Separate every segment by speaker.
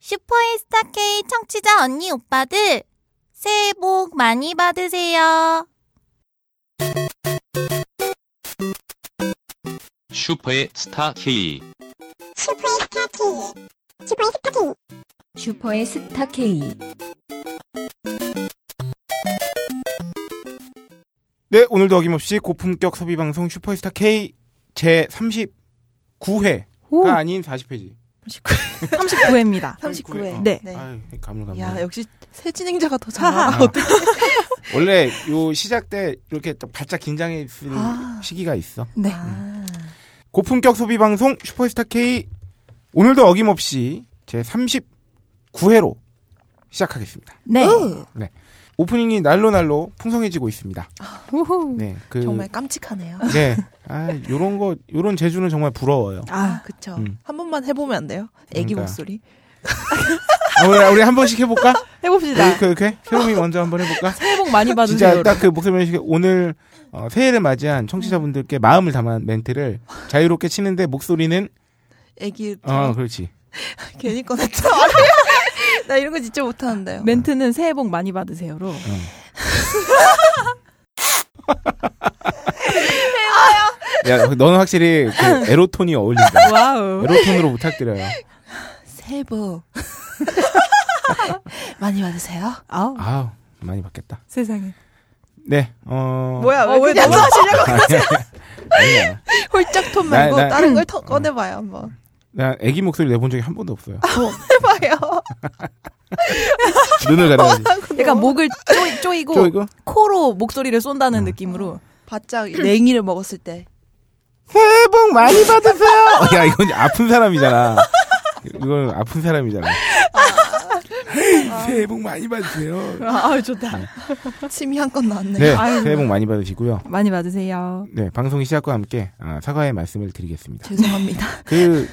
Speaker 1: 슈퍼에스타 K 청취자 언니 오빠들 새해 복 많이 받으세요.
Speaker 2: 슈퍼의 스타 K.
Speaker 3: 슈퍼의 스타 K 슈퍼의 스타 K
Speaker 4: 슈퍼의 스타 K.
Speaker 5: 네, 오늘도 어김없이 고품격 소비 방송 슈퍼스타 K 제 39회가
Speaker 6: 오,
Speaker 5: 아닌 40회지.
Speaker 6: 39회입니다.
Speaker 7: 39회.
Speaker 6: 네.
Speaker 7: 네.
Speaker 5: 아유, 가물가물. 아.
Speaker 7: 야, 아, 역시 새 진행자가 더 잘하나?
Speaker 5: 원래 요 시작 때 이렇게 또 바짝 긴장해 있는
Speaker 7: 아.
Speaker 5: 시기가 있어.
Speaker 6: 네.
Speaker 5: 고품격 소비 방송 슈퍼스타 K 오늘도 어김없이 제 39회로 시작하겠습니다.
Speaker 6: 네.
Speaker 5: 오프닝이 날로 날로 풍성해지고 있습니다.
Speaker 6: 우후.
Speaker 5: 네, 그
Speaker 7: 음, 정말 깜찍하네요.
Speaker 5: 네, 아 요런 거 요런 재주는 정말 부러워요.
Speaker 7: 아, 그쵸.
Speaker 5: 음.
Speaker 7: 한 번만 해보면 안 돼요? 애기
Speaker 5: 그러니까요.
Speaker 7: 목소리.
Speaker 5: 아, 우리 우리 한 번씩 해볼까?
Speaker 7: 해봅시다.
Speaker 5: 이렇게 이렇게 세롬이 먼저 한번 해볼까?
Speaker 7: 새해 복 많이
Speaker 5: 진짜
Speaker 7: 받으세요.
Speaker 5: 딱 그 목소리 변식 오늘 어, 새해를 맞이한 청취자분들께 마음을 담은 멘트를 자유롭게 치는데 목소리는
Speaker 7: 애기
Speaker 5: 어 그렇지
Speaker 7: 괜히 꺼냈죠. 나 이런 거 진짜 못하는데요.
Speaker 6: 멘트는 새해 복 많이 받으세요로.
Speaker 5: 야 너는 확실히 그 에로톤이 어울린다
Speaker 6: 와우.
Speaker 5: 에로톤으로 부탁드려요
Speaker 7: 새해 복 많이 받으세요.
Speaker 6: 아우.
Speaker 5: 아우 많이 받겠다
Speaker 6: 세상에.
Speaker 5: 네어
Speaker 7: 아, 뭐야,
Speaker 6: 어, 왜
Speaker 7: 왜 그냥
Speaker 6: 너무-
Speaker 7: 하시려고
Speaker 5: 아니야
Speaker 7: 홀짝 톤
Speaker 5: 나-
Speaker 7: 말고
Speaker 5: 나-
Speaker 7: 다른 걸 터- 꺼내봐요, 한번.
Speaker 5: 나 애기 목소리 내본 적이 한 번도 없어요
Speaker 7: 해봐요.
Speaker 5: 눈을
Speaker 7: 어,
Speaker 5: 가려가지고
Speaker 6: 약간
Speaker 7: 뭐
Speaker 6: 목을 쪼, 쪼이고
Speaker 5: 저 이거
Speaker 6: 코로 목소리를 쏜다는 느낌으로.
Speaker 7: 바짝 냉이를 먹었을 때.
Speaker 5: 새해 복 많이 받으세요 야 이건 아픈 사람이잖아 이건 아픈 사람이잖아 아. 새해 복 많이 받으세요
Speaker 6: 아, 아유, 좋다.
Speaker 7: 침이 한 건 나왔네.
Speaker 5: 네
Speaker 6: 아유.
Speaker 5: 새해 복 많이 받으시고요
Speaker 6: 많이 받으세요.
Speaker 5: 네, 방송 시작과 함께 아, 사과의 말씀을 드리겠습니다.
Speaker 7: 죄송합니다.
Speaker 5: 그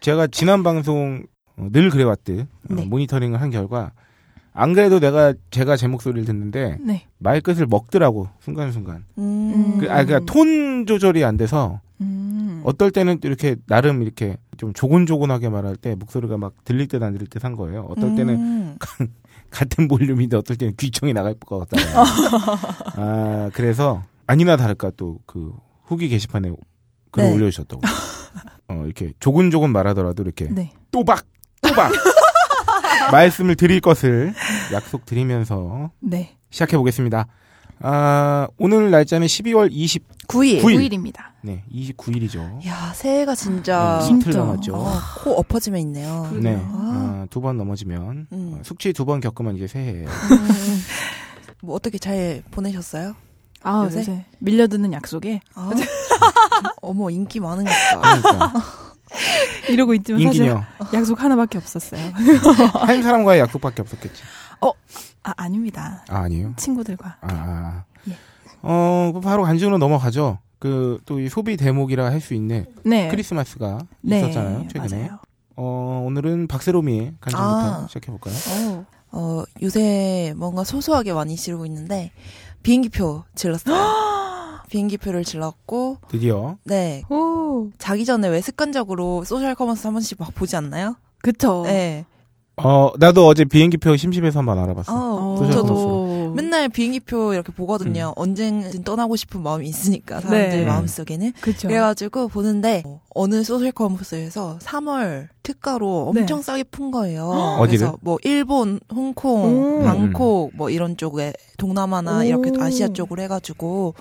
Speaker 5: 제가 지난 방송 어, 늘 그래왔듯 어,
Speaker 7: 네.
Speaker 5: 모니터링을 한 결과 안 그래도 내가 제가 제 목소리를 듣는데
Speaker 6: 네.
Speaker 5: 말 끝을 먹더라고 순간순간.
Speaker 7: 음.
Speaker 5: 그, 아, 그러니까 톤 조절이 안 돼서
Speaker 6: 음.
Speaker 5: 어떨 때는 또 이렇게 나름 이렇게 좀 조곤조곤하게 말할 때 목소리가 막 들릴 듯 안 들릴 듯 한 거예요. 어떨 때는
Speaker 7: 음.
Speaker 5: 같은 볼륨인데 어떨 때는 귀청이 나갈 것 같다. 아 그래서 아니나 다를까 또 그 후기 게시판에 글을
Speaker 7: 네.
Speaker 5: 올려주셨다고. 어 이렇게 조근조근 말하더라도 이렇게
Speaker 6: 네.
Speaker 5: 또박 또박 말씀을 드릴 것을 약속드리면서
Speaker 6: 네.
Speaker 5: 시작해 보겠습니다. 아 오늘 날짜는 12월
Speaker 7: 구이.
Speaker 5: 9일.
Speaker 6: 9일입니다.
Speaker 5: 네 29일이죠.
Speaker 7: 야, 새해가 진짜
Speaker 6: 음.
Speaker 5: 이틀
Speaker 6: 진짜.
Speaker 5: 남았죠.
Speaker 7: 아, 코 엎어지면 있네요.
Speaker 5: 네,
Speaker 6: 음.
Speaker 7: 아.
Speaker 5: 아, 두 번 넘어지면
Speaker 7: 음.
Speaker 5: 어, 숙취 두 번 겪으면 이제 새해예요.
Speaker 7: 뭐 어떻게 잘 보내셨어요?
Speaker 6: 아,
Speaker 7: 요새?
Speaker 6: 요새?
Speaker 5: 네.
Speaker 6: 밀려드는 약속에
Speaker 7: 아, 어머 인기 많은 것 같다.
Speaker 5: 그러니까
Speaker 6: 이러고 있지만
Speaker 5: 인기녀
Speaker 6: 사실 약속 하나밖에 없었어요.
Speaker 5: 한 사람과의 약속밖에 없었겠지.
Speaker 6: 아, 아닙니다.
Speaker 5: 아 아니에요.
Speaker 6: 친구들과.
Speaker 5: 아, 아.
Speaker 6: 예.
Speaker 5: 어, 그럼 바로 간증으로 넘어가죠. 그, 또 이 소비 대목이라 할 수 있는
Speaker 6: 네.
Speaker 5: 크리스마스가
Speaker 6: 네.
Speaker 5: 있었잖아요, 최근에.
Speaker 6: 맞아요.
Speaker 5: 어, 오늘은 박세롬이의 간증부터
Speaker 7: 아.
Speaker 5: 시작해볼까요?
Speaker 7: 어, 어, 요새 뭔가 소소하게 많이 지르고 있는데 비행기표 질렀어요. 비행기표를 질렀고
Speaker 5: 드디어.
Speaker 7: 네
Speaker 6: 오.
Speaker 7: 자기 전에 왜 습관적으로 소셜 커머스 한 번씩 막 보지 않나요?
Speaker 6: 그쵸.
Speaker 7: 네.
Speaker 5: 어, 나도 어제 비행기표 심심해서 한번
Speaker 7: 어,
Speaker 5: 알아봤어. 소셜
Speaker 7: 저도
Speaker 5: 커머스로. 음.
Speaker 7: 맨날 비행기표 이렇게 보거든요. 언제든 떠나고 싶은 마음이 있으니까 사람들
Speaker 6: 네.
Speaker 7: 마음속에는
Speaker 6: 그쵸.
Speaker 7: 그래가지고 보는데 어, 어느 소셜 커머스에서 3월 특가로
Speaker 6: 네.
Speaker 7: 엄청 싸게 푼 거예요.
Speaker 5: 어디를?
Speaker 7: 그래서 뭐 일본, 홍콩,
Speaker 6: 오.
Speaker 7: 방콕 뭐 이런 쪽에 동남아나
Speaker 6: 오.
Speaker 7: 이렇게 아시아 쪽으로 해가지고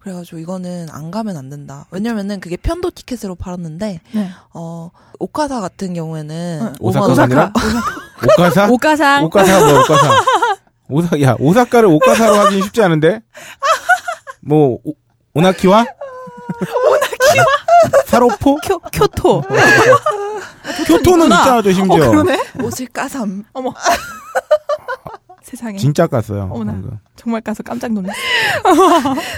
Speaker 7: 그래가지고 이거는 안 가면 안 된다. 왜냐면은 그게 편도 티켓으로 팔았는데
Speaker 6: 네.
Speaker 7: 어 오카사 같은 경우에는
Speaker 6: 응.
Speaker 7: 5만
Speaker 5: 오사카가 아니라? 오카사?
Speaker 6: 오가상.
Speaker 5: 아, 오카사, 뭐, 오카사. 오사, 야, 오사카를 오카사로 하긴 쉽지 않은데? 뭐, 오, 오나키와? 오나키와? 사로포?
Speaker 6: 쿄,
Speaker 5: 어.
Speaker 6: 쿄토.
Speaker 5: 교토는
Speaker 6: 있구나.
Speaker 5: 있잖아죠 심지어.
Speaker 7: 옷을 까삼.
Speaker 6: 세상에.
Speaker 5: 진짜 깠어요.
Speaker 6: 어머나.
Speaker 5: 방금.
Speaker 6: 정말 가서 깜짝 놀랐어.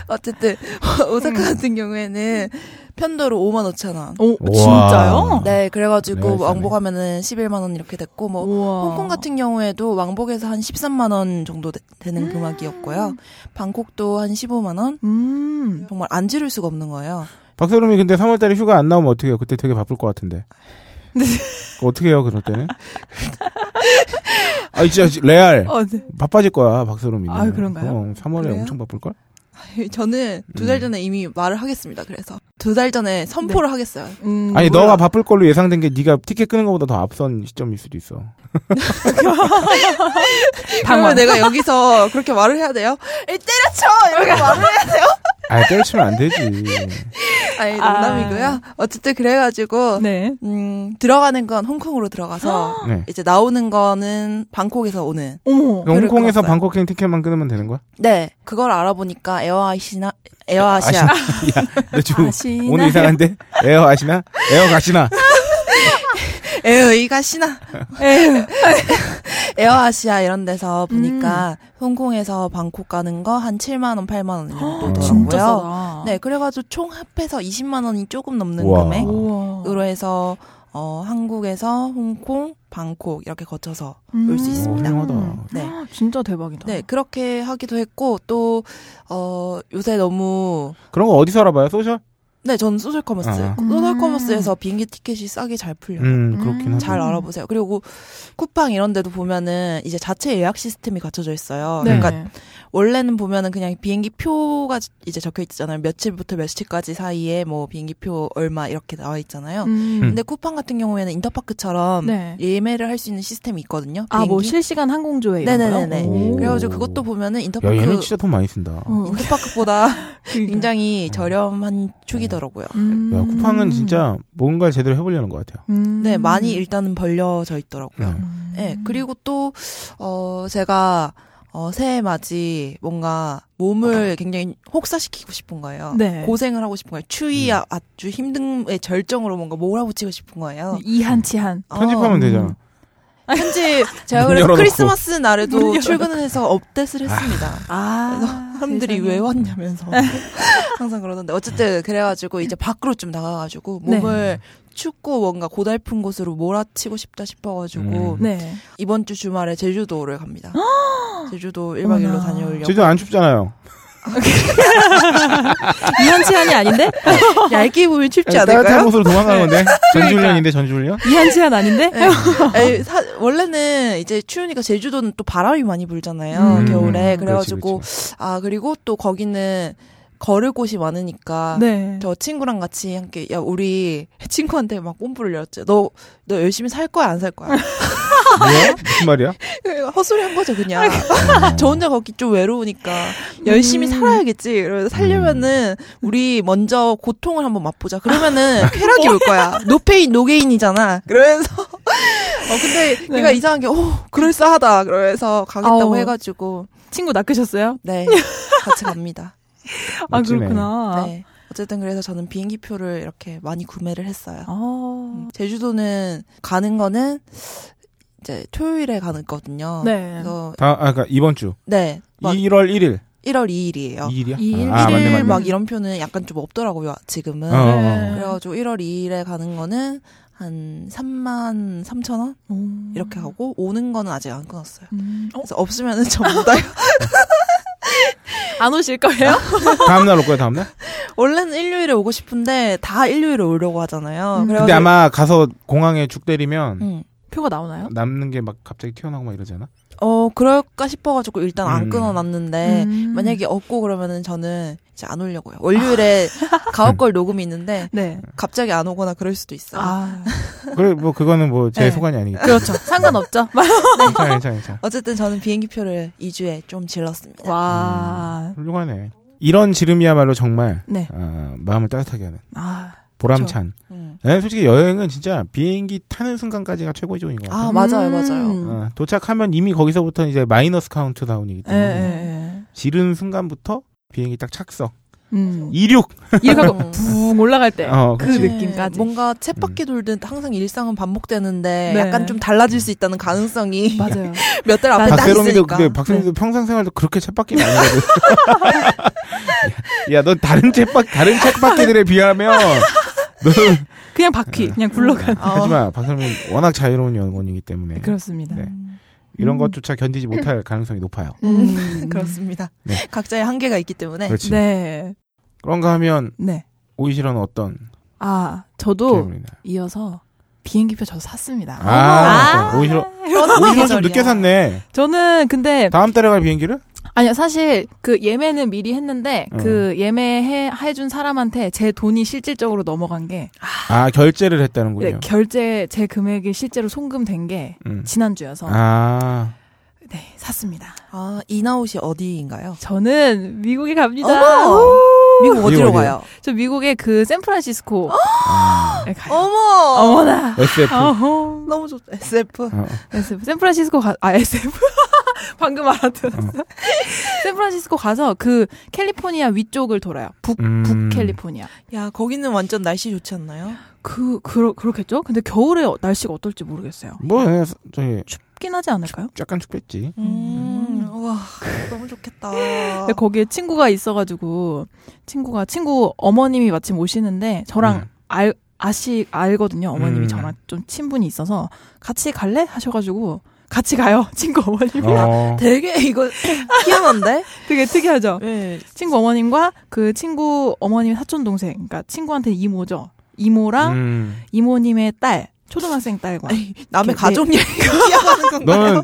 Speaker 7: 어쨌든 오사카 같은 경우에는 편도로 5만 5천 원.
Speaker 6: 오,
Speaker 5: 우와.
Speaker 6: 진짜요?
Speaker 7: 네,
Speaker 5: 내가
Speaker 7: 그래가지고
Speaker 5: 있었네.
Speaker 7: 왕복하면은 11만 원 이렇게 됐고
Speaker 6: 어,
Speaker 7: 뭐
Speaker 6: 우와.
Speaker 7: 홍콩 같은 경우에도 왕복에서 한 13만 원 정도 되, 는 금액이었고요. 방콕도 한 15만 원.
Speaker 6: 음.
Speaker 7: 정말 안 지를 수가 없는 거예요.
Speaker 5: 박서롬이 근데 3월달에
Speaker 6: 네.
Speaker 5: 휴가 안 나오면 어떻게 해요? 그때 되게 바쁠 것 같은데. 어떻게 해요, 그럴 때는? 아 진짜 레알
Speaker 6: 어, 네.
Speaker 5: 바빠질 거야 박서롬이.
Speaker 6: 아, 그런가요?
Speaker 5: 3월에
Speaker 7: 그래요?
Speaker 5: 엄청 바쁠 걸?
Speaker 7: 저는 두 달 네.
Speaker 5: 음.
Speaker 7: 전에 이미 말을 하겠습니다. 그래서 두 달 전에 선포를 하겠어요.
Speaker 6: 음,
Speaker 5: 아니
Speaker 6: 몰라.
Speaker 5: 너가 바쁠 걸로 예상된 게 네가 티켓 끄는 것보다 더 앞선 시점일 수도 있어.
Speaker 6: 당황.
Speaker 7: 그러면 내가 여기서 그렇게 말을 해야 돼요? 에, 때려쳐 이렇게 말을 해야 돼요?
Speaker 5: 아 때려치면 안 되지.
Speaker 7: 아니 농담이고요. 어쨌든 그래가지고
Speaker 6: 네.
Speaker 7: 음, 들어가는 건 홍콩으로 들어가서
Speaker 5: 네.
Speaker 7: 이제 나오는 거는 방콕에서 오는.
Speaker 6: 어머.
Speaker 5: 그럼
Speaker 7: 그럴 것
Speaker 5: 홍콩에서
Speaker 7: 같아요.
Speaker 5: 방콕행 티켓만 끊으면 되는 거야?
Speaker 7: 네. 그걸 알아보니까 에어아시나 에어아시아.
Speaker 5: 너 지금
Speaker 6: 아시나요?
Speaker 5: 오늘 이상한데 에어 아시나? 에어 가시나?
Speaker 7: 에어이가 시나. 아,
Speaker 6: 에휴.
Speaker 7: 에어아시아 이런 데서
Speaker 6: 음.
Speaker 7: 보니까 홍콩에서 방콕 가는 거 한 7만 원, 8만 원 정도
Speaker 6: 진짜
Speaker 7: 더라고요.
Speaker 6: 싸다.
Speaker 7: 네, 그래가지고 총 합해서 20만 원이 조금 넘는
Speaker 5: 우와.
Speaker 7: 금액으로
Speaker 6: 우와.
Speaker 7: 해서 어, 한국에서 홍콩, 방콕 이렇게 거쳐서
Speaker 6: 음.
Speaker 7: 올 수
Speaker 5: 오,
Speaker 7: 있습니다.
Speaker 5: 훌륭하다.
Speaker 7: 네.
Speaker 6: 아, 진짜 대박이다.
Speaker 7: 네, 그렇게 하기도 했고 또 어, 요새 너무
Speaker 5: 그런 거 어디서 알아봐요? 소셜?
Speaker 7: 네, 전 소셜 커머스.
Speaker 5: 아.
Speaker 7: 소셜 커머스에서 비행기 티켓이 싸게 잘 풀려요.
Speaker 5: 음 그렇긴
Speaker 6: 음.
Speaker 5: 하죠.
Speaker 7: 잘 알아보세요. 그리고 쿠팡 이런 데도 보면은 이제 자체 예약 시스템이 갖춰져 있어요.
Speaker 6: 네.
Speaker 7: 그러니까 원래는 보면은 그냥 비행기 표가 이제 적혀 있잖아요. 며칠부터 며칠까지 사이에 뭐 비행기 표 얼마 이렇게 나와 있잖아요.
Speaker 6: 음.
Speaker 7: 근데 쿠팡 같은 경우에는 인터파크처럼
Speaker 6: 네.
Speaker 7: 예매를 할 수 있는 시스템이 있거든요.
Speaker 6: 아, 뭐
Speaker 7: 음. 비행기.
Speaker 6: 실시간 항공조회 이런
Speaker 7: 네네네네.
Speaker 6: 거요?
Speaker 5: 오.
Speaker 7: 그래가지고 그것도 보면은
Speaker 5: 야
Speaker 7: 인터파크
Speaker 5: 얘는 진짜 돈 많이 쓴다.
Speaker 6: 어,
Speaker 7: 인터파크보다
Speaker 6: 그러니까.
Speaker 7: 음. 굉장히 저렴한 축이더라고요.
Speaker 6: 음.
Speaker 5: 야 쿠팡은 진짜 뭔가를 제대로 해보려는 것 같아요.
Speaker 6: 음.
Speaker 7: 네, 많이 일단은 벌려져 있더라고요.
Speaker 5: 네.
Speaker 6: 음.
Speaker 7: 네, 그리고 또, 어, 제가, 어, 새해 맞이 뭔가
Speaker 6: 어.
Speaker 7: 몸을 굉장히 혹사시키고 싶은 거예요.
Speaker 6: 네.
Speaker 7: 고생을 하고 싶은 거예요. 추위
Speaker 5: 음.
Speaker 7: 야 아주 힘듦의 절정으로 뭔가 몰아붙이고 싶은 거예요.
Speaker 6: 음, 이한치한.
Speaker 7: 어,
Speaker 5: 편집하면 되잖아.
Speaker 7: 편집. 제가 그래서
Speaker 5: 문 열어놓고. 아.
Speaker 7: 크리스마스 날에도
Speaker 6: 열어놓고.
Speaker 7: 출근을 해서 업데이트를 했습니다. 그래서
Speaker 6: 아.
Speaker 7: 사람들이
Speaker 6: 세상에. 네.
Speaker 7: 왜 왔냐면서 항상 그러던데 어쨌든 그래가지고 이제 밖으로 좀 나가가지고
Speaker 6: 네.
Speaker 7: 몸을 춥고 뭔가 고달픈 곳으로 몰아치고 싶다 싶어가지고
Speaker 5: 음.
Speaker 6: 네.
Speaker 7: 이번 주 주말에 제주도를 갑니다. 제주도 1박 2일로
Speaker 6: 어머나.
Speaker 7: 다녀오려고.
Speaker 5: 제주 안 춥잖아요.
Speaker 6: 이한치한이 아닌데?
Speaker 7: 얇게 보면 춥지
Speaker 5: 따뜻한
Speaker 7: 않을까요?
Speaker 5: 곳으로 도망가는 건데 전지훈련인데 전지훈련?
Speaker 6: 이한치한 아닌데?
Speaker 7: 에이, 사- 원래는 이제 추우니까 제주도는 또 바람이 많이 불잖아요.
Speaker 6: 음.
Speaker 7: 어, 겨울에.
Speaker 5: 그렇지,
Speaker 7: 그래가지고,
Speaker 5: 그렇지.
Speaker 7: 아, 그리고 또 거기는 걸을 곳이 많으니까.
Speaker 6: 네.
Speaker 7: 저 친구랑 같이 함께, 야, 우리 친구한테 막 꼼부를 열었죠. 너, 너 열심히 살 거야, 안 살 거야?
Speaker 5: 뭐야? 무슨 말이야?
Speaker 7: 헛소리 한 거죠, 그냥. 저 혼자 거기 좀 외로우니까 열심히
Speaker 6: 음.
Speaker 7: 살아야겠지. 이러면서 살려면은 우리 먼저 고통을 한번 맛보자. 그러면은 쾌락이 올 거야. 노페인 노게인이잖아. 그러면서 어 근데
Speaker 6: 네.
Speaker 7: 얘가 이상하게 어 그럴싸하다. 그러면서 가겠다고
Speaker 6: 아우.
Speaker 7: 해가지고
Speaker 6: 친구 낚으셨어요?
Speaker 7: 네 같이 갑니다.
Speaker 6: 아,
Speaker 5: 멋지네.
Speaker 6: 그렇구나.
Speaker 7: 네. 어쨌든 그래서 저는 비행기 표를 이렇게 많이 구매를 했어요. 음.
Speaker 6: 아.
Speaker 7: 제주도는 가는 거는 이제 토요일에 가는거든요.
Speaker 6: 네.
Speaker 7: 그래서
Speaker 5: 다, 아, 그러니까 이번 주
Speaker 7: 네. 막
Speaker 5: 1월 1일
Speaker 7: 1월 2일이에요.
Speaker 5: 2일이야?
Speaker 6: 이일?
Speaker 5: 아, 맞네
Speaker 7: 일일
Speaker 5: 맞네.
Speaker 7: 막 이런 표는 약간 좀 없더라고요, 지금은.
Speaker 5: 어, 어,
Speaker 6: 네.
Speaker 5: 어.
Speaker 7: 그래가지고 1월 2일에 가는 거는 한 3만 3천 원?
Speaker 6: 오.
Speaker 7: 이렇게 하고, 오는 거는 아직 안 끊었어요.
Speaker 6: 음. 어,
Speaker 7: 그래서 없으면은 전부 다.
Speaker 6: 안 오실 거예요?
Speaker 5: 다음 날 올 거야 다음 날?
Speaker 7: 원래는 일요일에 오고 싶은데, 다 일요일에 오려고 하잖아요.
Speaker 6: 음.
Speaker 7: 그래가지고.
Speaker 5: 근데 아마 가서 공항에 죽 때리면
Speaker 7: 음.
Speaker 6: 표가 나오나요?
Speaker 5: 남는 게 막 갑자기 튀어나오고 막 이러잖아.
Speaker 7: 어, 그럴까 싶어가지고 일단 안
Speaker 5: 음.
Speaker 7: 끊어놨는데,
Speaker 6: 음.
Speaker 7: 네. 만약에 없고 그러면은 저는 이제 안 오려고요. 월요일에 가옥걸 녹음이 있는데,
Speaker 6: 네.
Speaker 7: 갑자기 안 오거나 그럴 수도 있어요.
Speaker 6: 아.
Speaker 5: 그래 뭐 그거는 뭐 제
Speaker 6: 네.
Speaker 5: 소관이 아니니까.
Speaker 6: 그렇죠. 상관없죠.
Speaker 5: 괜찮아 괜찮아 괜찮아.
Speaker 7: 어쨌든 저는 비행기표를 2주에 좀 질렀습니다.
Speaker 6: 와.
Speaker 5: 훌륭하네. 이런 지름이야말로 정말
Speaker 6: 네.
Speaker 5: 아, 마음을 따뜻하게 하는
Speaker 6: 아.
Speaker 5: 보람찬.
Speaker 7: 음.
Speaker 5: 나는 솔직히 여행은 진짜 비행기 타는 순간까지가 최고의 좋은 것 같아.
Speaker 7: 아, 맞아요,
Speaker 6: 음.
Speaker 7: 맞아요.
Speaker 5: 어, 도착하면 이미 거기서부터 이제 마이너스 카운트다운이기
Speaker 6: 예,
Speaker 5: 때문에
Speaker 6: 예, 예.
Speaker 5: 지른 순간부터 비행기 딱 착석
Speaker 6: 음.
Speaker 5: 이륙
Speaker 6: 이렇게 하고
Speaker 7: 음.
Speaker 6: 붕 올라갈 때.
Speaker 5: 어,
Speaker 6: 그
Speaker 5: 그치.
Speaker 7: 네,
Speaker 6: 느낌까지.
Speaker 7: 뭔가
Speaker 5: 음.
Speaker 7: 쳇바퀴 돌듯 항상 일상은 반복되는데
Speaker 6: 네. 음.
Speaker 7: 약간 좀 달라질 수 있다는 가능성이
Speaker 6: 맞아요.
Speaker 7: 몇 달 앞에
Speaker 6: 난
Speaker 7: 딱
Speaker 5: 박세롬이도
Speaker 7: 있으니까.
Speaker 5: 근데 박세롬이도 평상 생활도 그렇게 챗바퀴 많이 거든 야넌 다른 챗바 다른 챗바퀴들에 비하면 너는
Speaker 6: 그냥 바퀴,
Speaker 5: 네.
Speaker 6: 그냥 굴러가는.
Speaker 5: 하지만 박세롬은 워낙 자유로운 영혼이기 때문에
Speaker 6: 어. 그렇습니다.
Speaker 5: 네. 이런 것조차 견디지 못할 가능성이 높아요.
Speaker 7: 음, 그렇습니다.
Speaker 5: 네.
Speaker 7: 각자의 한계가 있기 때문에
Speaker 5: 그렇지.
Speaker 6: 네.
Speaker 5: 그런가 하면
Speaker 6: 네.
Speaker 5: 오이시라는 어떤
Speaker 6: 아, 저도
Speaker 5: 기분이나
Speaker 6: 이어서 비행기표 저도 샀습니다.
Speaker 5: 아, 어떤 오이시라 오히려 좀
Speaker 7: 네, 계절이야.
Speaker 5: 늦게 샀네.
Speaker 6: 저는 근데
Speaker 5: 다음 달에 갈 비행기를?
Speaker 6: 아니요 사실 그 예매는 미리 했는데
Speaker 5: 음.
Speaker 6: 그 예매해 해준 사람한테 제 돈이 실질적으로 넘어간 게
Speaker 5: 아 결제를 했다는군요.
Speaker 6: 네, 결제 제 금액이 실제로 송금된 게
Speaker 5: 음.
Speaker 6: 지난주여서
Speaker 5: 아
Speaker 6: 네 샀습니다.
Speaker 7: 아, 인아웃이 어디인가요?
Speaker 6: 저는 미국에 갑니다.
Speaker 7: 어머! 미국
Speaker 5: 미국
Speaker 7: 어디로
Speaker 5: 어디요?
Speaker 7: 가요?
Speaker 6: 저 미국의 그 샌프란시스코에 가요.
Speaker 7: 어머!
Speaker 6: 아. 어머나.
Speaker 5: SF.
Speaker 6: 어허.
Speaker 7: 너무 좋다. SF.
Speaker 5: 어,
Speaker 6: SF. 샌프란시스코 가, 아, SF. 방금 알아들었어.
Speaker 5: 음.
Speaker 6: 샌프란시스코 가서 그 캘리포니아 위쪽을 돌아요. 북,
Speaker 5: 음.
Speaker 6: 북캘리포니아.
Speaker 7: 야, 거기는 완전 날씨 좋지 않나요?
Speaker 6: 그, 그, 그렇겠죠? 근데 겨울에 어- 날씨가 어떨지 모르겠어요.
Speaker 5: 뭐 예, 저기
Speaker 6: 춥긴 하지 않을까요?
Speaker 5: 약간 춥겠지.
Speaker 7: 음, 와, 너무 좋겠다.
Speaker 6: 근데 네, 거기에 친구가 있어가지고, 친구가, 친구 어머님이 마침 오시는데, 저랑
Speaker 5: 음.
Speaker 6: 알, 아시, 알거든요. 어머님이
Speaker 5: 음.
Speaker 6: 저랑 좀 친분이 있어서, 같이 갈래? 하셔가지고, 같이 가요. 친구 어머님이.
Speaker 5: 어.
Speaker 7: 되게 이거 희한한데?
Speaker 6: 되게 특이하죠?
Speaker 7: 네.
Speaker 6: 친구 어머님과 그 친구 어머님 사촌 동생, 그러니까 친구한테 이모죠. 이모랑
Speaker 5: 음.
Speaker 6: 이모님의 딸, 초등학생 딸과.
Speaker 7: 남의
Speaker 6: 이렇게-
Speaker 7: 가족 얘기가 희한한 건가요?
Speaker 5: 너는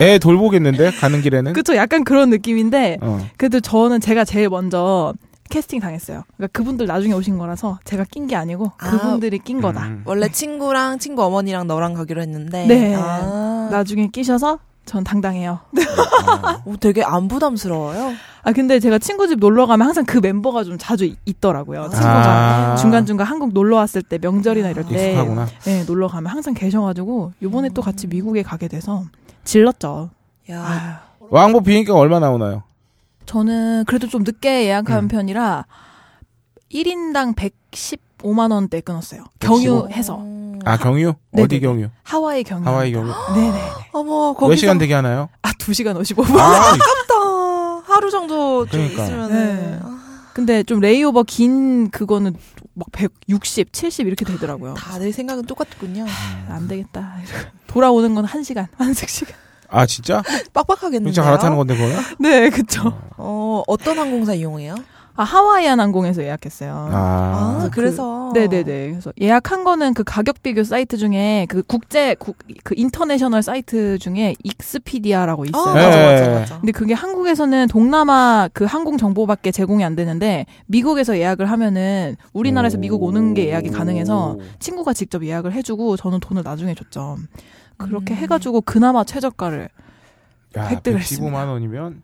Speaker 5: 애 돌보겠는데 가는 길에는.
Speaker 6: 그쵸, 약간 그런 느낌인데,
Speaker 5: 어.
Speaker 6: 그래도 저는 제가 제일 먼저 캐스팅 당했어요. 그러니까 그분들 나중에 오신 거라서 제가 낀 게 아니고
Speaker 7: 아,
Speaker 6: 그분들이 낀 거다.
Speaker 5: 음.
Speaker 7: 원래 친구랑 친구 어머니랑 너랑 가기로 했는데.
Speaker 6: 네.
Speaker 5: 음.
Speaker 7: 아.
Speaker 6: 나중에 끼셔서 전 당당해요.
Speaker 5: 어.
Speaker 7: 오, 되게 안 부담스러워요.
Speaker 6: 아 근데 제가 친구 집 놀러 가면 항상 그 멤버가 좀 자주 있- 있더라고요. 친구가
Speaker 5: 아.
Speaker 6: 중간 중간 한국 놀러 왔을 때 명절이나 이럴 때
Speaker 5: 익숙하구나.
Speaker 6: 네, 놀러 가면 항상 계셔가지고 요번에 또
Speaker 5: 음.
Speaker 6: 같이 미국에 가게 돼서 질렀죠.
Speaker 7: 야,
Speaker 6: 아유.
Speaker 5: 왕복 비행기가 얼마 나오나요?
Speaker 6: 저는 그래도 좀 늦게 예약한
Speaker 5: 음.
Speaker 6: 편이라 1인당 115만 원대 끊었어요. 경유해서
Speaker 7: 음.
Speaker 5: 아 경유?
Speaker 6: 네네네.
Speaker 5: 어디 경유?
Speaker 6: 하와이 경유.
Speaker 5: 하와이 경유.
Speaker 6: 네네.
Speaker 7: 어머, 거기서
Speaker 5: 몇 시간 되게 하나요?
Speaker 6: 아 2시간 55분.
Speaker 5: 아,
Speaker 7: 아, 하루 정도 좀
Speaker 5: 그러니까.
Speaker 6: 네.
Speaker 7: 있으면은 아,
Speaker 6: 근데 좀 레이오버 긴 그거는 막 160, 70 이렇게 되더라고요.
Speaker 7: 다들 생각은 똑같군요.
Speaker 5: 아.
Speaker 6: 안 되겠다. 이러고. 돌아오는 건 1시간, 환승 시간.
Speaker 5: 아 진짜?
Speaker 7: 빡빡하겠는데요.
Speaker 5: 진짜 갈아타는 건데 그거야?
Speaker 6: 네, 그쵸.
Speaker 7: 어, 어떤 항공사 이용해요?
Speaker 6: 아 하와이안 항공에서 예약했어요.
Speaker 5: 아.
Speaker 7: 아, 그래서
Speaker 6: 네네네. 그래서 예약한 거는 그 가격 비교 사이트 중에 그 국제 국, 그 인터내셔널 사이트 중에 익스피디아라고
Speaker 7: 아,
Speaker 6: 있어요.
Speaker 7: 맞아,
Speaker 5: 네.
Speaker 7: 맞아, 맞아.
Speaker 6: 근데 그게 한국에서는 동남아 그 항공 정보밖에 제공이 안 되는데 미국에서 예약을 하면은 우리나라에서 미국 오는 게 예약이 가능해서 친구가 직접 예약을 해주고 저는 돈을 나중에 줬죠. 그렇게
Speaker 7: 음.
Speaker 6: 해가지고 그나마 최저가를
Speaker 5: 야,
Speaker 6: 획득을
Speaker 5: 115만 원이면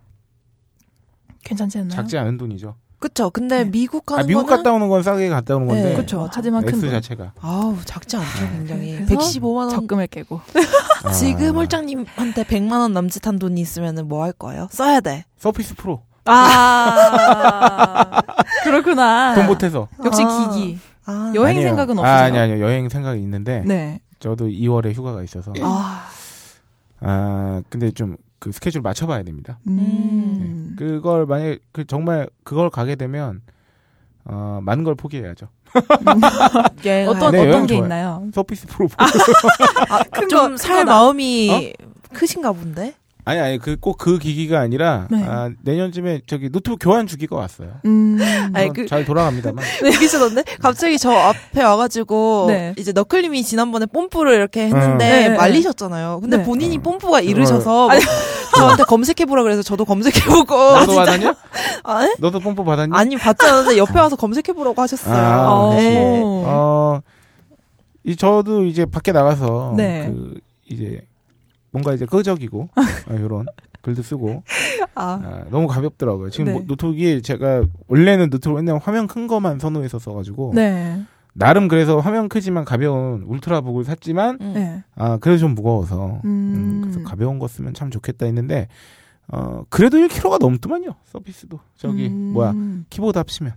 Speaker 6: 괜찮지 않나요?
Speaker 5: 작지 않은 돈이죠.
Speaker 7: 그쵸. 근데
Speaker 6: 네.
Speaker 7: 미국 가는
Speaker 5: 아, 미국
Speaker 7: 거는
Speaker 5: 갔다 오는 건 싸게 갔다 오는 건데
Speaker 7: 네,
Speaker 6: 그렇죠.
Speaker 7: 맞아.
Speaker 6: 하지만 큰
Speaker 5: S
Speaker 6: 돈.
Speaker 5: 자체가
Speaker 7: 아우 작지 않죠 굉장히
Speaker 6: 그래서
Speaker 7: 115만 원
Speaker 6: 적금을 깨고.
Speaker 5: 아.
Speaker 7: 지금 홀장님한테 100만 원 남짓한 돈이 있으면은 뭐 할 거예요? 써야 돼.
Speaker 5: 서피스 프로
Speaker 6: 아 그렇구나.
Speaker 5: 돈 보태서
Speaker 6: 역시
Speaker 7: 아.
Speaker 6: 기기.
Speaker 7: 아,
Speaker 6: 여행
Speaker 5: 아니에요.
Speaker 6: 생각은
Speaker 5: 아,
Speaker 6: 없으세요?
Speaker 5: 아니 아니요 여행 생각이 있는데
Speaker 6: 네.
Speaker 5: 저도 2월에 휴가가 있어서
Speaker 7: 아,
Speaker 5: 아 근데 좀 그 스케줄 맞춰봐야 됩니다.
Speaker 6: 음.
Speaker 5: 그걸 만약 그 정말 그걸 가게 되면 어, 많은 걸 포기해야죠.
Speaker 7: 여행
Speaker 6: 어떤 아, 어떤
Speaker 5: 네, 여행
Speaker 6: 게
Speaker 5: 좋아요.
Speaker 6: 있나요?
Speaker 5: 서피스 프로
Speaker 7: 아. 좀 살 마음이
Speaker 6: 어?
Speaker 7: 크신가 본데.
Speaker 5: 아니 아니 그 꼭 그 기기가 아니라
Speaker 6: 네.
Speaker 5: 아, 내년쯤에 저기 노트북 교환 주기가 왔어요.
Speaker 6: 음.
Speaker 7: 아니,
Speaker 5: 물론
Speaker 7: 그-
Speaker 5: 잘 돌아갑니다만
Speaker 7: 얘기하셨는데 갑자기 저 앞에 와가지고
Speaker 6: 네.
Speaker 7: 이제 너클님이 지난번에 뽐뿌를 이렇게 했는데
Speaker 6: 네, 네,
Speaker 7: 말리셨잖아요. 근데
Speaker 6: 네.
Speaker 5: 음.
Speaker 6: 음.
Speaker 7: 본인이 뽐뿌가 이르셔서 뭐 저한테 검색해보라 그래서 저도 검색해보고
Speaker 5: 너도 받았냐?
Speaker 7: 아, 네?
Speaker 5: 너도 뽐뽀 받았니?
Speaker 7: 아니 받지 않았는데 옆에 와서 검색해보라고 하셨어요.
Speaker 5: 아,
Speaker 7: 네.
Speaker 6: 오.
Speaker 5: 어, 이 저도 이제 밖에 나가서
Speaker 6: 네.
Speaker 5: 그 이제 뭔가 이제 끄적이고 아, 이런 글도 쓰고
Speaker 6: 아.
Speaker 5: 아, 너무 가볍더라고요. 지금
Speaker 6: 네.
Speaker 5: 뭐 노트북이 제가 원래는 노트북 맨날 화면 큰 거만 선호해서 써가지고
Speaker 6: 네.
Speaker 5: 나름 그래서 화면 크지만 가벼운 울트라북을 샀지만
Speaker 7: 음.
Speaker 6: 네.
Speaker 5: 아 그래도 좀 무거워서 음,
Speaker 6: 음.
Speaker 5: 그래서 가벼운 거 쓰면 참 좋겠다 했는데 어 그래도 1kg가 넘더만요 서피스도 저기
Speaker 6: 음.
Speaker 5: 뭐야 키보드 합치면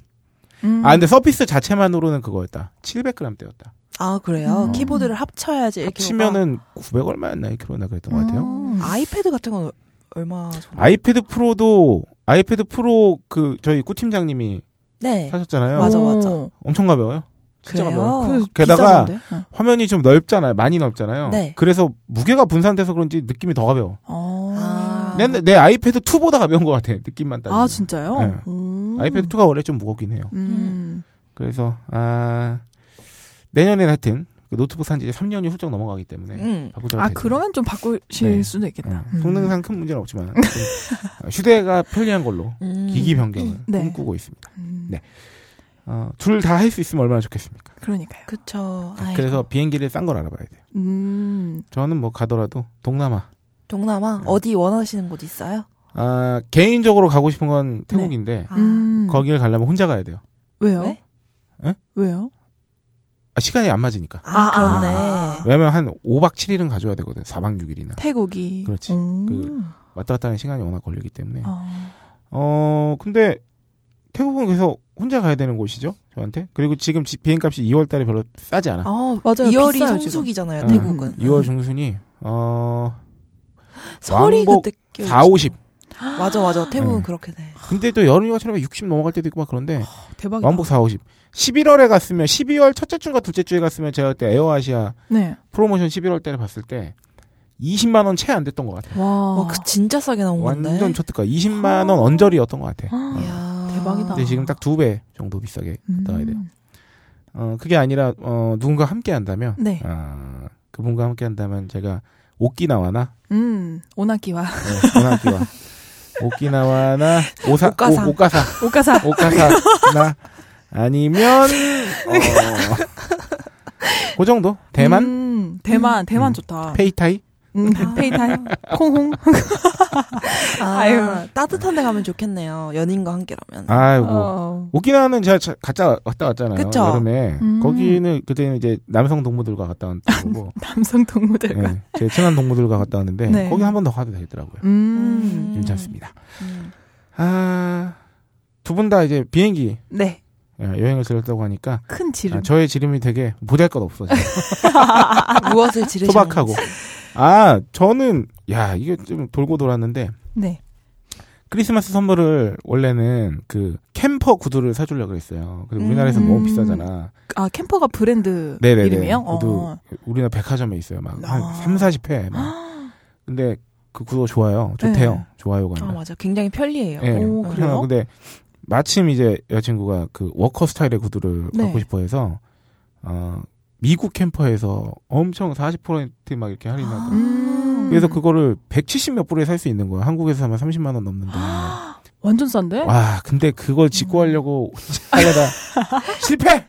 Speaker 6: 음.
Speaker 5: 아 근데 서피스 자체만으로는 그거였다 700g대였다
Speaker 7: 아 그래요?
Speaker 5: 음.
Speaker 7: 키보드를 합쳐야지 네, 이렇게
Speaker 5: 합치면은 900 얼마였나 1kg나 그랬던 것 같아요.
Speaker 6: 음.
Speaker 7: 뭔가 아이패드 같은 건 얼마 정도?
Speaker 5: 아이패드 프로도 아이패드 프로 그 저희 구 팀장님이
Speaker 7: 네.
Speaker 5: 사셨잖아요.
Speaker 7: 맞아, 맞아.
Speaker 6: 오.
Speaker 5: 엄청 가벼워요. 진짜 가벼워요.
Speaker 7: 그래요.
Speaker 6: 그래서
Speaker 5: 게다가
Speaker 6: 비싼데? 어.
Speaker 5: 화면이 좀 넓잖아요. 많이 넓잖아요.
Speaker 7: 네.
Speaker 5: 그래서 무게가 분산돼서 그런지 느낌이 더 가벼워.
Speaker 6: 어.
Speaker 7: 아.
Speaker 5: 내, 내 아이패드 2보다 가벼운 것 같아. 느낌만 따지면.
Speaker 6: 아 진짜요?
Speaker 5: 네.
Speaker 6: 오.
Speaker 5: 아이패드 2가 원래 좀 무겁긴 해요.
Speaker 6: 음.
Speaker 5: 그래서 아 내년에 하여튼 노트북 산지 이제 3년이 훌쩍 넘어가기 때문에
Speaker 7: 음.
Speaker 5: 바꾸자고
Speaker 6: 아
Speaker 5: 되죠.
Speaker 6: 그러면 좀 바꾸실
Speaker 5: 네.
Speaker 6: 수도 있겠다. 음.
Speaker 5: 어, 성능상 큰 문제는 없지만 좀 휴대가 편리한 걸로
Speaker 7: 음.
Speaker 5: 기기 변경을
Speaker 6: 네.
Speaker 5: 꿈꾸고 있습니다.
Speaker 6: 음,
Speaker 5: 네. 어, 둘다 할 수 있으면 얼마나 좋겠습니까?
Speaker 6: 그러니까요.
Speaker 7: 그쵸. 아이고.
Speaker 5: 그래서 비행기를 싼 걸 알아봐야 돼요.
Speaker 6: 음,
Speaker 5: 저는 뭐 가더라도 동남아
Speaker 7: 동남아
Speaker 5: 네.
Speaker 7: 어디 원하시는 곳 있어요?
Speaker 5: 아, 개인적으로 가고 싶은 건 태국인데
Speaker 7: 아,
Speaker 6: 음.
Speaker 5: 거기를 가려면 혼자 가야 돼요.
Speaker 6: 왜요?
Speaker 7: 왜?
Speaker 5: 에?
Speaker 6: 왜요?
Speaker 5: 아, 시간이 안 맞으니까.
Speaker 7: 아,
Speaker 6: 아,
Speaker 7: 그러네.
Speaker 6: 아.
Speaker 5: 왜냐면 한 5박 7일은 가져야 되거든. 4박 6일이나.
Speaker 6: 태국이.
Speaker 5: 그렇지.
Speaker 6: 음.
Speaker 5: 그- 왔다 갔다 하는 시간이 워낙 걸리기 때문에.
Speaker 6: 아,
Speaker 5: 어, 근데 태국은 계속 혼자 가야 되는 곳이죠. 저한테. 그리고 지금 지- 비행값이 2월 달에 별로 싸지 않아.
Speaker 7: 아,
Speaker 6: 맞아요.
Speaker 7: 2월이
Speaker 6: 비싸요,
Speaker 7: 성수기잖아요, 네.
Speaker 5: 음.
Speaker 7: 태국은.
Speaker 5: 2월 중순이 어,
Speaker 7: 설이
Speaker 5: 왕복
Speaker 7: 그때 껴있죠.
Speaker 5: 4, 50.
Speaker 7: 맞아, 맞아. 태국은
Speaker 5: 네.
Speaker 7: 그렇게 돼.
Speaker 5: 근데 또 여름 휴가처럼 60 넘어갈 때도 있고 막 그런데
Speaker 6: 대박이다.
Speaker 5: 왕복 4, 50. 11월에 갔으면 12월 첫째 주인가 둘째 주에 갔으면 제가 그때 에어아시아
Speaker 6: 네.
Speaker 5: 프로모션 11월 때를 봤을 때 20만 원 채 안 됐던 것 같아요.
Speaker 6: 와.
Speaker 7: 와, 그 진짜 싸게 나온 건데.
Speaker 5: 완전 초특가 20만 원 언저리였던 것 같아. 요
Speaker 7: 이야.
Speaker 6: 대박이다.
Speaker 5: 근데 지금 딱 두 배 정도 비싸게
Speaker 6: 음.
Speaker 5: 갔다 와야 돼요. 어, 그게 아니라 어, 누군가 함께 한다면
Speaker 6: 네.
Speaker 5: 아, 그분과 함께 한다면 제가 오키나와나
Speaker 6: 음, 오나키와
Speaker 5: 네, 오나키와 오키나와나 오사
Speaker 7: 오카사.
Speaker 5: 오, 오카사
Speaker 6: 오카사.
Speaker 5: 오카사나 아니면 어, 그 정도 대만
Speaker 6: 음, 대만, 대만
Speaker 5: 음.
Speaker 6: 좋다.
Speaker 5: 페이타이
Speaker 6: 음, 페이타이, 콩홍.
Speaker 7: 아,
Speaker 6: 아유.
Speaker 7: 따뜻한 데 가면 좋겠네요. 연인과 함께라면.
Speaker 5: 아이고
Speaker 6: 어.
Speaker 5: 오키나와는 제가 자- 갔다 왔다 왔잖아요.
Speaker 7: 그쵸?
Speaker 5: 여름에
Speaker 6: 음.
Speaker 5: 거기는 그때는 이제 남성 동무들과 갔다 왔고
Speaker 6: 남성 동무들과.
Speaker 5: 네, 제 친한 동무들과 갔다 왔는데
Speaker 6: 네.
Speaker 5: 거기 한 번 더 가도 되더라고요.
Speaker 6: 음.
Speaker 5: 괜찮습니다.
Speaker 7: 음.
Speaker 5: 아, 두 분 다 이제 비행기
Speaker 6: 네.
Speaker 5: 예, 여행을 들었다고 하니까
Speaker 6: 큰 지름.
Speaker 5: 아, 저의 지름이 되게 못할 것 없어. 지금.
Speaker 7: 아, 무엇을 지르시는지.
Speaker 5: 소박하고. 아, 저는 야 이게 좀 돌고 돌았는데
Speaker 6: 네.
Speaker 5: 크리스마스 선물을 원래는 그 캠퍼 구두를 사주려고 했어요. 근데 우리나라에서 너무
Speaker 6: 음.
Speaker 5: 비싸잖아.
Speaker 6: 아, 캠퍼가 브랜드
Speaker 5: 네네네.
Speaker 6: 이름이에요?
Speaker 5: 구두
Speaker 6: 어.
Speaker 5: 우리나라 백화점에 있어요. 막
Speaker 6: 아.
Speaker 5: 한 3, 40회. 막. 근데 그 구두가 좋아요. 좋대요.
Speaker 6: 네.
Speaker 5: 좋아요가
Speaker 7: 아,
Speaker 5: 아니라.
Speaker 7: 맞아. 굉장히 편리해요.
Speaker 5: 예.
Speaker 6: 오, 그래요?
Speaker 5: 그래서 근데 마침 이제 여자친구가 그 워커 스타일의 구두를
Speaker 6: 네.
Speaker 5: 갖고 싶어 해서 어, 미국 캠퍼에서 엄청 40%막 이렇게 할인하고
Speaker 6: 음.
Speaker 5: 그래서 그거를 170몇 불에 살 수 있는 거야. 한국에서 하면 30만 원 넘는데.
Speaker 6: 아. 완전 싼데?
Speaker 5: 와, 근데 그걸 짓고
Speaker 6: 음.
Speaker 5: 하려고 하려다 실패.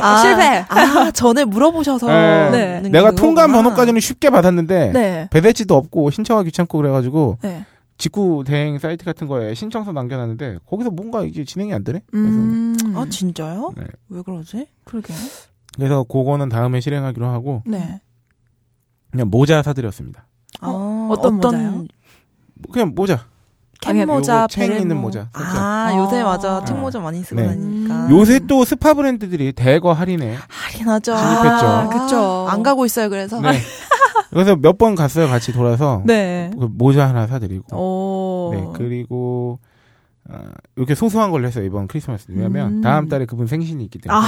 Speaker 7: 아,
Speaker 6: 실패!
Speaker 7: 아, 전에 물어보셔서. 아.
Speaker 5: 예.
Speaker 6: 네.
Speaker 7: 는
Speaker 5: 내가
Speaker 7: 그거구나.
Speaker 5: 통관 번호까지는 쉽게 받았는데
Speaker 6: 네.
Speaker 5: 배대지도 없고 신청하기 귀찮고 그래가지고
Speaker 6: 네.
Speaker 5: 직구 대행 사이트 같은 거에 신청서 남겨놨는데 거기서 뭔가 이게 진행이 안 되네. 그래서,
Speaker 6: 음.
Speaker 7: 아, 진짜요?
Speaker 5: 네.
Speaker 7: 왜 그러지?
Speaker 6: 그러게요.
Speaker 5: 그래서 그거는 다음에 실행하기로 하고
Speaker 6: 네.
Speaker 5: 그냥 모자 사드렸습니다.
Speaker 7: 어,
Speaker 6: 어떤 모자요?
Speaker 5: 뭐 그냥 모자.
Speaker 6: 아니,
Speaker 7: 캔모자,
Speaker 5: 요거 챙
Speaker 7: 베레모.
Speaker 5: 있는 모자, 살짝.
Speaker 7: 아,
Speaker 6: 아.
Speaker 7: 요새 맞아.
Speaker 6: 네.
Speaker 7: 캔모자 많이 쓰고
Speaker 5: 네.
Speaker 6: 아.
Speaker 7: 다니니까.
Speaker 5: 요새 또 스파 브랜드들이 대거 할인해.
Speaker 7: 할인하죠.
Speaker 5: 진입했죠.
Speaker 7: 아,
Speaker 6: 그쵸.
Speaker 7: 안 가고 있어요, 그래서.
Speaker 5: 네. 그래서 몇 번 갔어요 같이 돌아서
Speaker 6: 아. 네.
Speaker 5: 그 모자 하나 사드리고.
Speaker 6: 오.
Speaker 5: 네 그리고 어, 이렇게 소소한 걸 했어요 이번 크리스마스. 왜냐면
Speaker 6: 음.
Speaker 5: 다음 달에 그분 생신이 있기 때문에.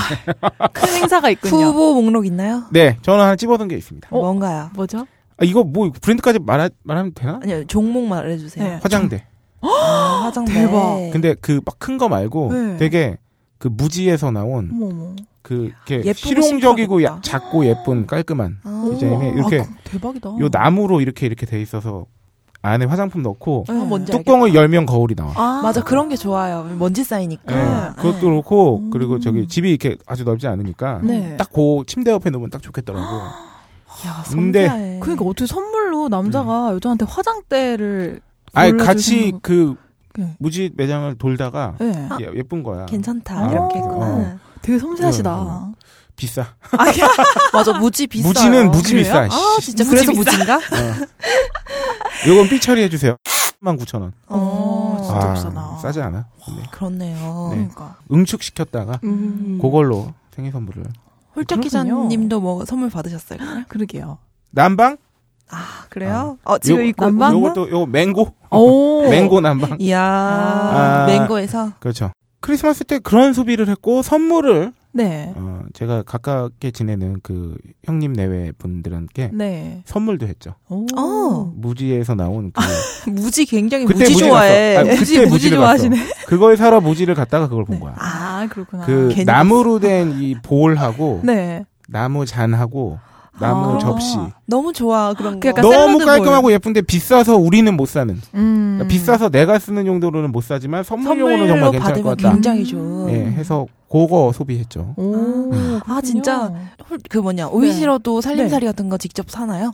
Speaker 6: 아, 큰 행사가 있군요.
Speaker 7: 후보 목록 있나요?
Speaker 5: 네 저는 하나 찝어둔 게 있습니다.
Speaker 6: 어?
Speaker 7: 뭔가요?
Speaker 6: 뭐죠?
Speaker 5: 아, 이거 뭐 브랜드까지 말하, 말하면 되나?
Speaker 7: 아니요, 종목 말해주세요.
Speaker 6: 네.
Speaker 5: 화장대.
Speaker 7: 아, 화장대.
Speaker 6: 대박.
Speaker 5: 근데 그 막 큰 거 말고
Speaker 6: 네.
Speaker 5: 되게 그 무지에서 나온
Speaker 6: 어머, 어머.
Speaker 5: 그 이렇게
Speaker 7: 음. 예쁘고
Speaker 5: 실용적이고 야-
Speaker 7: 심플하겠다.
Speaker 5: 작고 예쁜 깔끔한
Speaker 7: 아, 어.
Speaker 5: 디자인에
Speaker 6: 오,
Speaker 5: 이렇게
Speaker 6: 아, 그럼 대박이다.
Speaker 5: 요 나무로 이렇게 이렇게 돼 있어서 안에 화장품 넣고
Speaker 7: 아, 뭔지 알겠다.
Speaker 5: 뚜껑을 열면 거울이 나와.
Speaker 6: 네. 아.
Speaker 7: 맞아, 그런 게 좋아요. 먼지 쌓이니까.
Speaker 5: 예, 그것도
Speaker 7: 네.
Speaker 5: 그렇고
Speaker 6: 음.
Speaker 5: 그리고 저기 집이 이렇게 아주 넓지 않으니까
Speaker 7: 음.
Speaker 6: 네.
Speaker 5: 딱 그 침대 옆에 놓으면 딱 좋겠더라고.
Speaker 7: 야,
Speaker 5: 근데-
Speaker 7: 성대해.
Speaker 6: 그러니까 어떻게 선물로 남자가
Speaker 5: 네.
Speaker 6: 여자한테 화장대를
Speaker 5: 아니
Speaker 6: 골라주신
Speaker 5: 같이
Speaker 6: 거-
Speaker 5: 그
Speaker 6: 네.
Speaker 5: 무지 매장을 돌다가
Speaker 6: 네.
Speaker 5: 예, 예쁜 거야.
Speaker 7: 괜찮다.
Speaker 5: 아,
Speaker 7: 이렇게
Speaker 5: 그렇구나.
Speaker 7: 했구나.
Speaker 6: 되게 섬세하시다.
Speaker 5: 음, 비싸.
Speaker 7: 맞아, 무지 비싸요.
Speaker 5: 무지는 무지
Speaker 6: 그래요?
Speaker 5: 비싸.
Speaker 7: 아,
Speaker 5: 씨.
Speaker 7: 진짜
Speaker 6: 무지
Speaker 7: 그래서
Speaker 6: 비싸.
Speaker 7: 무지인가?
Speaker 5: 어. 요건 삐 처리해 주세요. 19,000원.
Speaker 7: 어,
Speaker 6: 아.
Speaker 7: 진짜.
Speaker 6: 진짜 비싸다.
Speaker 5: 싸지 않아? 네.
Speaker 7: 그렇네요.
Speaker 5: 네.
Speaker 6: 그러니까.
Speaker 5: 응축시켰다가
Speaker 6: 음.
Speaker 5: 그걸로 생일 선물을.
Speaker 7: 홀짝
Speaker 6: 그렇군요.
Speaker 7: 기자님도 뭐 선물 받으셨어요? 그냥?
Speaker 6: 그러게요.
Speaker 5: 난방?
Speaker 7: 아, 그래요? 어, 지금
Speaker 5: 요-
Speaker 7: 이거.
Speaker 6: 난방?
Speaker 5: 요것도 요 맹고.
Speaker 6: 오.
Speaker 5: 어. 맹고 난방.
Speaker 7: 이야,
Speaker 6: 아.
Speaker 7: 맹고에서.
Speaker 5: 그렇죠. 크리스마스 때 그런 소비를 했고 선물을
Speaker 6: 네.
Speaker 5: 어, 제가 가깝게 지내는 그 형님 내외 분들한테
Speaker 6: 네.
Speaker 5: 선물도 했죠.
Speaker 6: 오.
Speaker 7: 어.
Speaker 5: 무지에서 나온 그
Speaker 7: 무지 굉장히
Speaker 5: 그때
Speaker 7: 무지
Speaker 5: 무지
Speaker 7: 좋아해.
Speaker 5: 갔어. 아,
Speaker 6: 음, 무지,
Speaker 5: 그때
Speaker 6: 무지
Speaker 5: 무지를
Speaker 6: 좋아하시네.
Speaker 5: 그걸 사러 무지를 갔다가 그걸 본
Speaker 6: 네.
Speaker 5: 거야.
Speaker 6: 아, 그렇구나.
Speaker 5: 그
Speaker 7: 괜히
Speaker 5: 나무로 된 이 볼하고
Speaker 6: 네.
Speaker 5: 나무 잔하고 나무
Speaker 6: 아.
Speaker 5: 접시.
Speaker 7: 너무 좋아 그런 거.
Speaker 6: 그 약간
Speaker 5: 너무
Speaker 6: 샐러드
Speaker 5: 깔끔하고 예쁜데 비싸서 우리는 못 사는.
Speaker 6: 음.
Speaker 5: 그러니까 비싸서 내가 쓰는 용도로는 못 사지만 선물용으로는 정말 괜찮을 것 같다.
Speaker 6: 괜찮-
Speaker 7: 굉장히
Speaker 6: 음.
Speaker 7: 좋은.
Speaker 5: 예, 해서 그거 소비했죠.
Speaker 6: 오.
Speaker 7: 아,
Speaker 6: 그렇군요.
Speaker 7: 진짜. 홀- 그 뭐냐 오이시러도 살림살이 같은 거 직접 사나요?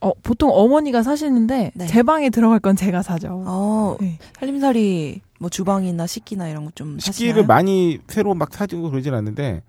Speaker 6: 어, 보통 어머니가 사시는데
Speaker 7: 네.
Speaker 6: 제 방에 들어갈 건 제가 사죠.
Speaker 7: 어
Speaker 6: 네.
Speaker 7: 살림살이 뭐 주방이나 식기나 이런 거 좀
Speaker 5: 식기를
Speaker 7: 사시나요?
Speaker 5: 많이 새로 막 사주고 그러진 않는데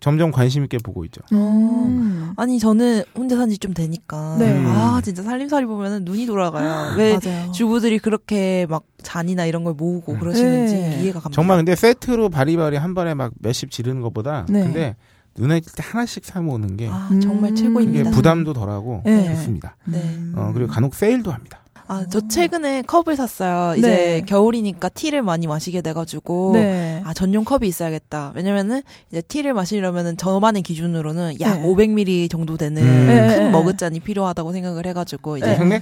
Speaker 5: 점점 관심 있게 보고 있죠.
Speaker 6: 어. 음.
Speaker 7: 아니 저는 혼자 산 지 좀 되니까
Speaker 6: 네.
Speaker 7: 아 진짜 살림살이 보면은 눈이 돌아가요. 왜
Speaker 6: 맞아요.
Speaker 7: 주부들이 그렇게 막 잔이나 이런 걸 모으고
Speaker 5: 네.
Speaker 7: 그러시는지
Speaker 6: 네.
Speaker 7: 이해가 갑니다.
Speaker 5: 정말 근데 세트로 바리바리 한 번에 막 몇십 지르는 것보다
Speaker 6: 네.
Speaker 5: 근데 눈에 띌 때 하나씩 사 모으는 게
Speaker 7: 아
Speaker 6: 음.
Speaker 7: 정말
Speaker 5: 예. 이게
Speaker 7: 최고입니다.
Speaker 6: 부-
Speaker 5: 부담도 덜하고
Speaker 6: 네. 음.
Speaker 5: 좋습니다.
Speaker 7: 네.
Speaker 5: 어, 그리고 간혹 세일도 합니다.
Speaker 7: 아 저 최근에 컵을 샀어요. 이제
Speaker 6: 네.
Speaker 7: 겨울이니까 티를 많이 마시게 돼가지고
Speaker 6: 네.
Speaker 7: 아 전용 컵이 있어야겠다. 왜냐면은 이제 티를 마시려면은 저만의 기준으로는 약
Speaker 6: 네.
Speaker 7: 500ml 정도 되는
Speaker 5: 음.
Speaker 6: 네, 네,
Speaker 7: 큰
Speaker 6: 네.
Speaker 7: 머그잔이 필요하다고 생각을 해가지고 이제
Speaker 5: 생네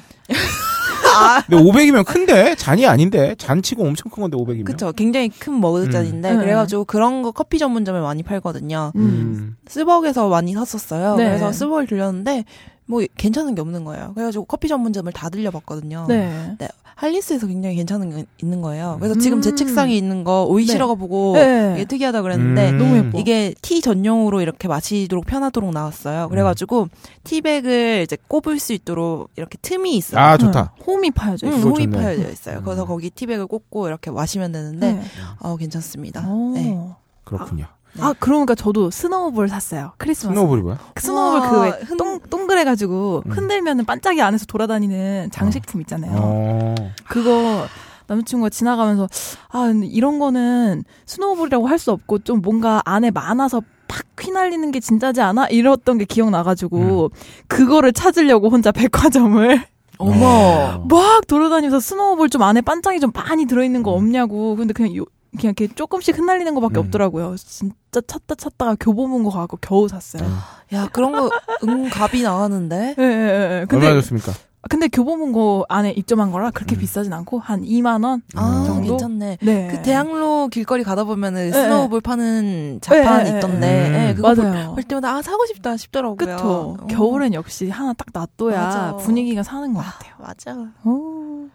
Speaker 6: 아.
Speaker 5: 근데 500이면 큰데 잔이 아닌데 잔치고 엄청 큰 건데 500이면.
Speaker 7: 그쵸 굉장히 큰 머그잔인데
Speaker 6: 음.
Speaker 7: 그래가지고 그런 거 커피 전문점에 많이 팔거든요.
Speaker 6: 음.
Speaker 5: 음.
Speaker 7: 스벅에서 많이 샀었어요.
Speaker 6: 네.
Speaker 7: 그래서 스벅을 들렸는데 뭐 괜찮은 게 없는 거예요. 그래가지고 커피 전문점을 다 들려봤거든요.
Speaker 6: 네.
Speaker 7: 네, 할리스에서 굉장히 괜찮은 게 있는 거예요. 그래서
Speaker 6: 음.
Speaker 7: 지금 제 책상에 있는 거 오이시러가 보고
Speaker 6: 네.
Speaker 7: 이게 특이하다 그랬는데
Speaker 5: 음.
Speaker 6: 너무 예뻐.
Speaker 7: 이게 티 전용으로 이렇게 마시도록 편하도록 나왔어요.
Speaker 5: 음.
Speaker 7: 그래가지고 티백을 이제 꼽을 수 있도록 이렇게 틈이 있어요.
Speaker 6: 음.
Speaker 5: 아 좋다.
Speaker 6: 홈이 파여져
Speaker 7: 음,
Speaker 6: 있어요.
Speaker 5: 그거
Speaker 7: 홈이
Speaker 5: 좋네.
Speaker 7: 파여져 있어요. 그래서
Speaker 5: 음.
Speaker 7: 거기 티백을 꽂고 이렇게 마시면 되는데
Speaker 6: 네.
Speaker 7: 어 괜찮습니다.
Speaker 6: 오.
Speaker 7: 네.
Speaker 5: 그렇군요.
Speaker 6: 아, 그러니까 저도 스노우볼 샀어요. 크리스마스.
Speaker 5: 스노우볼이 뭐야?
Speaker 6: 스노우볼
Speaker 7: 우와,
Speaker 6: 그왜
Speaker 7: 흔-
Speaker 5: 네.
Speaker 6: 동, 동그래가지고
Speaker 5: 음.
Speaker 6: 흔들면 반짝이 안에서 돌아다니는 장식품 있잖아요.
Speaker 5: 어.
Speaker 6: 그거 남자친구가 지나가면서 아 근데 이런 거는 스노우볼이라고 할 수 없고 좀 뭔가 안에 많아서 팍 휘날리는 게 진짜지 않아? 이랬던 게 기억나가지고
Speaker 5: 음.
Speaker 6: 그거를 찾으려고 혼자 백화점을
Speaker 5: 어머.
Speaker 6: 막 돌아다니면서 스노우볼 좀 안에 반짝이 좀 많이 들어있는
Speaker 7: 음.
Speaker 6: 거 없냐고 근데 그냥 요 그냥 이렇게 조금씩 흩날리는 것밖에
Speaker 5: 음.
Speaker 6: 없더라고요. 진짜 찾다 찾다가 교보문 거 가고 겨우
Speaker 5: 네.
Speaker 6: 샀어요.
Speaker 7: 음. 야 그런 거 응값이 나가는데
Speaker 6: 예, 예, 예.
Speaker 5: 얼마나
Speaker 6: 근데
Speaker 5: 좋습니까?
Speaker 6: 근데 교보문 거 안에 입점한 거라 그렇게
Speaker 7: 음.
Speaker 6: 비싸진 않고 한 2만 원.
Speaker 7: 아
Speaker 5: 정도?
Speaker 7: 괜찮네.
Speaker 6: 네.
Speaker 7: 그 대학로 길거리 가다 보면은
Speaker 6: 네.
Speaker 7: 스노우볼 파는 자판
Speaker 6: 네, 네,
Speaker 7: 있던데
Speaker 5: 네.
Speaker 7: 예,
Speaker 5: 음.
Speaker 7: 그거 볼,
Speaker 6: 맞아요.
Speaker 7: 볼 때마다 아 사고 싶다 싶더라고요.
Speaker 6: 그쵸.
Speaker 7: 어.
Speaker 6: 겨울엔 역시 하나 딱 놔둬야
Speaker 7: 맞아.
Speaker 6: 분위기가 사는 것 같아요.
Speaker 7: 맞아.
Speaker 6: 오.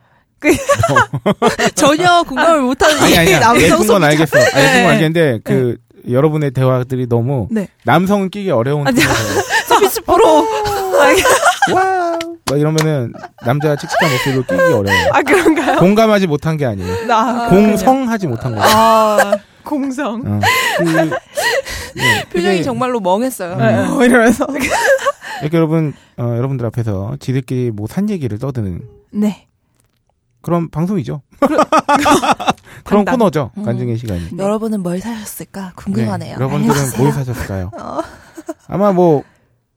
Speaker 7: 전혀 공감을 못하는
Speaker 5: 아니 아니야. 예쁜 건 알겠어. 아, 예쁜
Speaker 6: 네.
Speaker 5: 건 알겠는데 그 여러분의 대화들이 너무
Speaker 6: 네.
Speaker 5: 남성은 끼기 어려운
Speaker 6: 아니, 네.
Speaker 5: 분이세요.
Speaker 6: 서비스 프로.
Speaker 7: 어.
Speaker 5: 와우 막 이러면은 남자가 칙칙한 목소리로 끼기 어려워요.
Speaker 6: 아, 그런가요?
Speaker 5: 공감하지 못한 게 아니에요.
Speaker 6: 나.
Speaker 5: 공성하지 못한 거예요.
Speaker 6: 아, 공성.
Speaker 5: 어. 그- 네,
Speaker 7: 음? 표정이
Speaker 5: 그게-
Speaker 7: 정말로 멍했어요.
Speaker 5: 음.
Speaker 6: 어, 이러면서.
Speaker 5: 이렇게 여러분 어, 여러분들 앞에서 지들끼리 뭐 산 얘기를 떠드는
Speaker 6: 네.
Speaker 5: 그런 방송이죠. 그런
Speaker 6: 당당.
Speaker 5: 코너죠.
Speaker 7: 음.
Speaker 5: 간증의 시간이.
Speaker 6: 네.
Speaker 7: 여러분은 뭘 사셨을까
Speaker 5: 네,
Speaker 7: 궁금하네요. 어.
Speaker 5: 여러분들은 뭘 사셨을까요? 아마 뭐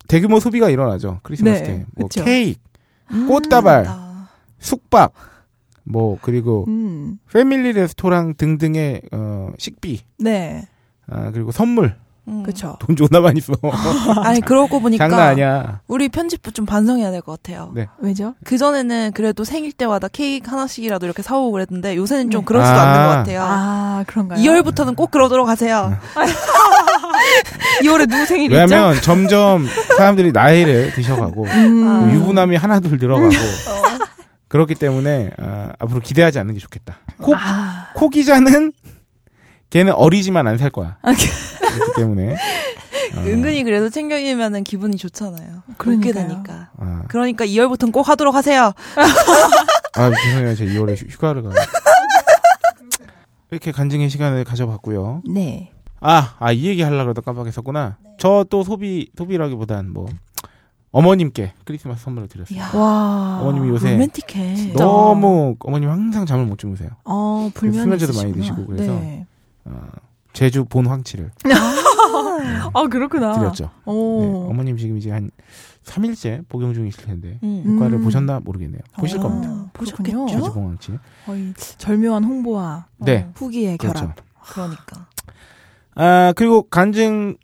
Speaker 5: 대규모 소비가 일어나죠. 크리스마스
Speaker 6: 네,
Speaker 5: 때. 뭐
Speaker 6: 그쵸.
Speaker 5: 케이크,
Speaker 7: 음,
Speaker 5: 꽃다발,
Speaker 7: 아,
Speaker 5: 숙박, 뭐 그리고
Speaker 6: 음.
Speaker 5: 패밀리 레스토랑 등등의 어, 식비,
Speaker 6: 네.
Speaker 5: 아, 그리고 선물.
Speaker 7: 음.
Speaker 6: 그쵸.
Speaker 5: 돈 존나 많이 써.
Speaker 7: 그러니까. 아니 그러고 보니까
Speaker 5: 장난 아니야.
Speaker 7: 우리 편집부 좀 반성해야 될 것 같아요.
Speaker 5: 네.
Speaker 6: 왜죠?
Speaker 7: 그 전에는 그래도 생일 때마다 케이크 하나씩이라도 이렇게 사오고 그랬는데 요새는 좀
Speaker 6: 네.
Speaker 7: 그럴 수도
Speaker 5: 아.
Speaker 7: 않는 것 같아요.
Speaker 6: 아, 그런가요?
Speaker 7: 2월부터는 꼭 그러도록 하세요.
Speaker 6: 2월에 누구 생일 있죠?
Speaker 5: 왜냐면 점점 사람들이 나이를 드셔가고
Speaker 6: 음.
Speaker 5: 유부남이 하나 둘 들어가고 그렇기 때문에 아, 앞으로 기대하지 않는 게 좋겠다. 코,
Speaker 6: 아.
Speaker 5: 코 기자는 걔는 어리지만 안 살 거야.
Speaker 6: 아,
Speaker 5: 그렇기 때문에 어,
Speaker 7: 음. 은근히 그래도 챙겨이면은 기분이 좋잖아요.
Speaker 6: 그러니까요.
Speaker 7: 그렇게 되니까.
Speaker 5: 아,
Speaker 7: 그러니까 2월부터는 꼭 하도록 하세요.
Speaker 5: 아, 죄송해요. 제가 2월에 휴가를 가. 이렇게 간증의 시간을 가져봤고요.
Speaker 6: 네.
Speaker 5: 아, 아, 이 얘기 하려고 그러다 깜빡했었구나. 저 또 소비, 소비라기보단 뭐, 어머님께 크리스마스 선물을 드렸어요.
Speaker 7: 이야,
Speaker 6: 와.
Speaker 5: 어머님이 요새
Speaker 7: 로맨틱해.
Speaker 6: 너-
Speaker 5: 너무, 어머님 항상 잠을 못 주무세요.
Speaker 6: 어, 불면이
Speaker 5: 수면제도 많이
Speaker 6: 있으시구나.
Speaker 5: 드시고 그래서.
Speaker 6: 네.
Speaker 5: 어, 제주 본 황치를
Speaker 6: 아, 그렇구나.
Speaker 5: 드렸죠. 네,
Speaker 6: 오.
Speaker 5: 어머님 지금 이제 한 3일째 복용 중이실 텐데,
Speaker 7: 음.
Speaker 5: 효과를
Speaker 6: 음.
Speaker 5: 보셨나 모르겠네요. 보실
Speaker 6: 아,
Speaker 5: 겁니다.
Speaker 6: 보셨군요.
Speaker 5: 제주 본 황치.
Speaker 6: 거의 절묘한 홍보와
Speaker 5: 네.
Speaker 6: 후기의
Speaker 5: 그렇죠.
Speaker 6: 결합.
Speaker 7: 그러니까.
Speaker 5: 아, 그리고 간증을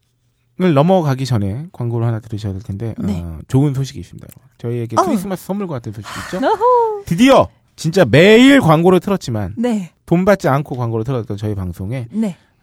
Speaker 5: 넘어가기 전에 광고를 하나 들으셔야 될 텐데,
Speaker 6: 네.
Speaker 5: 어, 좋은 소식이 있습니다. 저희에게
Speaker 6: 어.
Speaker 5: 크리스마스 선물과 같은 소식이 있죠? 드디어 진짜 매일 광고를 틀었지만
Speaker 6: 네,
Speaker 5: 돈 받지 않고 광고를 틀었던 저희 방송에
Speaker 6: 네.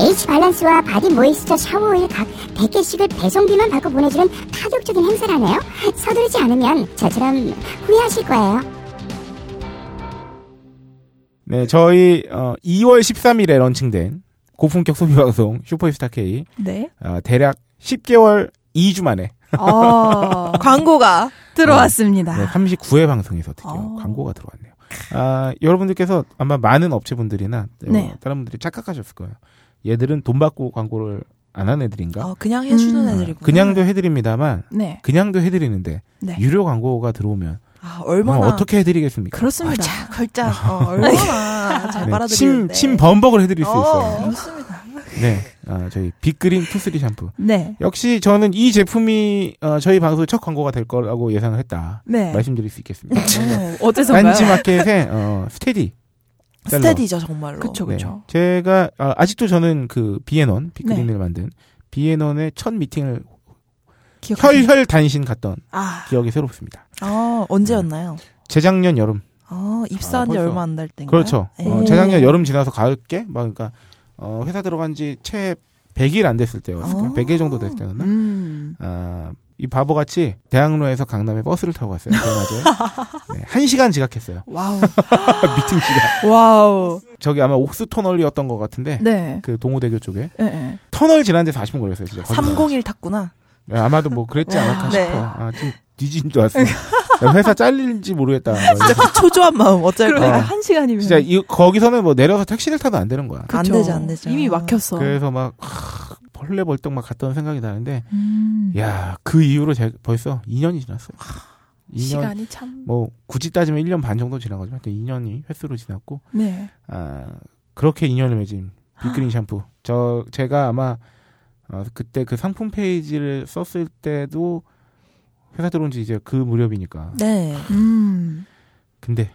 Speaker 3: H 발란스와 바디 모이스처 샤워오일 각 100개씩을 배송비만 받고 보내주는 파격적인 행사라네요. 서두르지 않으면 저처럼 후회하실 거예요.
Speaker 5: 네, 저희 어, 2월 13일에 런칭된 고품격 소비 방송 슈퍼스타 K
Speaker 6: 네.
Speaker 5: 어, 대략 10개월 2주 만에
Speaker 6: 어,
Speaker 7: 광고가
Speaker 6: 들어왔습니다.
Speaker 7: 아.
Speaker 5: 네, 39회 방송에서 드디어
Speaker 6: 어.
Speaker 5: 광고가 들어왔네요. 아, 여러분들께서 아마 많은 업체분들이나 어,
Speaker 6: 네.
Speaker 5: 다른 분들이 착각하셨을 거예요. 얘들은 돈 받고 광고를 안 한 애들인가? 네,
Speaker 7: 어, 그냥 해주는
Speaker 6: 음.
Speaker 7: 애들이고.
Speaker 5: 그러니까? 그냥도 해드립니다만
Speaker 6: 네.
Speaker 5: 그냥도 해드리는데
Speaker 6: 네.
Speaker 5: 유료 광고가 들어오면
Speaker 7: 아,
Speaker 5: 어,
Speaker 7: 얼마나
Speaker 5: 어떻게 해드리겠습니까?
Speaker 6: 그렇습니다.
Speaker 7: 아, 걸작 어, 얼마나 잘
Speaker 5: 네, 침,
Speaker 7: 빨아들이는데.
Speaker 5: 침 범벅을 해드릴 수
Speaker 7: 어,
Speaker 5: 있어요.
Speaker 7: 좋습니다.
Speaker 5: 네, 아, 저희 빅그린 투쓰리 샴푸.
Speaker 6: 네.
Speaker 5: 역시 저는 이 제품이 어, 저희 방송 첫 광고가 될 거라고 예상을 했다.
Speaker 6: 네.
Speaker 5: 말씀드릴 수 있겠습니다.
Speaker 7: 네.
Speaker 6: 어, 어째서인가요?
Speaker 5: 딴지마켓의 어, 스테디. 셀러.
Speaker 7: 스테디죠 정말로.
Speaker 6: 그쵸,
Speaker 5: 네.
Speaker 6: 그쵸.
Speaker 5: 제가 아, 아직도 저는 그 비에논 빅그린을
Speaker 6: 네.
Speaker 5: 만든 비에논의 첫 미팅을 네.
Speaker 6: 기억하세요?
Speaker 5: 혈혈 단신 갔던
Speaker 7: 아,
Speaker 5: 기억이 새롭습니다.
Speaker 7: 어, 언제였나요?
Speaker 5: 재작년 여름.
Speaker 7: 어, 입사한 지
Speaker 5: 벌써.
Speaker 7: 얼마 안 될 때인가.
Speaker 5: 그렇죠. 어,
Speaker 6: 네.
Speaker 5: 재작년 여름 지나서 가을께 막 그러니까 어, 회사 들어간 지 채 100일 안 됐을 때였을까?
Speaker 7: 어.
Speaker 5: 100일 정도 됐을 때였나?
Speaker 6: 음.
Speaker 5: 아, 이 바보같이 대학로에서 강남에 버스를 타고 갔어요. 대낮에. 네, 한 시간 지각했어요. 아,
Speaker 6: 와우.
Speaker 5: 미팅 시간.
Speaker 6: 와우.
Speaker 5: 저기 아마 옥수 터널이었던 것 같은데
Speaker 6: 네.
Speaker 5: 그 동호대교 쪽에
Speaker 6: 예, 예.
Speaker 5: 터널 지난 데 40분 걸렸어요. 진짜. 거짓말.
Speaker 7: 301 탔구나.
Speaker 5: 네, 아마도 뭐 그랬지 않을까
Speaker 7: 네.
Speaker 5: 싶어. 아, 좀 뒤진 줄 알았어. 나 회사 잘릴지 모르겠다. 뭐 이런
Speaker 7: 진짜 그 초조한 마음 어쩔
Speaker 6: 그러니까
Speaker 5: 어.
Speaker 7: 거야.
Speaker 6: 한 시간이면.
Speaker 5: 진짜 이 거기서는 뭐 내려서 택시를 타도 안 되는 거야.
Speaker 7: 안
Speaker 6: 그쵸.
Speaker 7: 되죠, 안 되죠.
Speaker 6: 이미 막혔어.
Speaker 5: 그래서 막 하, 벌레벌떡 막 갔던 생각이 나는데,
Speaker 6: 음.
Speaker 5: 야 그 이후로 제, 벌써 2년이 지났어요. 2년
Speaker 6: 시간이 참.
Speaker 5: 뭐 굳이 따지면 1년 반 정도 지난 거지만 또 2년이 횟수로 지났고
Speaker 6: 네.
Speaker 5: 아 그렇게 인연을 맺은 빅그린 샴푸. 저 제가 아마 어, 그때 그 상품 페이지를 썼을 때도 회사 들어온 지 이제 그 무렵이니까.
Speaker 7: 네.
Speaker 6: 음.
Speaker 5: 근데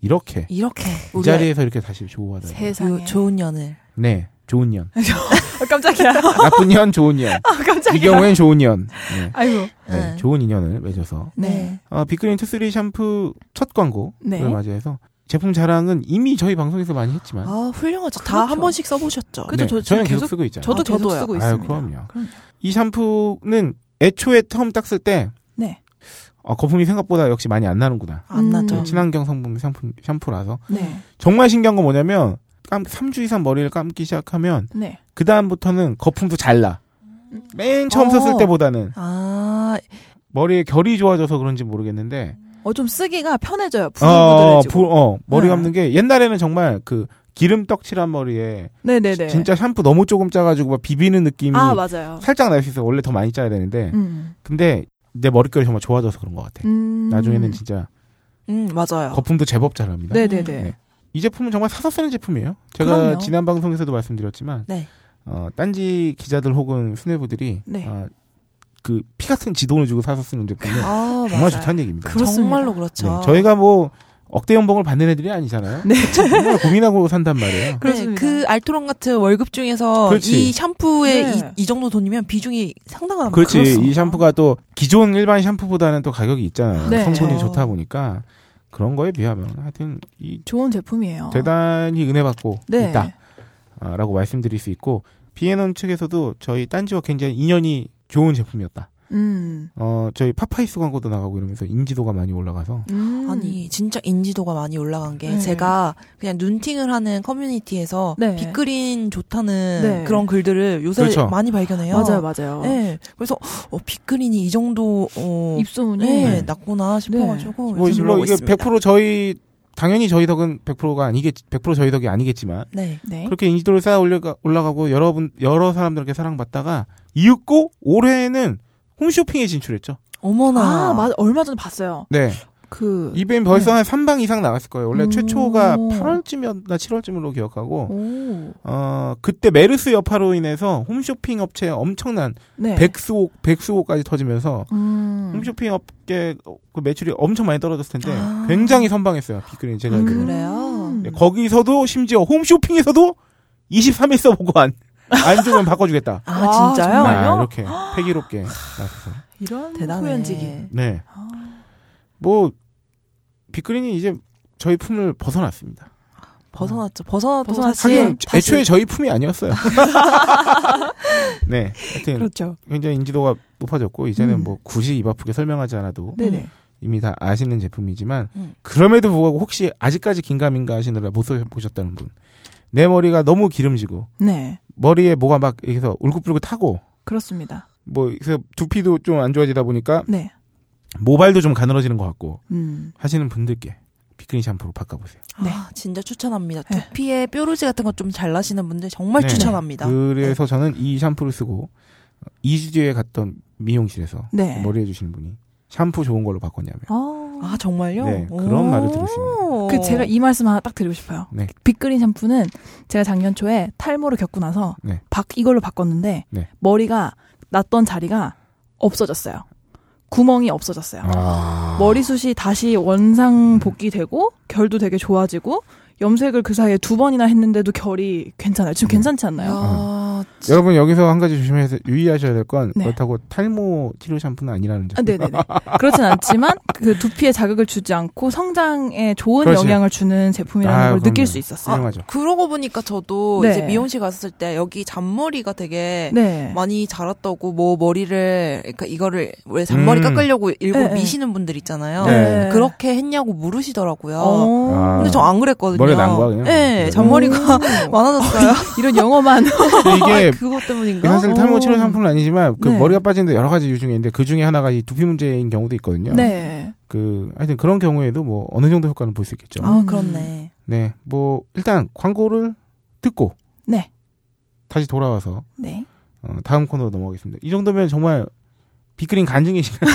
Speaker 5: 이렇게
Speaker 7: 이렇게
Speaker 6: 아,
Speaker 5: 이
Speaker 7: 우리
Speaker 5: 자리에서 이렇게 다시
Speaker 6: 네.
Speaker 5: 조우하다.
Speaker 6: 세상에.
Speaker 7: 좋은 연을.
Speaker 5: 네, 좋은 년.
Speaker 6: 아, 깜짝이야.
Speaker 5: 나쁜 년, 좋은 년.
Speaker 6: 아, 깜짝이야.
Speaker 5: 이 경우엔 좋은 년. 네,
Speaker 6: 아이고.
Speaker 5: 네,
Speaker 7: 응.
Speaker 5: 좋은 인연을 맺어서
Speaker 6: 네.
Speaker 5: 어, 빅그린 투쓰리 샴푸 첫 광고를
Speaker 6: 네.
Speaker 5: 맞이해서 제품 자랑은 이미 저희 방송에서 많이 했지만 네,
Speaker 7: 아, 훌륭하죠. 다
Speaker 6: 그렇죠.
Speaker 7: 한 번씩 써보셨죠.
Speaker 6: 그죠, 저- 저
Speaker 5: 저는 계속,
Speaker 6: 계속-
Speaker 5: 쓰고 있잖아요.
Speaker 6: 네. 저도
Speaker 7: 아,
Speaker 6: 계속
Speaker 7: 저도요.
Speaker 6: 쓰고
Speaker 5: 아유,
Speaker 6: 있습니다.
Speaker 5: 그럼요.
Speaker 6: 그럼요.
Speaker 5: 이 샴푸는 애초에 처음 땄을 때
Speaker 6: 네.
Speaker 5: 아, 거품이 생각보다 역시 많이 안 나는구나.
Speaker 7: 안 나죠.
Speaker 6: 음.
Speaker 5: 친환경 성분 샴푸, 샴푸라서
Speaker 6: 네.
Speaker 5: 정말 신기한 건 뭐냐면 감, 3주 이상 머리를 감기 시작하면
Speaker 6: 네.
Speaker 5: 그 다음부터는 거품도 잘 나. 맨 처음
Speaker 7: 어.
Speaker 5: 썼을 때보다는
Speaker 7: 아,
Speaker 5: 머리에 결이 좋아져서 그런지 모르겠는데
Speaker 6: 어, 좀 쓰기가 편해져요.
Speaker 5: 어,
Speaker 6: 부들부들해지고.
Speaker 5: 부- 어, 머리
Speaker 6: 네.
Speaker 5: 감는 게 옛날에는 정말 그 기름 떡칠한 머리에
Speaker 6: 네네네.
Speaker 5: 진짜 샴푸 너무 조금 짜가지고 막 비비는 느낌이
Speaker 6: 아, 맞아요.
Speaker 5: 살짝 날 수 있어. 요 원래 더 많이 짜야 되는데
Speaker 6: 음.
Speaker 5: 근데 내 머릿결이 정말 좋아져서 그런 것 같아.
Speaker 6: 음.
Speaker 5: 나중에는 진짜
Speaker 7: 음, 맞아요.
Speaker 5: 거품도 제법 잘합니다.
Speaker 6: 네네네.
Speaker 5: 네. 이 제품은 정말 사서 쓰는 제품이에요. 제가
Speaker 6: 그럼요.
Speaker 5: 지난 방송에서도 말씀드렸지만,
Speaker 7: 네.
Speaker 5: 어, 딴지 기자들 혹은 수뇌부들이
Speaker 6: 네.
Speaker 5: 어, 그피 같은 지돈을 주고 사서 쓰는 제품은
Speaker 7: 아,
Speaker 5: 네. 정말
Speaker 7: 맞아요.
Speaker 5: 좋다는 얘기입니다.
Speaker 6: 그렇습니다.
Speaker 7: 정말로 그렇죠.
Speaker 5: 네, 저희가 뭐 억대 연봉을 받는 애들이 아니잖아요.
Speaker 6: 네.
Speaker 5: 정말 고민하고 산단 말이에요.
Speaker 6: 그렇습니다.
Speaker 7: 그 알토론 같은 월급 중에서
Speaker 5: 그렇지.
Speaker 7: 이 샴푸에
Speaker 6: 네.
Speaker 7: 이, 이 정도 돈이면 비중이 상당한
Speaker 5: 그렇지.
Speaker 7: 그렇습니다.
Speaker 5: 이 샴푸가 또 기존 일반 샴푸보다는 또 가격이 있잖아요.
Speaker 6: 네.
Speaker 5: 성분이
Speaker 7: 그렇죠.
Speaker 5: 좋다 보니까 그런 거에 비하면 하여튼 이
Speaker 6: 좋은 제품이에요.
Speaker 5: 대단히 은혜받고
Speaker 6: 어. 네.
Speaker 5: 아, 있다라고 말씀드릴 수 있고 비에논 측에서도 저희 딴지와 굉장히 인연이 좋은 제품이었다.
Speaker 6: 음.
Speaker 5: 어 저희 파파이스 광고도 나가고 이러면서 인지도가 많이 올라가서
Speaker 6: 음.
Speaker 7: 아니 진짜 인지도가 많이 올라간 게
Speaker 6: 네.
Speaker 7: 제가 그냥 눈팅을 하는 커뮤니티에서
Speaker 6: 네.
Speaker 7: 빅그린 좋다는
Speaker 6: 네.
Speaker 7: 그런 글들을 요새
Speaker 5: 그렇죠.
Speaker 7: 많이 발견해요.
Speaker 6: 맞아요, 맞아요.
Speaker 7: 네, 그래서 어, 빅그린이 이 정도 어,
Speaker 6: 입소문이
Speaker 7: 네, 났구나 싶어가지고
Speaker 5: 뭐,
Speaker 7: 요즘
Speaker 5: 물론
Speaker 7: 놀라고
Speaker 5: 이게
Speaker 7: 있습니다.
Speaker 5: 100% 저희 당연히 저희 덕은 100%가 아니겠 100% 저희 덕이 아니겠지만
Speaker 7: 네.
Speaker 6: 네.
Speaker 5: 그렇게 인지도를 쌓아 올려가, 올라가고 여러분 여러 사람들에게 사랑받다가 이윽고 올해는 홈쇼핑에 진출했죠.
Speaker 7: 어머나.
Speaker 6: 아, 맞아. 얼마 전에 봤어요.
Speaker 5: 네.
Speaker 6: 그
Speaker 5: 이벤 벌써 한 3방 이상 나갔을 거예요. 원래
Speaker 6: 음.
Speaker 5: 최초가 8월쯤이었나 7월쯤으로 기억하고
Speaker 6: 오.
Speaker 5: 어 그때 메르스 여파로 인해서 홈쇼핑 업체에 엄청난
Speaker 6: 네.
Speaker 5: 백수호 백수호까지 터지면서
Speaker 6: 음.
Speaker 5: 홈쇼핑 업계 그 매출이 엄청 많이 떨어졌을 텐데
Speaker 7: 아.
Speaker 5: 굉장히 선방했어요. 빅그린 제가
Speaker 6: 음.
Speaker 5: 알기로.
Speaker 7: 그래요?
Speaker 6: 음.
Speaker 5: 네, 거기서도 심지어 홈쇼핑에서도 23일 써보고 안, 안 주면 바꿔주겠다.
Speaker 7: 아,
Speaker 6: 와,
Speaker 7: 진짜요?
Speaker 6: 정말.
Speaker 5: 아,
Speaker 6: 정말요?
Speaker 5: 이렇게 패기롭게 나왔어.
Speaker 6: 이런
Speaker 7: 대단해.
Speaker 6: 후연지기.
Speaker 5: 네,
Speaker 6: 아.
Speaker 5: 뭐 빅그린이 이제 저희 품을 벗어났습니다.
Speaker 7: 벗어났죠. 벗어났죠.
Speaker 6: 벗어났지.
Speaker 7: 사실
Speaker 5: 하긴 애초에 저희 품이 아니었어요. 네, 하여튼
Speaker 7: 그렇죠.
Speaker 5: 굉장히 인지도가 높아졌고 이제는
Speaker 6: 음.
Speaker 5: 뭐 굳이 입 아프게 설명하지 않아도
Speaker 6: 네네.
Speaker 5: 이미 다 아시는 제품이지만
Speaker 7: 음.
Speaker 5: 그럼에도 불구하고 혹시 아직까지 긴가민가 하시느라 못 써보셨다는 분, 내 머리가 너무 기름지고
Speaker 6: 네.
Speaker 5: 머리에 뭐가 막 이렇게서 울긋불긋 타고
Speaker 6: 그렇습니다.
Speaker 5: 뭐 그래서 두피도 좀 안 좋아지다 보니까
Speaker 6: 네.
Speaker 5: 모발도 좀 가늘어지는 것 같고
Speaker 6: 음.
Speaker 5: 하시는 분들께 비크린 샴푸로 바꿔보세요.
Speaker 6: 네.
Speaker 7: 아, 진짜 추천합니다.
Speaker 6: 네.
Speaker 7: 두피에 뾰루지 같은 거 좀 잘 나시는 분들 정말
Speaker 5: 네.
Speaker 7: 추천합니다. 네.
Speaker 5: 그래서 저는 이 샴푸를 쓰고 2주 뒤에 갔던 미용실에서
Speaker 6: 네.
Speaker 5: 머리 해주시는 분이 샴푸 좋은 걸로 바꿨냐며.
Speaker 6: 아.
Speaker 7: 아, 어. 정말요?
Speaker 5: 네,
Speaker 7: 오.
Speaker 5: 그런 말을 들었습니다.
Speaker 6: 그 제가 이 말씀 하나 딱 드리고 싶어요.
Speaker 5: 네.
Speaker 6: 빅그린 샴푸는 제가 작년 초에 탈모를 겪고 나서
Speaker 5: 네.
Speaker 6: 박 이걸로 바꿨는데
Speaker 5: 네.
Speaker 6: 머리가 났던 자리가 없어졌어요. 구멍이 없어졌어요.
Speaker 5: 아.
Speaker 6: 머리숱이 다시 원상 복귀되고 결도 되게 좋아지고 염색을 그 사이에 두 번이나 했는데도 결이 괜찮아요.
Speaker 5: 네.
Speaker 6: 지금 괜찮지 않나요?
Speaker 5: 음.
Speaker 7: 야,
Speaker 5: 여러분 여기서 한 가지 조심해서 유의하셔야 될 건
Speaker 6: 네.
Speaker 5: 그렇다고 탈모 치료 샴푸는 아니라는 점.
Speaker 6: 아, 네네네. 그렇진 않지만 그 두피에 자극을 주지 않고 성장에 좋은
Speaker 5: 그렇지.
Speaker 6: 영향을 주는 제품이라는
Speaker 5: 아유,
Speaker 6: 걸 느낄
Speaker 5: 그럼요.
Speaker 6: 수 있었어요.
Speaker 5: 훌륭하죠.
Speaker 7: 그러고 보니까 저도
Speaker 6: 네.
Speaker 7: 이제 미용실 갔을 때 여기 잔머리가 되게
Speaker 6: 네.
Speaker 7: 많이 자랐다고 뭐 머리를 그러니까 이거를 왜 잔머리
Speaker 5: 음.
Speaker 7: 깎으려고 일부러
Speaker 6: 네,
Speaker 7: 미시는 분들 있잖아요.
Speaker 5: 네.
Speaker 7: 그렇게 했냐고 물으시더라고요.
Speaker 6: 어.
Speaker 5: 아.
Speaker 7: 근데 저 안 그랬거든요.
Speaker 5: 머리가 난 거야, 그냥? 음.
Speaker 7: 네,
Speaker 5: 그래요?
Speaker 7: 잔머리가 많아졌어요. 아,
Speaker 6: 이런 영어만
Speaker 5: 근데 이게
Speaker 7: 그것 때문인가?
Speaker 5: 사실
Speaker 6: 어.
Speaker 5: 탈모 치료 샴푸는 아니지만 그
Speaker 6: 네.
Speaker 5: 머리가 빠지는데 여러 가지 이유 중에 있는데 그 중에 하나가 이 두피 문제인 경우도 있거든요.
Speaker 6: 네.
Speaker 5: 그 하여튼 그런 경우에도 뭐 어느 정도 효과는 볼 수 있겠죠.
Speaker 7: 아, 그렇네.
Speaker 5: 네, 뭐 일단 광고를 듣고
Speaker 6: 네.
Speaker 5: 다시 돌아와서
Speaker 6: 네.
Speaker 5: 어, 다음 코너로 넘어가겠습니다. 이 정도면 정말 비그린 간증의 시간.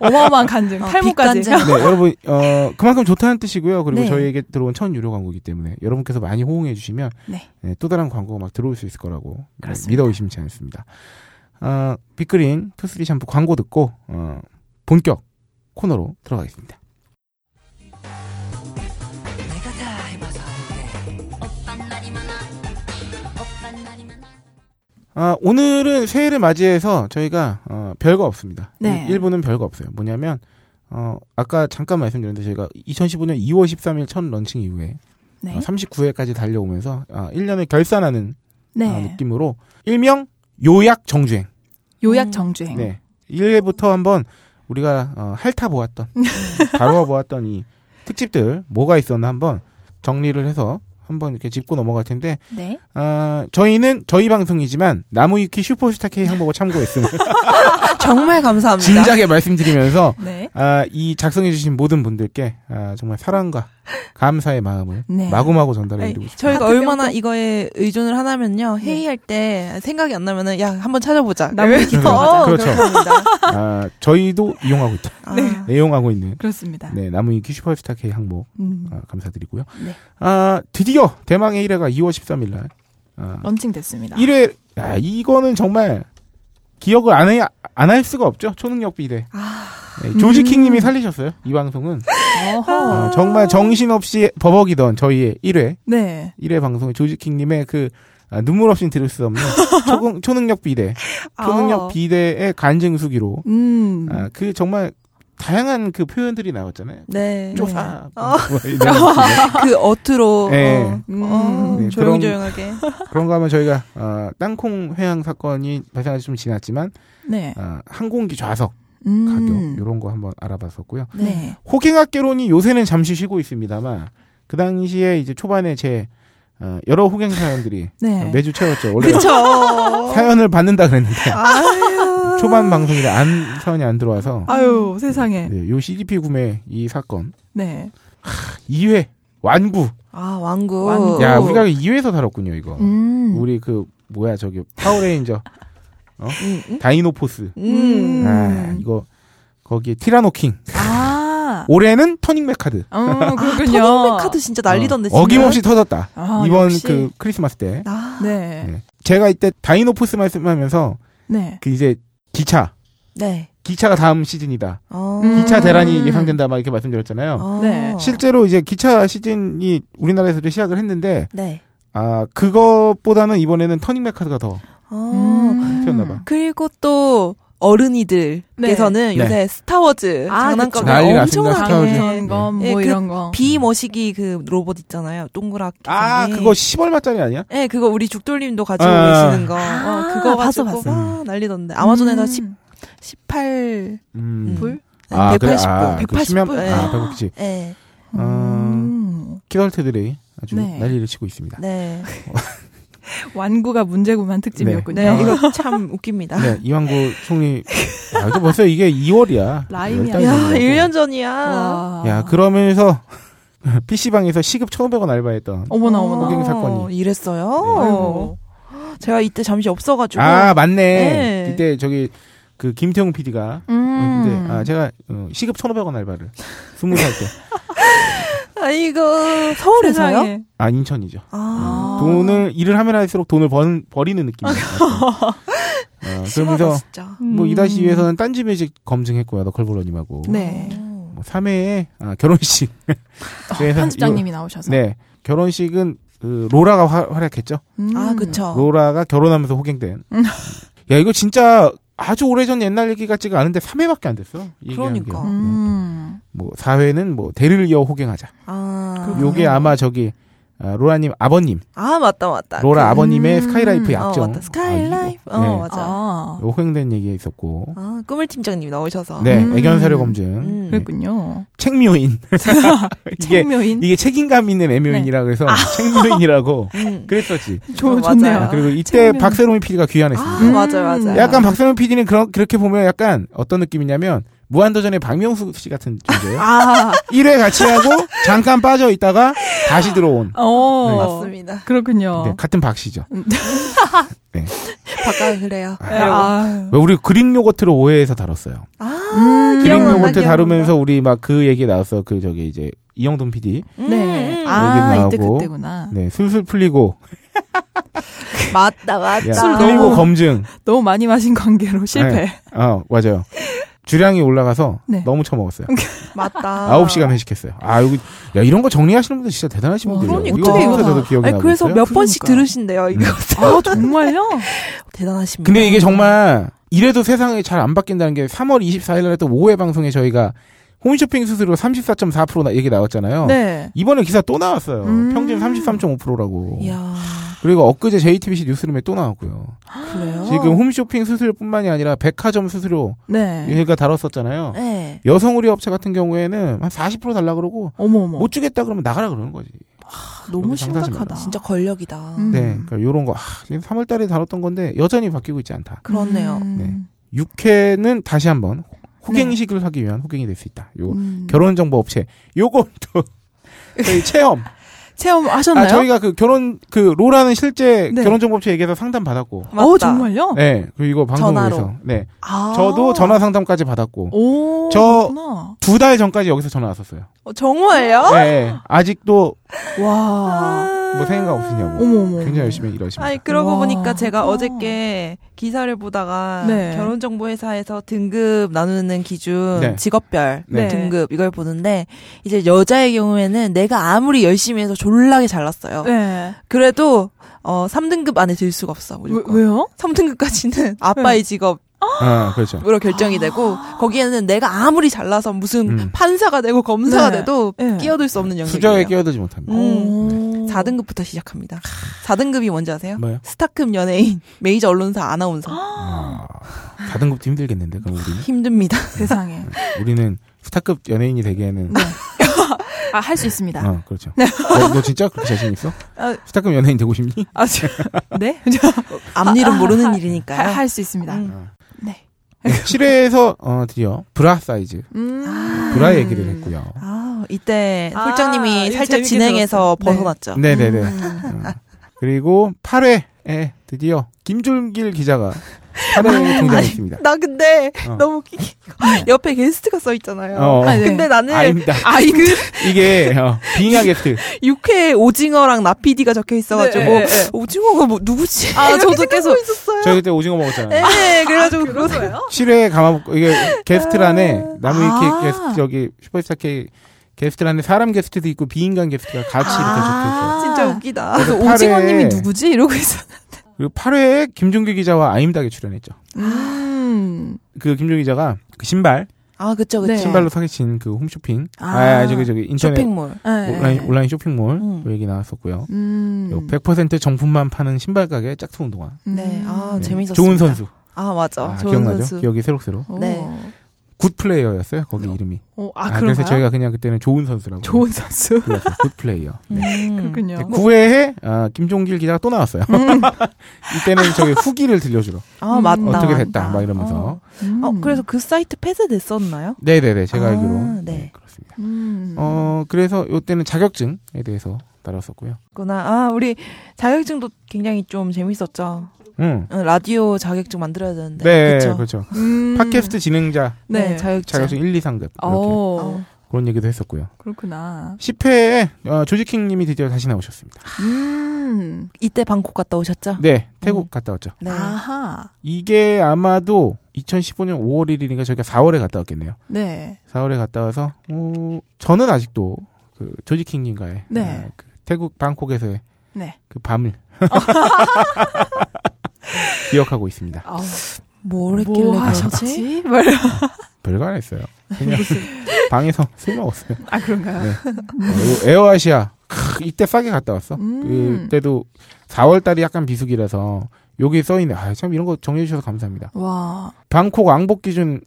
Speaker 6: 어마어마한 간증.
Speaker 7: 아,
Speaker 6: 탈모까지.
Speaker 7: 빛간증.
Speaker 5: 네, 여러분 어 그만큼 좋다는 뜻이고요. 그리고
Speaker 6: 네.
Speaker 5: 저희에게 들어온 첫 유료 광고이기 때문에 여러분께서 많이 호응해 주시면
Speaker 6: 네.
Speaker 5: 네, 또 다른 광고가 막 들어올 수 있을 거라고 네,
Speaker 6: 그렇습니다.
Speaker 5: 믿어 의심치 않습니다. 어, 비그린 투쓰리 샴푸 광고 듣고 어, 본격 코너로 들어가겠습니다. 아, 오늘은 새해를 맞이해서 저희가 어, 별거 없습니다.
Speaker 6: 네.
Speaker 5: 일- 일부는 별거 없어요. 뭐냐면 어, 아까 잠깐 말씀드렸는데 저희가 2015년 2월 13일 첫 런칭 이후에
Speaker 6: 네.
Speaker 5: 어, 39회까지 달려오면서 아, 1년을 결산하는
Speaker 6: 네.
Speaker 5: 아, 느낌으로 일명 요약 정주행.
Speaker 6: 요약 정주행.
Speaker 5: 네. 1회부터 한번 우리가 어, 핥아 보았던 다루어 보았던 이 특집들 뭐가 있었나 한번 정리를 해서 한번 이렇게 짚고 넘어갈 텐데
Speaker 6: 네.
Speaker 5: 아, 저희는 저희 방송이지만 나무위키 슈퍼스타 K 항목을 참고했음을
Speaker 7: 정말 감사합니다.
Speaker 5: 진작에 말씀드리면서
Speaker 6: 네.
Speaker 5: 아, 이 작성해주신 모든 분들께 아, 정말 사랑과 감사의 마음을
Speaker 6: 네.
Speaker 5: 마구마구
Speaker 7: 아니,
Speaker 5: 전달해드리고 네. 싶습니다.
Speaker 7: 저희가
Speaker 6: 하트
Speaker 7: 얼마나
Speaker 6: 뿅뿅.
Speaker 7: 이거에 의존을 하냐면요 회의할 때 생각이 안 나면은 야 한번 찾아보자.
Speaker 6: 남의
Speaker 7: 이러면서
Speaker 5: 기사 맞아.
Speaker 7: 어,
Speaker 5: 그렇죠. 네.
Speaker 7: 그렇답니다.
Speaker 5: 아, 저희도 이용하고 있다.
Speaker 7: 아,
Speaker 5: 내용하고 있는
Speaker 6: 그렇습니다.
Speaker 5: 네, 나무위키 슈퍼스타 K 항목
Speaker 6: 음.
Speaker 5: 아, 감사드리고요.
Speaker 6: 네.
Speaker 5: 아, 드디어 대망의 1회가 2월 13일 날. 아,
Speaker 6: 런칭 됐습니다.
Speaker 5: 1회 아, 이거는 정말 기억을 안 해 안 할 수가 없죠. 초능력 비대.
Speaker 7: 아,
Speaker 5: 네, 조지킹님이 살리셨어요. 이 방송은 어,
Speaker 6: 어허.
Speaker 5: 정말 정신없이 버벅이던 저희의 1회
Speaker 6: 네.
Speaker 5: 1회 방송 조지킹님의 그 아, 눈물 없이 들을 수 없는 초능, 초능력 비대 초능력
Speaker 6: 아.
Speaker 5: 비대의 간증 수기로
Speaker 6: 음.
Speaker 5: 아, 그 정말 다양한 그 표현들이 나왔잖아요.
Speaker 7: 네.
Speaker 5: 쪼사
Speaker 7: 어.
Speaker 5: 뭐 이런 식으로.
Speaker 7: 그 어투로
Speaker 5: 네.
Speaker 7: 어,
Speaker 6: 음.
Speaker 7: 어,
Speaker 5: 네,
Speaker 7: 조용조용하게
Speaker 5: 그런 거 하면 저희가 어, 땅콩 회항 사건이 발생한 지좀 지났지만
Speaker 6: 네.
Speaker 5: 어, 항공기 좌석
Speaker 6: 음.
Speaker 5: 가격 이런 거 한번 알아봤었고요.
Speaker 6: 네.
Speaker 5: 호갱학개론이 요새는 잠시 쉬고 있습니다만 그 당시에 이제 초반에 제 어, 여러 호갱 사연들이
Speaker 6: 네.
Speaker 5: 아, 매주 채웠죠. 원래
Speaker 7: 그쵸
Speaker 5: 사연을 받는다 그랬는데
Speaker 7: 아유
Speaker 5: 초반 방송이라 안 사연이 안 들어와서
Speaker 6: 아유, 세상에.
Speaker 5: 네, 요 CDP 구매 이 사건
Speaker 6: 네.
Speaker 5: 2회 완구.
Speaker 7: 아 왕구 음.
Speaker 6: 왕구.
Speaker 5: 야 우리가 2회에서 다뤘군요 이거.
Speaker 6: 음.
Speaker 5: 우리 그 뭐야 저기 파워레인저 어?
Speaker 7: 음, 음.
Speaker 5: 다이노포스.
Speaker 7: 음.
Speaker 5: 아 이거 거기에 티라노킹.
Speaker 6: 아.
Speaker 5: 올해는 터닝백 카드.
Speaker 6: 음,
Speaker 7: 아,
Speaker 6: 그렇군요.
Speaker 7: 터널백 카드 진짜 난리던데 진짜.
Speaker 5: 어김없이 터졌다.
Speaker 6: 아,
Speaker 5: 이번
Speaker 6: 역시.
Speaker 5: 그 크리스마스 때.
Speaker 7: 아,
Speaker 6: 네.
Speaker 5: 네. 제가 이때 다이노포스 말씀하면서
Speaker 6: 네.
Speaker 5: 그 이제 기차
Speaker 7: 네.
Speaker 5: 기차가 다음 시즌이다.
Speaker 7: 어.
Speaker 6: 음.
Speaker 5: 기차 대란이 예상된다 막 이렇게 말씀드렸잖아요.
Speaker 7: 어.
Speaker 6: 네.
Speaker 5: 실제로 이제 기차 시즌이 우리나라에서도 시작을 했는데
Speaker 7: 네.
Speaker 5: 아 그것보다는 이번에는 터닝백 카드가 더
Speaker 7: 어.
Speaker 6: 음.
Speaker 5: 튀었나 봐.
Speaker 7: 그리고 또 어른이들께서는
Speaker 5: 네.
Speaker 7: 요새 스타워즈
Speaker 6: 아,
Speaker 7: 장난감
Speaker 5: 그쵸. 난리
Speaker 7: 엄청
Speaker 5: 났습니다, 스타워즈.
Speaker 7: 하게
Speaker 5: 네.
Speaker 6: 강해선 거, 뭐
Speaker 7: 예, 그
Speaker 6: 이런 거.
Speaker 7: 비 머시기 그 로봇 있잖아요. 동그랗게.
Speaker 5: 아
Speaker 7: 생긴.
Speaker 5: 그거 10얼마짜리 아니야?
Speaker 7: 예, 그거 우리 죽돌님도 가지고
Speaker 5: 아.
Speaker 7: 계시는 거.
Speaker 6: 아,
Speaker 7: 어, 그거
Speaker 6: 봤어,
Speaker 7: 가지고
Speaker 6: 봤어.
Speaker 7: 막 난리던데. 아마존에서
Speaker 6: 음.
Speaker 7: 10, 18
Speaker 5: 음.
Speaker 7: 불?
Speaker 5: 아,
Speaker 7: 180불,
Speaker 5: 그래? 아, 그
Speaker 7: 180불.
Speaker 5: 심야-
Speaker 7: 예.
Speaker 5: 아, 190.
Speaker 7: 예.
Speaker 5: 음,
Speaker 6: 음.
Speaker 5: 키덜트들이 아주
Speaker 6: 네.
Speaker 5: 난리를 치고 있습니다.
Speaker 7: 네.
Speaker 6: 완구가 문제구만 특집이었군요.
Speaker 7: 네,
Speaker 5: 아.
Speaker 7: 이거 참
Speaker 6: 아.
Speaker 7: 웃깁니다.
Speaker 5: 네, 이왕구 총리. 아, 이거 벌써 이게 2월이야.
Speaker 6: 라임이야.
Speaker 7: 야,
Speaker 5: 네,
Speaker 6: 아,
Speaker 7: 1년 전이야.
Speaker 6: 와.
Speaker 5: 야, 그러면서 PC방에서 시급 1,500원 알바했던. 아,
Speaker 6: 어머나,
Speaker 7: 어,
Speaker 5: 고객
Speaker 6: 어머나.
Speaker 5: 사건이. 네.
Speaker 7: 이랬어요.
Speaker 6: 아이고.
Speaker 7: 제가 이때 잠시 없어가지고.
Speaker 5: 아, 맞네.
Speaker 7: 네.
Speaker 5: 그때 저기 그 김태웅 PD가
Speaker 6: 음.
Speaker 5: 근데 아, 제가 어, 시급 1,500원 알바를 20살 때.
Speaker 7: 아이고, 서울에서요?
Speaker 6: 세상에.
Speaker 5: 아, 인천이죠.
Speaker 7: 아,
Speaker 6: 아.
Speaker 5: 돈을 일을 하면 할수록 돈을 번, 버리는 느낌이 어,
Speaker 7: 심하다,
Speaker 5: 그러면서
Speaker 7: 진짜.
Speaker 6: 음.
Speaker 5: 뭐 이다시 위해서는 딴지 뮤직 검증했고요. 너클볼러님하고.
Speaker 6: 네.
Speaker 7: 어.
Speaker 5: 뭐 3회에 아, 결혼식. 그래서
Speaker 6: 어, 편집장님이 나오셔서.
Speaker 5: 이거- 네. 결혼식은 그 로라가 화- 활약했죠.
Speaker 6: 음.
Speaker 7: 아, 그쵸.
Speaker 5: 로라가 결혼하면서 호갱된.
Speaker 6: 음.
Speaker 5: 야, 이거 진짜 아주 오래전 옛날 얘기 같지가 않은데 3회밖에 안 됐어. 얘기한 게.
Speaker 7: 그러니까.
Speaker 5: 네.
Speaker 6: 음.
Speaker 5: 뭐 4회는 뭐 대를 이어 호갱하자.
Speaker 7: 아.
Speaker 6: 그렇군요.
Speaker 5: 요게 아마 저기 아, 로라님 아버님,
Speaker 7: 아, 맞다, 맞다.
Speaker 5: 로라
Speaker 6: 그-
Speaker 5: 아버님의
Speaker 6: 음.
Speaker 5: 스카이라이프
Speaker 7: 어,
Speaker 5: 약정.
Speaker 7: 맞다. 스카이라이프. 어,
Speaker 5: 네.
Speaker 7: 맞아.
Speaker 6: 아,
Speaker 5: 호갱된 얘기 있었고.
Speaker 7: 아, 꿈을 팀장님 나오셔서.
Speaker 5: 네,
Speaker 6: 음.
Speaker 5: 애견 사료 검증.
Speaker 7: 아, 음.
Speaker 5: 네.
Speaker 6: 그랬군요.
Speaker 5: 책묘인. 이게
Speaker 6: 책묘인.
Speaker 5: 이게 책임감 있는 애묘인이라 그래서 책묘인이라고
Speaker 7: 음.
Speaker 5: 그랬었지.
Speaker 6: 좋,
Speaker 7: 어,
Speaker 6: 좋네요.
Speaker 5: 아,
Speaker 7: 맞아요.
Speaker 5: 그리고 이때
Speaker 6: 책묘인.
Speaker 5: 박세롬이 PD가 귀환했습니다.
Speaker 7: 아, 맞아요, 맞아요.
Speaker 5: 약간 박세롬 PD는 그런 그렇게 보면 약간 어떤 느낌이냐면 무한도전의 박명수 씨 같은 존재예요.
Speaker 6: 아,
Speaker 5: 1회 같이 하고 잠깐 빠져 있다가 다시 들어온.
Speaker 6: 어.
Speaker 5: 네.
Speaker 7: 맞습니다.
Speaker 6: 그렇군요.
Speaker 5: 네, 같은 박 씨죠. 어.
Speaker 7: 바깥 그래요.
Speaker 6: 아,
Speaker 5: 왜 우리 그릭 요거트를 5회에서 다뤘어요.
Speaker 6: 음,
Speaker 5: 그릭
Speaker 7: 아, 기억난다,
Speaker 5: 요거트
Speaker 7: 기억난다.
Speaker 5: 다루면서 우리 막 그 얘기 나왔어. 그 저기 이제 이영돈 PD.
Speaker 6: 네.
Speaker 7: 음,
Speaker 6: 아,
Speaker 5: 여기
Speaker 6: 이때
Speaker 5: 나오고.
Speaker 6: 그때구나.
Speaker 5: 네, 술술 풀리고
Speaker 7: 맞다, 맞다.
Speaker 5: 야,
Speaker 6: 술
Speaker 5: 풀리고
Speaker 6: 너무-
Speaker 5: 검증.
Speaker 6: 너무 많이 마신 관계로 실패.
Speaker 5: 아, 맞아요. 주량이 올라가서
Speaker 6: 네.
Speaker 5: 너무 처먹었어요.
Speaker 7: 맞다.
Speaker 5: 아홉 시간 회식했어요. 아, 여기, 야, 이런 거 정리하시는 분들 진짜 대단하신
Speaker 6: 와,
Speaker 5: 분들이에요.
Speaker 7: 그러니까.
Speaker 5: 어떻게 해서 저도 기억이
Speaker 7: 아니,
Speaker 5: 나고
Speaker 7: 그래서
Speaker 5: 있어요? 음.
Speaker 7: 몇 번씩
Speaker 6: 그러니까요.
Speaker 7: 들으신대요, 이거.
Speaker 6: 아, 정말요?
Speaker 7: 대단하십니다.
Speaker 6: 네.
Speaker 5: 근데 이게 정말 이래도 세상이 잘 안 바뀐다는 게 3월 24일 날또 5회 방송에 저희가 홈쇼핑 수수료 34.4% 얘기 나왔잖아요.
Speaker 6: 네.
Speaker 5: 이번에 기사 또 나왔어요.
Speaker 6: 음.
Speaker 5: 평균 33.5%라고.
Speaker 7: 이야,
Speaker 5: 그리고 엊그제 JTBC 뉴스룸에 또 나왔고요.
Speaker 7: 그래요?
Speaker 6: 어.
Speaker 5: 지금 홈쇼핑 수수료뿐만이 아니라 백화점 수수료
Speaker 6: 네.
Speaker 5: 얘가 다뤘었잖아요.
Speaker 7: 네.
Speaker 5: 여성 의류 업체 같은 경우에는 한 40% 달라 그러고
Speaker 6: 어머, 어머.
Speaker 5: 못 주겠다 그러면 나가라 그러는 거지.
Speaker 6: 너무
Speaker 5: 여기 장사하지
Speaker 6: 심각하다.
Speaker 7: 진짜 권력이다.
Speaker 6: 아. 음.
Speaker 5: 네. 그러니까 요런 거. 아, 지금 3월 달에 다뤘던 건데 여전히 바뀌고 있지 않다.
Speaker 7: 그렇네요.
Speaker 6: 음.
Speaker 5: 네. 6회는 다시 한번
Speaker 7: 네.
Speaker 5: 호갱식을 하기 위한 호갱이 될 수 있다. 요
Speaker 6: 음.
Speaker 5: 결혼 정보 업체. 요건 또 저희 체험.
Speaker 6: 체험하셨나요?
Speaker 5: 아, 저희가 그 결혼 그 로라는 실제
Speaker 6: 네.
Speaker 5: 결혼 정보 업체 얘기해서 상담 받았고.
Speaker 7: 맞다.
Speaker 6: 어, 정말요?
Speaker 5: 네. 그리고 이거 방송에서
Speaker 7: 전화로.
Speaker 5: 네.
Speaker 7: 아.
Speaker 5: 저도 전화 상담까지 받았고.
Speaker 6: 오,
Speaker 5: 저-
Speaker 6: 그렇구나.
Speaker 5: 두 달 전까지 여기서 전화 왔었어요.
Speaker 7: 어, 정말요?
Speaker 5: 네. 아직도
Speaker 6: 와.
Speaker 7: 아.
Speaker 5: 네. 뭐 생각 없으냐고.
Speaker 6: 어머, 어머.
Speaker 5: 굉장히 열심히 일하십니다.
Speaker 7: 아니 그러고
Speaker 6: 와.
Speaker 7: 보니까 제가
Speaker 6: 와.
Speaker 7: 어저께 기사를 보다가
Speaker 6: 네.
Speaker 7: 결혼정보회사에서 등급 나누는 기준
Speaker 5: 네.
Speaker 7: 직업별
Speaker 5: 네.
Speaker 7: 등급 이걸 보는데 이제 여자의 경우에는 내가 아무리 열심히 해서 졸라게 잘났어요.
Speaker 6: 네.
Speaker 7: 그래도 어 3등급 안에 들 수가 없어.
Speaker 6: 왜, 네.
Speaker 7: 무조건.
Speaker 6: 왜요?
Speaker 7: 3등급까지는 아빠의 직업으로
Speaker 5: 아, 그렇죠.
Speaker 7: 결정이 되고
Speaker 6: 아.
Speaker 7: 거기에는 내가 아무리 잘나서 무슨
Speaker 5: 음.
Speaker 7: 판사가 되고 검사가
Speaker 6: 네.
Speaker 7: 돼도
Speaker 6: 네.
Speaker 7: 끼어들 수 없는
Speaker 5: 수저에
Speaker 7: 영역이에요.
Speaker 5: 끼어들지 못합니다.
Speaker 7: 음.
Speaker 6: 오.
Speaker 7: 4등급부터 시작합니다. 4등급이 뭔지 아세요?
Speaker 5: 뭐요?
Speaker 7: 스타급 연예인, 메이저 언론사, 아나운서.
Speaker 5: 아, 4등급도 힘들겠는데, 그럼 우리는? 네.
Speaker 7: 힘듭니다.
Speaker 6: 세상에.
Speaker 5: 우리는 스타급 연예인이 되기에는.
Speaker 6: 네. 아, 할 수 있습니다.
Speaker 5: 어, 그렇죠. 너, 너 진짜 그렇게 자신 있어?
Speaker 6: 아.
Speaker 5: 스타급 연예인 되고 싶니?
Speaker 6: 아, 지- 네?
Speaker 7: 앞일은 모르는
Speaker 6: 아,
Speaker 7: 일이니까요.
Speaker 6: 할 수 있습니다.
Speaker 7: 음.
Speaker 6: 네.
Speaker 5: 7회에서, 어, 드디어, 브라 사이즈.
Speaker 6: 음.
Speaker 5: 브라 얘기를 했고요.
Speaker 7: 아, 이때
Speaker 6: 아,
Speaker 7: 설정님이
Speaker 6: 이거
Speaker 7: 살짝
Speaker 6: 재밌게
Speaker 7: 진행해서
Speaker 6: 들었어요.
Speaker 7: 벗어났죠.
Speaker 5: 네네네.
Speaker 6: 음.
Speaker 5: 어. 그리고 8회에 드디어 김줄길 기자가 8회에 등장했습니다.
Speaker 7: 네. 나 근데
Speaker 5: 어.
Speaker 7: 너무 웃긴 게 옆에 게스트가 써 있잖아요.
Speaker 5: 어, 어.
Speaker 6: 아, 네.
Speaker 7: 근데 나는
Speaker 5: 아닙니다.
Speaker 7: 아이 그
Speaker 5: 이게 어, 빙하 게스트.
Speaker 7: 6회 오징어랑 나피디가 적혀 있어가지고
Speaker 6: 네, 네, 네.
Speaker 7: 오징어가 뭐 누구지?
Speaker 6: 아,
Speaker 7: 이렇게
Speaker 6: 저도
Speaker 7: 생각하고
Speaker 6: 계속-
Speaker 7: 있었어요.
Speaker 5: 저희 그때 오징어 먹었잖아요.
Speaker 7: 네, 그래가지고 그거
Speaker 6: 그러세요?
Speaker 5: 7회 가마먹고 이게 게스트란에 나무 위키
Speaker 6: 아.
Speaker 5: 게스트 저기 슈퍼스타 K 게스트란에 사람 게스트도 있고 비인간 게스트가 같이 이렇게 적혀 있어요.
Speaker 7: 진짜 웃기다.
Speaker 6: 그래서
Speaker 5: 팔에-
Speaker 6: 오징어님이 누구지? 이러고 있어.
Speaker 5: 그리고 8회에 김종규 기자와 아임닭에 출연했죠.
Speaker 6: 음.
Speaker 5: 그 김종규 기자가 그 신발
Speaker 7: 아, 그쵸, 그쵸.
Speaker 6: 네.
Speaker 5: 신발로 사기친 그 홈쇼핑 아,
Speaker 6: 아.
Speaker 5: 저기 저기 인터넷
Speaker 7: 쇼핑몰.
Speaker 6: 네.
Speaker 5: 온라인 온라인 쇼핑몰
Speaker 7: 음.
Speaker 5: 그 얘기 나왔었고요.
Speaker 6: 음.
Speaker 5: 그리고 100% 정품만 파는 신발 가게 짝퉁 운동화.
Speaker 7: 네, 아,
Speaker 6: 음.
Speaker 5: 네.
Speaker 7: 재밌었습니다.
Speaker 5: 좋은 선수.
Speaker 7: 아, 맞아.
Speaker 5: 아,
Speaker 7: 좋은
Speaker 5: 기억나죠?
Speaker 7: 선수.
Speaker 5: 기억이 새록새록.
Speaker 6: 오.
Speaker 7: 네.
Speaker 5: 굿 플레이어였어요. 거기 이름이.
Speaker 6: 오, 아,
Speaker 5: 래서
Speaker 6: 그런가요?
Speaker 5: 저희가 그냥 그때는 좋은 선수라고.
Speaker 6: 좋은 선수.
Speaker 5: 불렀어요. 굿 플레이어. 네.
Speaker 7: 음. 음.
Speaker 6: 그렇군요.
Speaker 5: 9회에 아, 김종길 기자가 또 나왔어요. 이때는 저기 후기를 들려주러
Speaker 7: 아,
Speaker 6: 음.
Speaker 7: 맞다.
Speaker 5: 어떻게
Speaker 7: 맞다.
Speaker 5: 됐다 막 이러면서
Speaker 6: 음.
Speaker 7: 어, 그래서 그 사이트 폐쇄됐었나요?
Speaker 5: 네네네 제가
Speaker 7: 아,
Speaker 5: 알기로 네.
Speaker 7: 네.
Speaker 5: 그렇습니다.
Speaker 6: 음.
Speaker 5: 어 그래서 이때는 자격증에 대해서 다뤘었고요.
Speaker 7: 구나. 아, 우리 자격증도 굉장히 좀 재밌었죠.
Speaker 5: 음.
Speaker 7: 응, 라디오 자격증 만들어야 되는데.
Speaker 5: 네,
Speaker 7: 그쵸?
Speaker 5: 그렇죠.
Speaker 6: 음.
Speaker 5: 팟캐스트 진행자
Speaker 7: 네,
Speaker 6: 네.
Speaker 7: 자격증.
Speaker 5: 자격증 1, 2, 3급 이렇게
Speaker 6: 어,
Speaker 5: 그런 얘기도 했었고요.
Speaker 6: 그렇구나.
Speaker 5: 10회에 어, 조지킹님이 드디어 다시 나오셨습니다.
Speaker 6: 음.
Speaker 7: 이때 방콕 갔다 오셨죠?
Speaker 5: 네, 태국 갔다 왔죠.
Speaker 7: 네.
Speaker 6: 아하. 이게
Speaker 5: 이게 아마도 2015년 5월 1일이니까 저희가 4월에 갔다 왔겠네요.
Speaker 6: 네.
Speaker 5: 4월에 갔다 와서 어, 저는 아직도 그 조지 킹님과의
Speaker 6: 네.
Speaker 5: 어, 그 태국 방콕에서의
Speaker 6: 네.
Speaker 5: 그 밤을 기억하고 있습니다.
Speaker 6: 아우,
Speaker 7: 뭘 했길래
Speaker 6: 뭐
Speaker 7: 가셨지?
Speaker 5: 네,
Speaker 6: 하셨지? 말아.
Speaker 5: 별거 안 했어요. 그냥 방에서 술 먹었어요.
Speaker 6: 아, 그런가요?
Speaker 5: 네. 어, 에어아시아 크, 이때 싸게 갔다 왔어.
Speaker 6: 음.
Speaker 5: 그때도 4월 달이 약간 비수기라서 여기 써 있네. 아, 참 이런 거 정해 주셔서 감사합니다.
Speaker 6: 와.
Speaker 5: 방콕 왕복 기준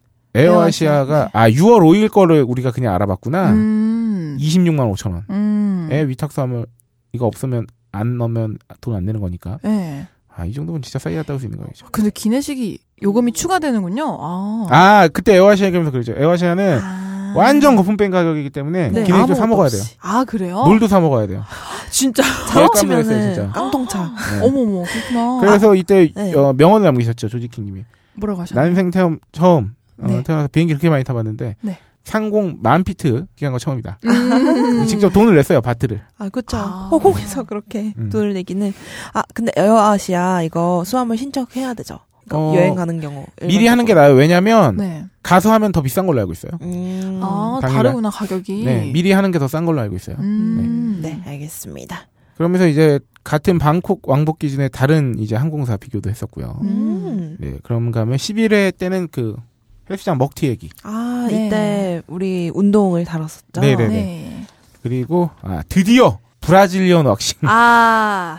Speaker 5: 에어아시아가 아 6월 5일 거를 우리가 그냥 알아봤구나.
Speaker 6: 음.
Speaker 5: 26만 5천 원.
Speaker 6: 음.
Speaker 5: 애 위탁수함을 이거 없으면 안 넣으면 돈 안 내는 거니까
Speaker 6: 네.
Speaker 5: 아 이 정도면 진짜 싸게 갔다 올 수 있는 거죠.
Speaker 6: 근데 기내식이
Speaker 7: 음.
Speaker 6: 요금이 추가되는군요. 아.
Speaker 5: 아 그때 에어아시아 얘기하면서 그랬죠. 에어아시아는 네.
Speaker 6: 아.
Speaker 5: 완전 거품뺀 가격이기 때문에
Speaker 6: 네.
Speaker 5: 기내식도 사
Speaker 7: 아무것도
Speaker 5: 먹어야
Speaker 7: 없이.
Speaker 5: 돼요.
Speaker 6: 아, 그래요?
Speaker 5: 물도 사 먹어야 돼요.
Speaker 6: 진짜. 아,
Speaker 5: 열감을 했어요,
Speaker 7: 자업치면은 아,
Speaker 5: 진짜.
Speaker 7: 깡통차.
Speaker 5: 네.
Speaker 6: 어머머, 그렇구나. 아,
Speaker 5: 그래서 이때
Speaker 7: 네.
Speaker 5: 어, 명언을 남기셨죠 조지킹님이
Speaker 6: 뭐라고 하셨나요?
Speaker 5: 난생 태음 처음 어,
Speaker 6: 네.
Speaker 5: 태어나서 비행기 그렇게 많이 타봤는데
Speaker 6: 네.
Speaker 5: 상공 만 피트 기간 거 처음이다.
Speaker 6: 음.
Speaker 5: 직접 돈을 냈어요 바트를.
Speaker 7: 아, 그쵸.
Speaker 6: 아.
Speaker 7: 허공에서 그렇게
Speaker 5: 음.
Speaker 7: 돈을 내기는. 아, 근데 에어아시아 이거 수함을 신청해야 되죠. 그러니까
Speaker 5: 어,
Speaker 7: 여행 가는 경우.
Speaker 5: 미리 하는 게 나아요. 왜냐하면
Speaker 6: 네.
Speaker 5: 가서 하면 더 비싼 걸로 알고 있어요.
Speaker 7: 음.
Speaker 6: 아,
Speaker 5: 당연한-
Speaker 6: 다르구나, 가격이.
Speaker 5: 네, 미리 하는 게 더 싼 걸로 알고 있어요.
Speaker 6: 음.
Speaker 7: 네, 알겠습니다.
Speaker 5: 그러면서 이제 같은 방콕 왕복 기준의 다른 이제 항공사 비교도 했었고요.
Speaker 6: 음.
Speaker 7: 음.
Speaker 5: 네, 그럼 가면 11회 때는 그 헬스장 먹튀 얘기
Speaker 7: 아,
Speaker 6: 네.
Speaker 7: 이때 우리 운동을 다뤘었죠.
Speaker 5: 네네. 네네.
Speaker 6: 네.
Speaker 5: 그리고 아 드디어 브라질리언 왁싱
Speaker 6: 아.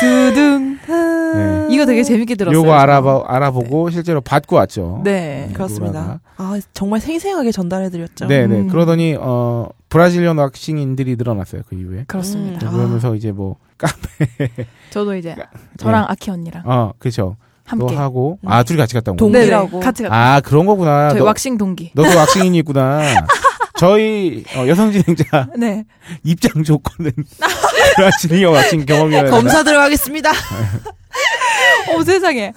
Speaker 6: 두둥.
Speaker 7: 아,
Speaker 5: 네.
Speaker 6: 이거 되게 재밌게 들었어요.
Speaker 5: 요거 알아보 알아보고 음. 실제로 받고 왔죠.
Speaker 6: 네.
Speaker 7: 그렇습니다.
Speaker 5: 예, 노라가.
Speaker 7: 아, 정말 생생하게 전달해드렸죠.
Speaker 5: 네네
Speaker 6: 음.
Speaker 5: 그러더니 어 브라질리언 왁싱인들이 늘어났어요 그 이후에.
Speaker 6: 그렇습니다.
Speaker 7: 음. 아.
Speaker 5: 그러면서 이제 뭐
Speaker 6: 저도 이제
Speaker 5: 그러니까,
Speaker 6: 저랑 아키 언니랑
Speaker 5: 어 그렇죠. 너
Speaker 6: 함께
Speaker 5: 예.
Speaker 6: 네,
Speaker 5: 하고
Speaker 7: 음.
Speaker 5: 아 둘이 같이 갔다 온 거.
Speaker 7: 동- 동기라고.
Speaker 6: 같이 갔다.
Speaker 5: 아 그런 거구나.
Speaker 6: 저희
Speaker 5: 너,
Speaker 6: 왁싱 동기.
Speaker 5: 너도 왁싱인이 있구나. 저희 어, 여성 진행자
Speaker 6: 네.
Speaker 5: 입장 조건은 브라질리언 왁싱 경험이어야 된다.
Speaker 7: 검사 들어가겠습니다.
Speaker 6: 어 세상에.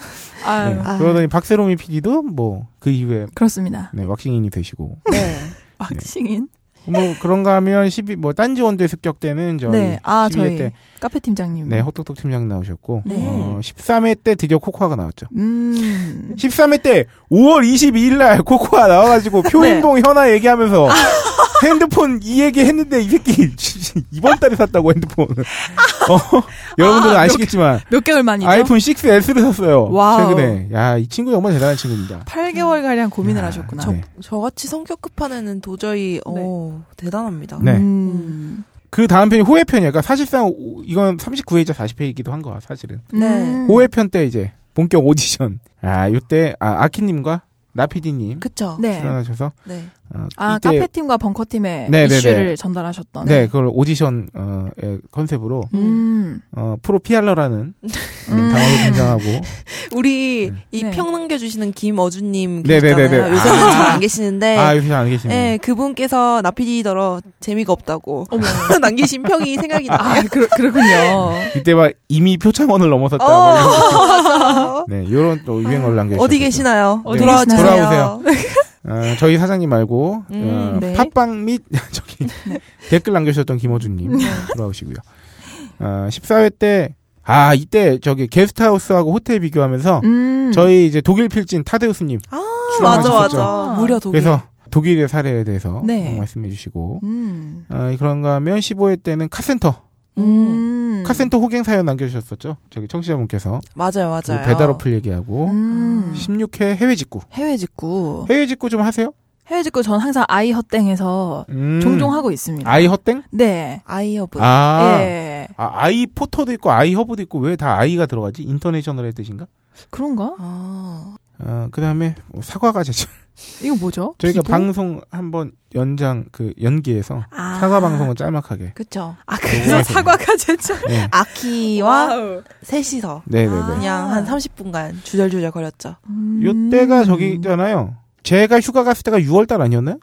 Speaker 6: 아
Speaker 5: 네.
Speaker 6: 유
Speaker 7: 아유.
Speaker 5: 그러더니 박세롬이 PD도 뭐 그 이후에
Speaker 6: 그렇습니다.
Speaker 5: 네, 왁싱인이 되시고
Speaker 7: 네.
Speaker 6: 왁싱인.
Speaker 5: 뭐 그런가 하면 12, 뭐 딴지원대 습격 때는 저희
Speaker 6: 네, 아
Speaker 5: 12회
Speaker 6: 저희
Speaker 5: 때
Speaker 6: 카페 팀장님.
Speaker 5: 네, 호떡톡 팀장 나오셨고
Speaker 6: 네.
Speaker 5: 어, 13회 때 드디어 코코아가 나왔죠.
Speaker 6: 음.
Speaker 5: 13회 때 5월 22일 날 코코아 나와가지고
Speaker 6: 네.
Speaker 5: 표인동 현아 얘기하면서 핸드폰 이 얘기 했는데 이 새끼 이번 달에 샀다고 핸드폰. 어, 여러분들은
Speaker 6: 아,
Speaker 5: 아시겠지만
Speaker 6: 몇 개월 만이죠?
Speaker 5: 아이폰 6S를 샀어요.
Speaker 6: 와우.
Speaker 5: 최근에. 야, 이 친구 정말 대단한 친구입니다.
Speaker 6: 8개월 가량 고민을
Speaker 5: 야,
Speaker 6: 하셨구나. 음.
Speaker 5: 네.
Speaker 7: 저같이 성격 급한 애는 도저히 어 대단합니다.
Speaker 5: 네.
Speaker 6: 음.
Speaker 5: 그 다음 편이 호회 편이야. 그러니까 사실상 오- 이건 39회이자 40회이기도 한 거야, 사실은.
Speaker 7: 음.
Speaker 6: 네.
Speaker 5: 호회 편 때 이제 본격 오디션. 아, 요때 아, 아키님과 나피디님
Speaker 7: 그쵸?
Speaker 6: 네.
Speaker 5: 출연하셔서
Speaker 7: 네.
Speaker 5: 어,
Speaker 6: 아
Speaker 5: 이때
Speaker 6: 카페 팀과 벙커 팀의
Speaker 5: 네, 네,
Speaker 6: 이슈를
Speaker 5: 네.
Speaker 7: 어,
Speaker 6: 전달하셨던.
Speaker 5: 네, 그걸 오디션 어, 의 컨셉으로
Speaker 6: 음.
Speaker 5: 어, 프로 피알러라는
Speaker 6: 음.
Speaker 5: 단어로 등장하고
Speaker 7: 우리 이
Speaker 6: 네.
Speaker 7: 평 남겨주시는 김어준님
Speaker 5: 네, 네, 네,
Speaker 7: 계시잖아요.
Speaker 5: 네.
Speaker 7: 요새는
Speaker 5: 아.
Speaker 7: 잘 안 계시는데.
Speaker 5: 아 요새 안 계시네.
Speaker 7: 네, 그분께서 나피디더러 재미가 없다고
Speaker 6: 어머.
Speaker 7: 남기신 평이 생각이
Speaker 6: 아
Speaker 7: 나요.
Speaker 6: 그러, 그렇군요.
Speaker 5: 이때 막 이미 표창원을 넘어섰다.
Speaker 7: 어,
Speaker 5: 막 이런 거.
Speaker 7: 맞아요. 아,
Speaker 5: 네, 요런 네. 또 유행어를 남겨.
Speaker 7: 어디 계시나요?
Speaker 6: 어디
Speaker 7: 돌아와
Speaker 6: 계시나요?
Speaker 7: 주세요.
Speaker 5: 어, 저희 사장님 말고
Speaker 7: 음, 네.
Speaker 6: 네.
Speaker 5: 어, 팟빵 및 저기 댓글 남겨주셨던 김호준님 돌아오시고요. 어, 14회 때 아, 이때 저기 게스트하우스하고 호텔 비교하면서
Speaker 6: 음.
Speaker 5: 저희 이제 독일 필진 타데우스님
Speaker 7: 아, 맞아,
Speaker 5: 출연하셨죠.
Speaker 7: 맞아. 무려 독일.
Speaker 5: 그래서 독일의 사례에 대해서
Speaker 6: 네.
Speaker 5: 말씀해 주시고
Speaker 6: 음.
Speaker 5: 어, 그런가 하면 15회 때는 카센터
Speaker 6: 음.
Speaker 5: 카센터 호갱 사연 남겨주셨었죠. 저기 청취자분께서
Speaker 7: 맞아요,
Speaker 5: 그
Speaker 7: 맞아요.
Speaker 5: 배달 어플 얘기하고 아,
Speaker 6: 음.
Speaker 5: 16회 해외 직구.
Speaker 6: 해외 직구.
Speaker 5: 해외 직구 좀 하세요.
Speaker 6: 해외 직구 전 항상 아이 헛땡에서
Speaker 5: 음.
Speaker 6: 종종 하고 있습니다.
Speaker 5: 아이 헛땡?
Speaker 6: 네.
Speaker 7: 아이허브.
Speaker 5: 아.
Speaker 6: 예.
Speaker 5: 아, 이 포터도 있고 아이 허브도 있고 왜 다 아이가 들어가지? 인터내셔널의 뜻인가?
Speaker 6: 그런가?
Speaker 7: 아.
Speaker 5: 어, 그다음에 뭐 사과가 제철.
Speaker 6: 이거 뭐죠?
Speaker 5: 저희가
Speaker 6: 기도?
Speaker 5: 방송 한번 연장 그 연기해서
Speaker 6: 아.
Speaker 5: 사과 방송은 짤막하게.
Speaker 7: 그쵸.
Speaker 6: 아, 그래서 사과가 아. 제철.
Speaker 5: 네.
Speaker 7: 아키와
Speaker 6: 와우.
Speaker 7: 셋이서
Speaker 5: 네,
Speaker 6: 아.
Speaker 5: 네, 네.
Speaker 7: 그냥 한 30분간 주절주절 거렸죠.
Speaker 5: 음.
Speaker 7: 음.
Speaker 5: 요때가 저기잖아요. 제가 휴가 갔을 때가 6월 달 아니었나요?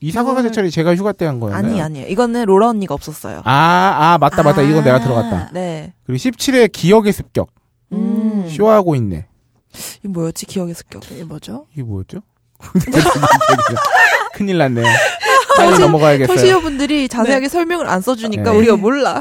Speaker 5: 이 사과가
Speaker 7: 유월-
Speaker 5: 제철이 제가 휴가 때 한 거였나요?
Speaker 7: 아니, 아니에요. 이거는 로라 언니가 없었어요.
Speaker 5: 아, 아, 맞다, 맞다. 이건 내가 들어갔다.
Speaker 7: 네.
Speaker 5: 그리고 17회 기억의 습격.
Speaker 7: 음.
Speaker 5: 쇼하고 있네.
Speaker 7: 이게 뭐였지? 기억의 습격.
Speaker 6: 이게 뭐죠?
Speaker 5: 이게 뭐였죠? 큰일 났네. 빨리 넘어가야겠어요.
Speaker 7: 터시어분들이 자세하게 설명을 안 써주니까
Speaker 5: 네.
Speaker 7: 우리가 몰라.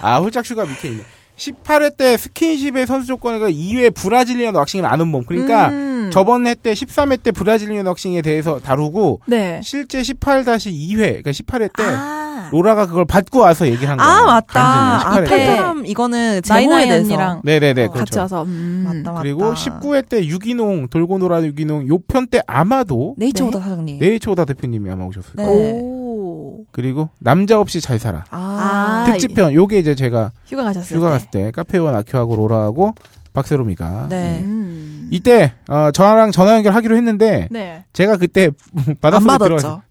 Speaker 5: 아, 홀짝 슈가 밑에 있네. 18회 때 스킨십의 선수 조건이가 2회 브라질리언 왁싱을 아는 몸. 그러니까
Speaker 6: 음.
Speaker 5: 저번 회 때 13회 때 브라질리언 왁싱에 대해서 다루고
Speaker 6: 네.
Speaker 5: 실제 18-2회, 그러니까 18회 때
Speaker 6: 아.
Speaker 5: 로라가 그걸 받고 와서 얘기한 거예요.
Speaker 7: 아, 맞다. 아, 어,
Speaker 5: 간증, 18회 때.
Speaker 6: 팔팔.
Speaker 7: 팔팔함 이거는 제모에
Speaker 6: 나이나이
Speaker 7: 대해서.
Speaker 6: 언니랑
Speaker 5: 네네네.
Speaker 6: 같이
Speaker 5: 그렇죠.
Speaker 6: 와서 음.
Speaker 7: 맞다, 맞다.
Speaker 5: 그리고 19회 때 유기농, 돌고 놀아 유기농, 요 편 때 아마도
Speaker 7: 네이처보다 사장님.
Speaker 5: 네이처오다 대표님이 아마 오셨을 거예요.
Speaker 7: 네.
Speaker 6: 오.
Speaker 5: 그리고 남자 없이 잘 살아.
Speaker 7: 아.
Speaker 6: 아,
Speaker 5: 특집편, 요게 이제 제가
Speaker 6: 휴가 가셨어요.
Speaker 5: 휴가 갔을 때 카페원 아큐하고 로라하고 박세롬이가
Speaker 7: 네.
Speaker 6: 음.
Speaker 5: 이때 어, 저랑 전화 연결하기로 했는데
Speaker 6: 네.
Speaker 5: 제가 그때 바닷속에
Speaker 7: 안 받았죠.
Speaker 5: 들어가서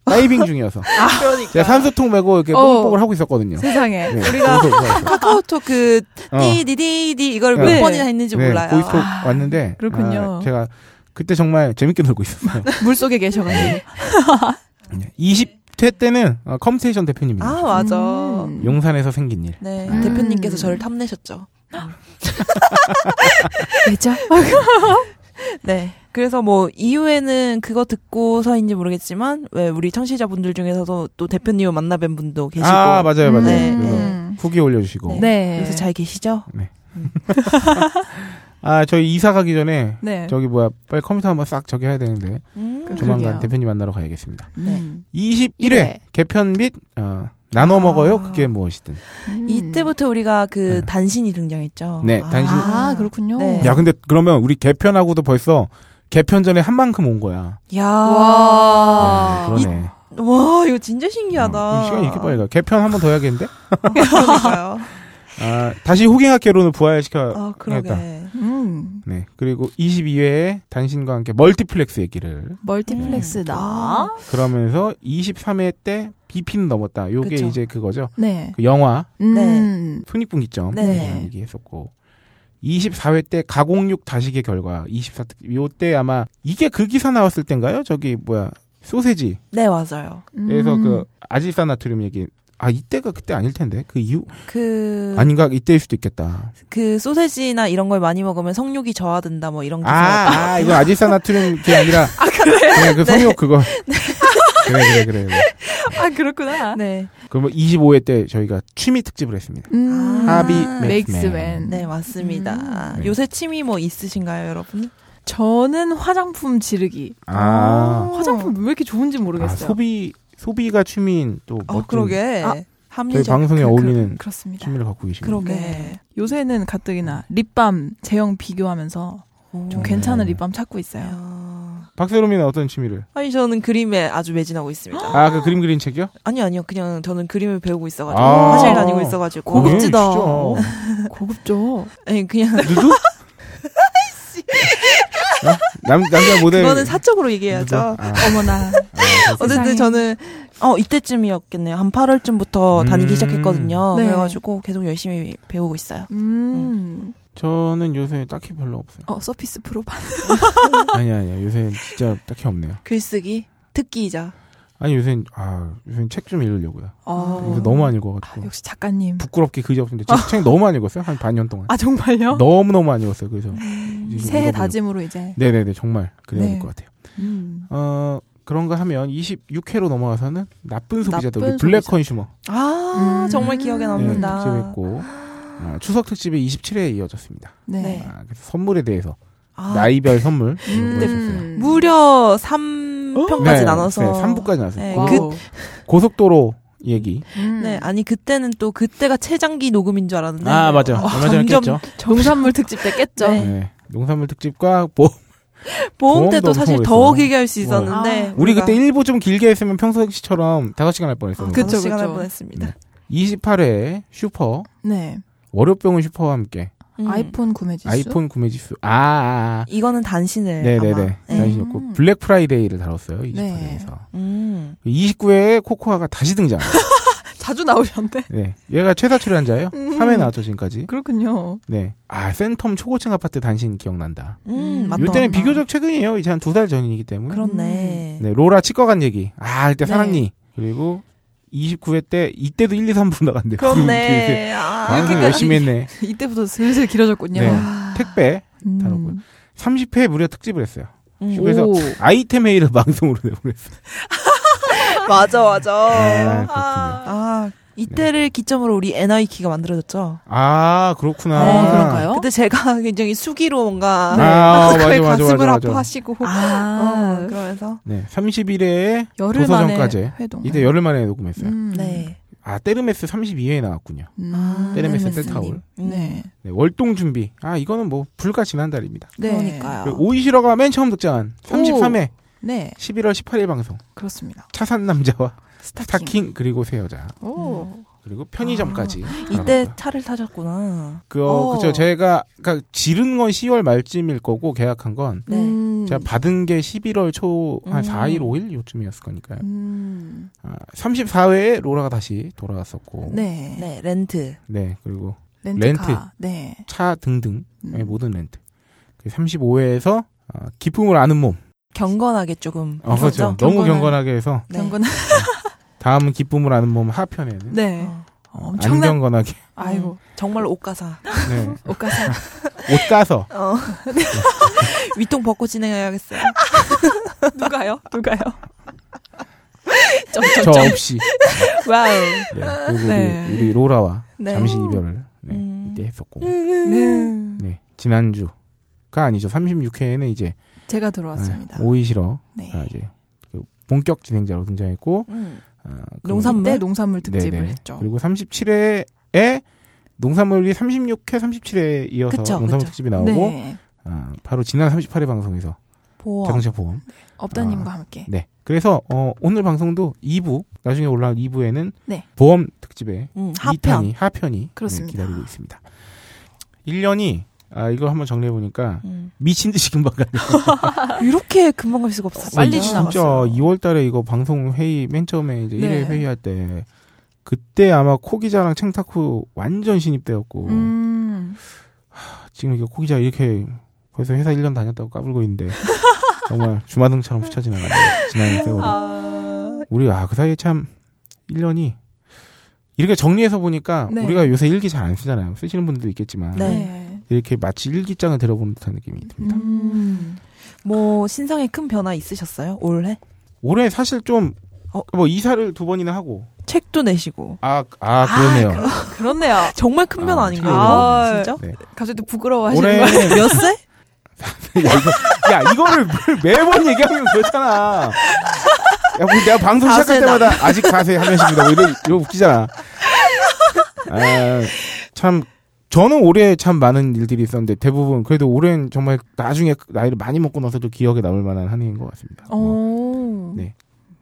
Speaker 5: 다이빙 중이어서
Speaker 7: 그러니까.
Speaker 5: 제가 산소통 메고 이렇게
Speaker 6: 어.
Speaker 5: 뽕뽕을 하고 있었거든요.
Speaker 6: 세상에.
Speaker 5: 네,
Speaker 6: 우리가
Speaker 5: 거기서 오셔서.
Speaker 7: 카카오톡 그
Speaker 5: 어,
Speaker 7: 디디디디 이걸
Speaker 5: 네.
Speaker 7: 몇 번이나 했는지
Speaker 5: 네,
Speaker 7: 몰라요.
Speaker 5: 보이스톡
Speaker 6: 아,
Speaker 5: 왔는데
Speaker 6: 그렇군요.
Speaker 5: 아, 제가 그때 정말 재밌게 놀고 있었어요.
Speaker 6: 물속에 계셔 가지고.
Speaker 5: 20회 때는 어, 컴스테이션 대표님입니다.
Speaker 7: 아 맞아.
Speaker 6: 음.
Speaker 5: 용산에서 생긴 일.
Speaker 7: 네
Speaker 5: 음.
Speaker 7: 대표님께서 저를 탐내셨죠.
Speaker 6: 왜죠?
Speaker 7: 네. 그래서 뭐 이후에는 그거 듣고서인지 모르겠지만 왜 우리 청취자분들 중에서도 또 대표님을 만나뵌 분도 계시고
Speaker 5: 아 맞아요 맞아요.
Speaker 7: 네.
Speaker 5: 그래서
Speaker 6: 음.
Speaker 5: 후기 올려주시고.
Speaker 7: 네.
Speaker 6: 네.
Speaker 7: 그래서 잘 계시죠?
Speaker 5: 아 저희 이사 가기 전에
Speaker 6: 네.
Speaker 5: 저기 뭐야 빨리 컴퓨터 한번 싹 저기 해야 되는데
Speaker 7: 음.
Speaker 5: 조만간
Speaker 6: 그러게요.
Speaker 5: 대표님 만나러 가야겠습니다.
Speaker 6: 음.
Speaker 5: 21회 개편 및 어, 나눠
Speaker 7: 아.
Speaker 5: 먹어요. 그게 무엇이든.
Speaker 6: 음.
Speaker 7: 이때부터 우리가 그
Speaker 5: 네.
Speaker 7: 단신이 등장했죠.
Speaker 5: 네,
Speaker 7: 아.
Speaker 5: 단신.
Speaker 6: 아, 그렇군요.
Speaker 7: 네.
Speaker 5: 야 근데 그러면 우리 개편하고도 벌써 개편 전에 한 만큼 온 거야.
Speaker 7: 야.
Speaker 5: 아,
Speaker 7: 와.
Speaker 5: 그러네.
Speaker 7: 와 이거 진짜
Speaker 5: 어,
Speaker 7: 신기하다.
Speaker 5: 그럼 시간이 이렇게 빨리 가. 개편 한 번 더 해야겠는데?
Speaker 7: 그러니까요.
Speaker 5: 아, 다시 호갱학개론을 부활시켜.
Speaker 7: 아 그러게.
Speaker 5: 그러니까.
Speaker 6: 음.
Speaker 5: 네. 그리고 22회에 단신과 함께 멀티플렉스 얘기를
Speaker 6: 멀티플렉스다.
Speaker 7: 아.
Speaker 5: 그러면서 23회 때 BP는 넘었다. 요게
Speaker 7: 그쵸.
Speaker 5: 이제 그거죠.
Speaker 6: 네.
Speaker 5: 그 영화
Speaker 6: 음.
Speaker 5: 손익분기점
Speaker 7: 네.
Speaker 5: 이런 얘기했었고 24회 때 가공육 다식의 결과 24 요때 아마 이게 그 기사 나왔을 땐가요? 저기 뭐야 소세지
Speaker 7: 네 맞아요.
Speaker 5: 그래서
Speaker 6: 음.
Speaker 5: 그 아질산나트륨 얘기 아 이때가 그때 아닐 텐데 그 이후
Speaker 7: 그
Speaker 5: 아닌가 이때일 수도 있겠다.
Speaker 7: 그 소세지나 이런 걸 많이 먹으면 성욕이 저하된다 뭐 이런 기사.
Speaker 5: 아, 아 이거 아질산나트륨 그게 아니라 아 그래? 그 성욕 그거 그래 그래 그래. 그래.
Speaker 6: 아, 그렇구나.
Speaker 7: 네.
Speaker 5: 그러면 25회 때 저희가 취미 특집을 했습니다.
Speaker 6: 음,
Speaker 7: 아,
Speaker 5: 하비
Speaker 7: 아,
Speaker 5: 맥스맨.
Speaker 6: 맥스맨.
Speaker 7: 네, 맞습니다.
Speaker 5: 음.
Speaker 7: 요새 취미 뭐 있으신가요, 여러분?
Speaker 6: 저는 화장품 지르기.
Speaker 5: 아,
Speaker 6: 화장품 왜 이렇게 좋은지
Speaker 5: 아,
Speaker 6: 모르겠어요.
Speaker 5: 소비 소비가 취미인 또
Speaker 7: 어,
Speaker 5: 멋진
Speaker 7: 그러게.
Speaker 6: 아,
Speaker 5: 뭐 저희
Speaker 7: 합리적.
Speaker 5: 방송에
Speaker 6: 그-
Speaker 5: 어울리는
Speaker 6: 그, 렇습니다
Speaker 5: 취미를 갖고 계십니다.
Speaker 7: 그러게.
Speaker 6: 네. 요새는 가뜩이나 립밤 제형 비교하면서 좀
Speaker 7: 오.
Speaker 6: 괜찮은
Speaker 5: 네.
Speaker 6: 립밤 찾고 있어요.
Speaker 7: 이야.
Speaker 5: 박세롬이는 어떤 취미를?
Speaker 7: 아니, 저는 그림에 아주 매진하고 있습니다.
Speaker 5: 아, 그 그림 그리는 책이요?
Speaker 7: 아니요, 아니요. 그냥 저는 그림을 배우고 있어가지고.
Speaker 5: 아.
Speaker 7: 화실 다니고 있어가지고.
Speaker 5: 그래,
Speaker 6: 고급지다.
Speaker 5: 진짜.
Speaker 6: 고급죠.
Speaker 7: 아니, 그냥.
Speaker 5: 누드? 어? 남 남자 모델.
Speaker 7: 그거는 사적으로 얘기해야죠.
Speaker 5: 누드? 아, 아,
Speaker 6: 어머나.
Speaker 7: 어쨌든
Speaker 6: 세상에.
Speaker 7: 저는 어 이때쯤이었겠네요. 한 8월쯤부터
Speaker 5: 음.
Speaker 7: 다니기 시작했거든요.
Speaker 6: 네.
Speaker 7: 그래가지고 계속 열심히 배우고 있어요.
Speaker 6: 음.
Speaker 5: 저는 요새 딱히 별로 없어요.
Speaker 6: 어, 서피스 프로반.
Speaker 5: 아니 아니 요새 진짜 딱히 없네요.
Speaker 7: 글쓰기 특기이자
Speaker 5: 아니 요새 아 요새 책 좀 읽으려고요.
Speaker 6: 어. 아,
Speaker 5: 요새 너무 안 읽어가지고
Speaker 6: 역시 작가님.
Speaker 5: 부끄럽게 그지 없는데 책, 책 너무 안 읽었어요. 한 반년 동안.
Speaker 6: 아, 정말요?
Speaker 5: 너무 너무 안 읽었어요. 그래서 이제
Speaker 6: 새해
Speaker 5: 읽어보려고.
Speaker 6: 다짐으로 이제.
Speaker 5: 네네네 정말 그래야 될
Speaker 6: 네.
Speaker 5: 것 같아요.
Speaker 6: 음.
Speaker 5: 어 그런가 하면 26회로 넘어가서는 나쁜 소비자들 우리
Speaker 6: 나쁜
Speaker 5: 블랙
Speaker 6: 소비자.
Speaker 5: 컨슈머 네,
Speaker 7: 아
Speaker 6: 음.
Speaker 7: 정말 기억에 남는다.
Speaker 5: 특집했고 아, 추석 특집이 27회에 이어졌습니다.
Speaker 6: 네.
Speaker 7: 네.
Speaker 5: 아, 그래서 선물에 대해서
Speaker 7: 아,
Speaker 5: 나이별 선물
Speaker 6: 음.
Speaker 5: 보여주셨어요.
Speaker 7: 무려 3편까지 나눠서
Speaker 5: 네, 3부까지 나왔어요.
Speaker 7: 네,
Speaker 5: 고,
Speaker 7: 그-
Speaker 6: 와우.
Speaker 5: 고속도로 얘기.
Speaker 6: 음.
Speaker 7: 네, 아니 그때는 또 그때가 최장기 녹음인 줄 알았는데
Speaker 5: 아,
Speaker 7: 아,
Speaker 5: 얼마 전에
Speaker 7: 점점
Speaker 5: 깼죠.
Speaker 6: 정산물 특집 때 깼죠.
Speaker 7: 네.
Speaker 5: 네. 농산물 특집과 뭐
Speaker 7: 보험 때도
Speaker 5: 보험도
Speaker 7: 사실
Speaker 5: 엄청
Speaker 7: 더
Speaker 5: 오겠어요.
Speaker 7: 길게 할 수 있었는데 그러니까
Speaker 6: 아.
Speaker 5: 우리
Speaker 7: 우리가
Speaker 5: 그때 일부 좀 길게 했으면 평소시처럼 5시간 할 뻔했었는데.
Speaker 6: 그쵸,
Speaker 7: 그쵸 네. 시간
Speaker 6: 그쵸.
Speaker 7: 할 뻔했습니다.
Speaker 5: 28회 슈퍼
Speaker 6: 네.
Speaker 5: 월요병원 슈퍼와 함께
Speaker 7: 음.
Speaker 6: 아이폰 구매 지수.
Speaker 5: 아이폰 구매 지수 아, 아, 아.
Speaker 7: 이거는 단신을 아마.
Speaker 5: 네네네
Speaker 7: 네.
Speaker 5: 다시였고
Speaker 6: 음.
Speaker 5: 블랙 프라이데이를 다뤘어요
Speaker 6: 네.
Speaker 5: 28회에서
Speaker 7: 음.
Speaker 5: 29회에 코코아가 다시 등장.
Speaker 6: 자주 나오셨는데.
Speaker 5: 네 얘가 최다 출연자예요.
Speaker 6: 음.
Speaker 5: 3회 나왔죠 지금까지.
Speaker 6: 그렇군요.
Speaker 5: 네. 아 센텀 초고층 아파트 단신 기억난다.
Speaker 7: 음, 맞다.
Speaker 5: 이때는
Speaker 7: 맞다.
Speaker 5: 비교적 최근이에요. 이제 한 두 달 전이기 때문에.
Speaker 7: 그렇네.
Speaker 5: 네, 로라 치과 간 얘기. 아, 그때
Speaker 6: 네.
Speaker 5: 사랑니. 그리고 29회 때, 이때도 1, 2, 3분 나간대요.
Speaker 7: 그렇네. 아,
Speaker 5: 방송 열심히 했네.
Speaker 6: 이때부터 슬슬 길어졌군요.
Speaker 5: 네. 택배. 다르고요.
Speaker 6: 음.
Speaker 5: 30회 무려 특집을 했어요.
Speaker 7: 음.
Speaker 5: 그래서
Speaker 6: 오.
Speaker 5: 아이템 회의를 방송으로 내보냈어요.
Speaker 7: 맞아, 맞아.
Speaker 5: 아,
Speaker 7: 아, 이때를
Speaker 5: 네.
Speaker 7: 기점으로 우리 NI키가 만들어졌죠.
Speaker 5: 아, 그렇구나.
Speaker 6: 아, 그런가요?
Speaker 7: 그때 제가 굉장히 수기로 뭔가
Speaker 5: 아, 맞아,
Speaker 7: 거의
Speaker 5: 맞아,
Speaker 7: 가슴을
Speaker 5: 맞아, 맞아.
Speaker 7: 아파하시고
Speaker 6: 아,
Speaker 7: 어, 그러면서
Speaker 5: 네, 31회에
Speaker 6: 열흘 만에
Speaker 5: 도서전까지.
Speaker 6: 회동.
Speaker 5: 이때 열흘 만에 녹음했어요.
Speaker 6: 음.
Speaker 7: 네. 아,
Speaker 5: 아, 때르메스 32회에 나왔군요.
Speaker 6: 음.
Speaker 5: 때르메스
Speaker 7: 때르메스님.
Speaker 5: 셀타올.
Speaker 7: 음.
Speaker 6: 네.
Speaker 5: 네, 월동 준비. 아, 이거는 뭐, 불과 지난달입니다.
Speaker 6: 네.
Speaker 7: 그러니까요.
Speaker 5: 그리고 오이시러가 맨 처음 등장한 33회,
Speaker 6: 네.
Speaker 5: 11월 18일 방송.
Speaker 6: 그렇습니다.
Speaker 5: 차산 남자와
Speaker 6: 스타킹. 음.
Speaker 5: 스타킹 그리고 새 여자.
Speaker 6: 오.
Speaker 5: 그리고 편의점까지.
Speaker 7: 이때
Speaker 5: 나눴다.
Speaker 7: 차를 타셨구나.
Speaker 5: 그 어,
Speaker 6: 어.
Speaker 5: 그죠. 제가 그러니까 지른 건 10월 말쯤일 거고 계약한 건
Speaker 7: 네.
Speaker 6: 음.
Speaker 5: 제가 받은 게 11월 초 한
Speaker 7: 음.
Speaker 5: 4일 5일 요쯤이었을 거니까요.
Speaker 6: 음.
Speaker 5: 아, 34회에 로라가 다시 돌아왔었고, 네,
Speaker 6: 네.
Speaker 7: 네, 렌트.
Speaker 5: 그리고
Speaker 6: 렌트카.
Speaker 5: 렌트. 뭐.
Speaker 6: 네.
Speaker 5: 차 등등의
Speaker 6: 음.
Speaker 5: 모든 렌트. 35회에서 어, 기쁨을 아는 몸.
Speaker 7: 경건하게 조금.
Speaker 5: 어, 그렇죠.
Speaker 7: 했었죠?
Speaker 5: 너무
Speaker 6: 경건한-
Speaker 5: 경건하게 해서
Speaker 7: 네.
Speaker 6: 아, 경건.
Speaker 5: 다음은 기쁨을 아는 몸 하편에는
Speaker 6: 네.
Speaker 7: 어.
Speaker 6: 어,
Speaker 5: 안
Speaker 6: 엄청난.
Speaker 5: 경건하게
Speaker 6: 아이고.
Speaker 7: 음. 정말 옷가사.
Speaker 5: 네.
Speaker 6: 옷가사.
Speaker 5: 옷 가서
Speaker 7: 어. 위통 벗고 진행해야겠어요.
Speaker 6: 누가요? 누가요?
Speaker 5: 저 없이
Speaker 6: 와우.
Speaker 5: 네, 그리고
Speaker 6: 네.
Speaker 5: 우리, 우리 로라와
Speaker 7: 네.
Speaker 5: 잠시 이별을 네,
Speaker 7: 음.
Speaker 5: 이때 했었고
Speaker 6: 네.
Speaker 5: 네, 지난주가 아니죠 36회에는 이제
Speaker 6: 제가 들어왔습니다.
Speaker 5: 오이시러
Speaker 6: 네.
Speaker 5: 가 이제 그 본격 진행자로 등장했고
Speaker 7: 음.
Speaker 5: 아, 그-
Speaker 7: 농산물
Speaker 6: 이때 농산물 특집을
Speaker 5: 네네.
Speaker 6: 했죠.
Speaker 5: 그리고 37회에 농산물이 36회 37회에 이어서
Speaker 7: 그쵸,
Speaker 5: 농산물
Speaker 7: 그쵸.
Speaker 5: 특집이 나오고
Speaker 6: 네.
Speaker 5: 아, 바로 지난 38회 방송에서
Speaker 7: 보험.
Speaker 5: 자동차 보험
Speaker 6: 업다님과 함께.
Speaker 5: 네 그래서 어, 오늘 방송도 2부 나중에 올라올 2부에는
Speaker 6: 네.
Speaker 5: 보험 특집에
Speaker 7: 음,
Speaker 5: 이
Speaker 7: 하편.
Speaker 5: 편이 하편이
Speaker 6: 그렇습니다.
Speaker 5: 네, 기다리고 있습니다. 1년이 아 이걸 한번 정리해 보니까
Speaker 7: 음.
Speaker 5: 미친 듯이 금방 가요.
Speaker 7: 이렇게 금방 갈 수가 없어.
Speaker 6: 빨리
Speaker 5: 진짜
Speaker 6: 지나갔어요.
Speaker 5: 2월 달에 이거 방송 회의 맨 처음에 이제
Speaker 6: 아, 네.
Speaker 5: 1회 회의할 때 그때 아마 코기자랑 챙타쿠 완전 신입 때였고
Speaker 6: 음.
Speaker 5: 지금 이거 코기자 이렇게 벌써 회사 1년 다녔다고 까불고 있는데 정말 주마등처럼 스쳐 지나가네 지난 세월이.
Speaker 7: 아,
Speaker 5: 우리 아 그 사이에 참 1년이 이렇게 정리해서 보니까
Speaker 6: 네.
Speaker 5: 우리가 요새 일기 잘 안 쓰잖아요. 쓰시는 분들도 있겠지만
Speaker 7: 네.
Speaker 5: 이렇게 마치 일기장을 들어보는 듯한 느낌이 듭니다.
Speaker 6: 음.
Speaker 7: 뭐 신상에 큰 변화 있으셨어요? 올해?
Speaker 5: 올해 사실 좀
Speaker 7: 어.
Speaker 5: 뭐 이사를 두 번이나 하고
Speaker 7: 책도 내시고
Speaker 5: 아 아 그러네요.
Speaker 6: 그렇네요.
Speaker 7: 정말 큰 변
Speaker 5: 아,
Speaker 7: 아, 닌가요
Speaker 5: 아,
Speaker 7: 진짜?
Speaker 5: 네.
Speaker 6: 갑자기 또 부끄러워하시는
Speaker 5: 올해
Speaker 6: 거예요?
Speaker 7: 몇 세?
Speaker 5: 야, 이거, 야 이거를 뭘 매번 얘기하면 그렇잖아. 야, 우리 내가 방송
Speaker 7: 가세다.
Speaker 5: 시작할 때마다 아직 가세 한 명씩입니다. 뭐 이런 이거 웃기잖아. 아, 참 저는 올해 참 많은 일들이 있었는데 대부분 그래도 올해는 정말 나중에 나이를 많이 먹고 나서도 기억에 남을 만한 한 해인 것 같습니다.
Speaker 7: 어.
Speaker 5: 뭐
Speaker 6: 오.
Speaker 5: 네.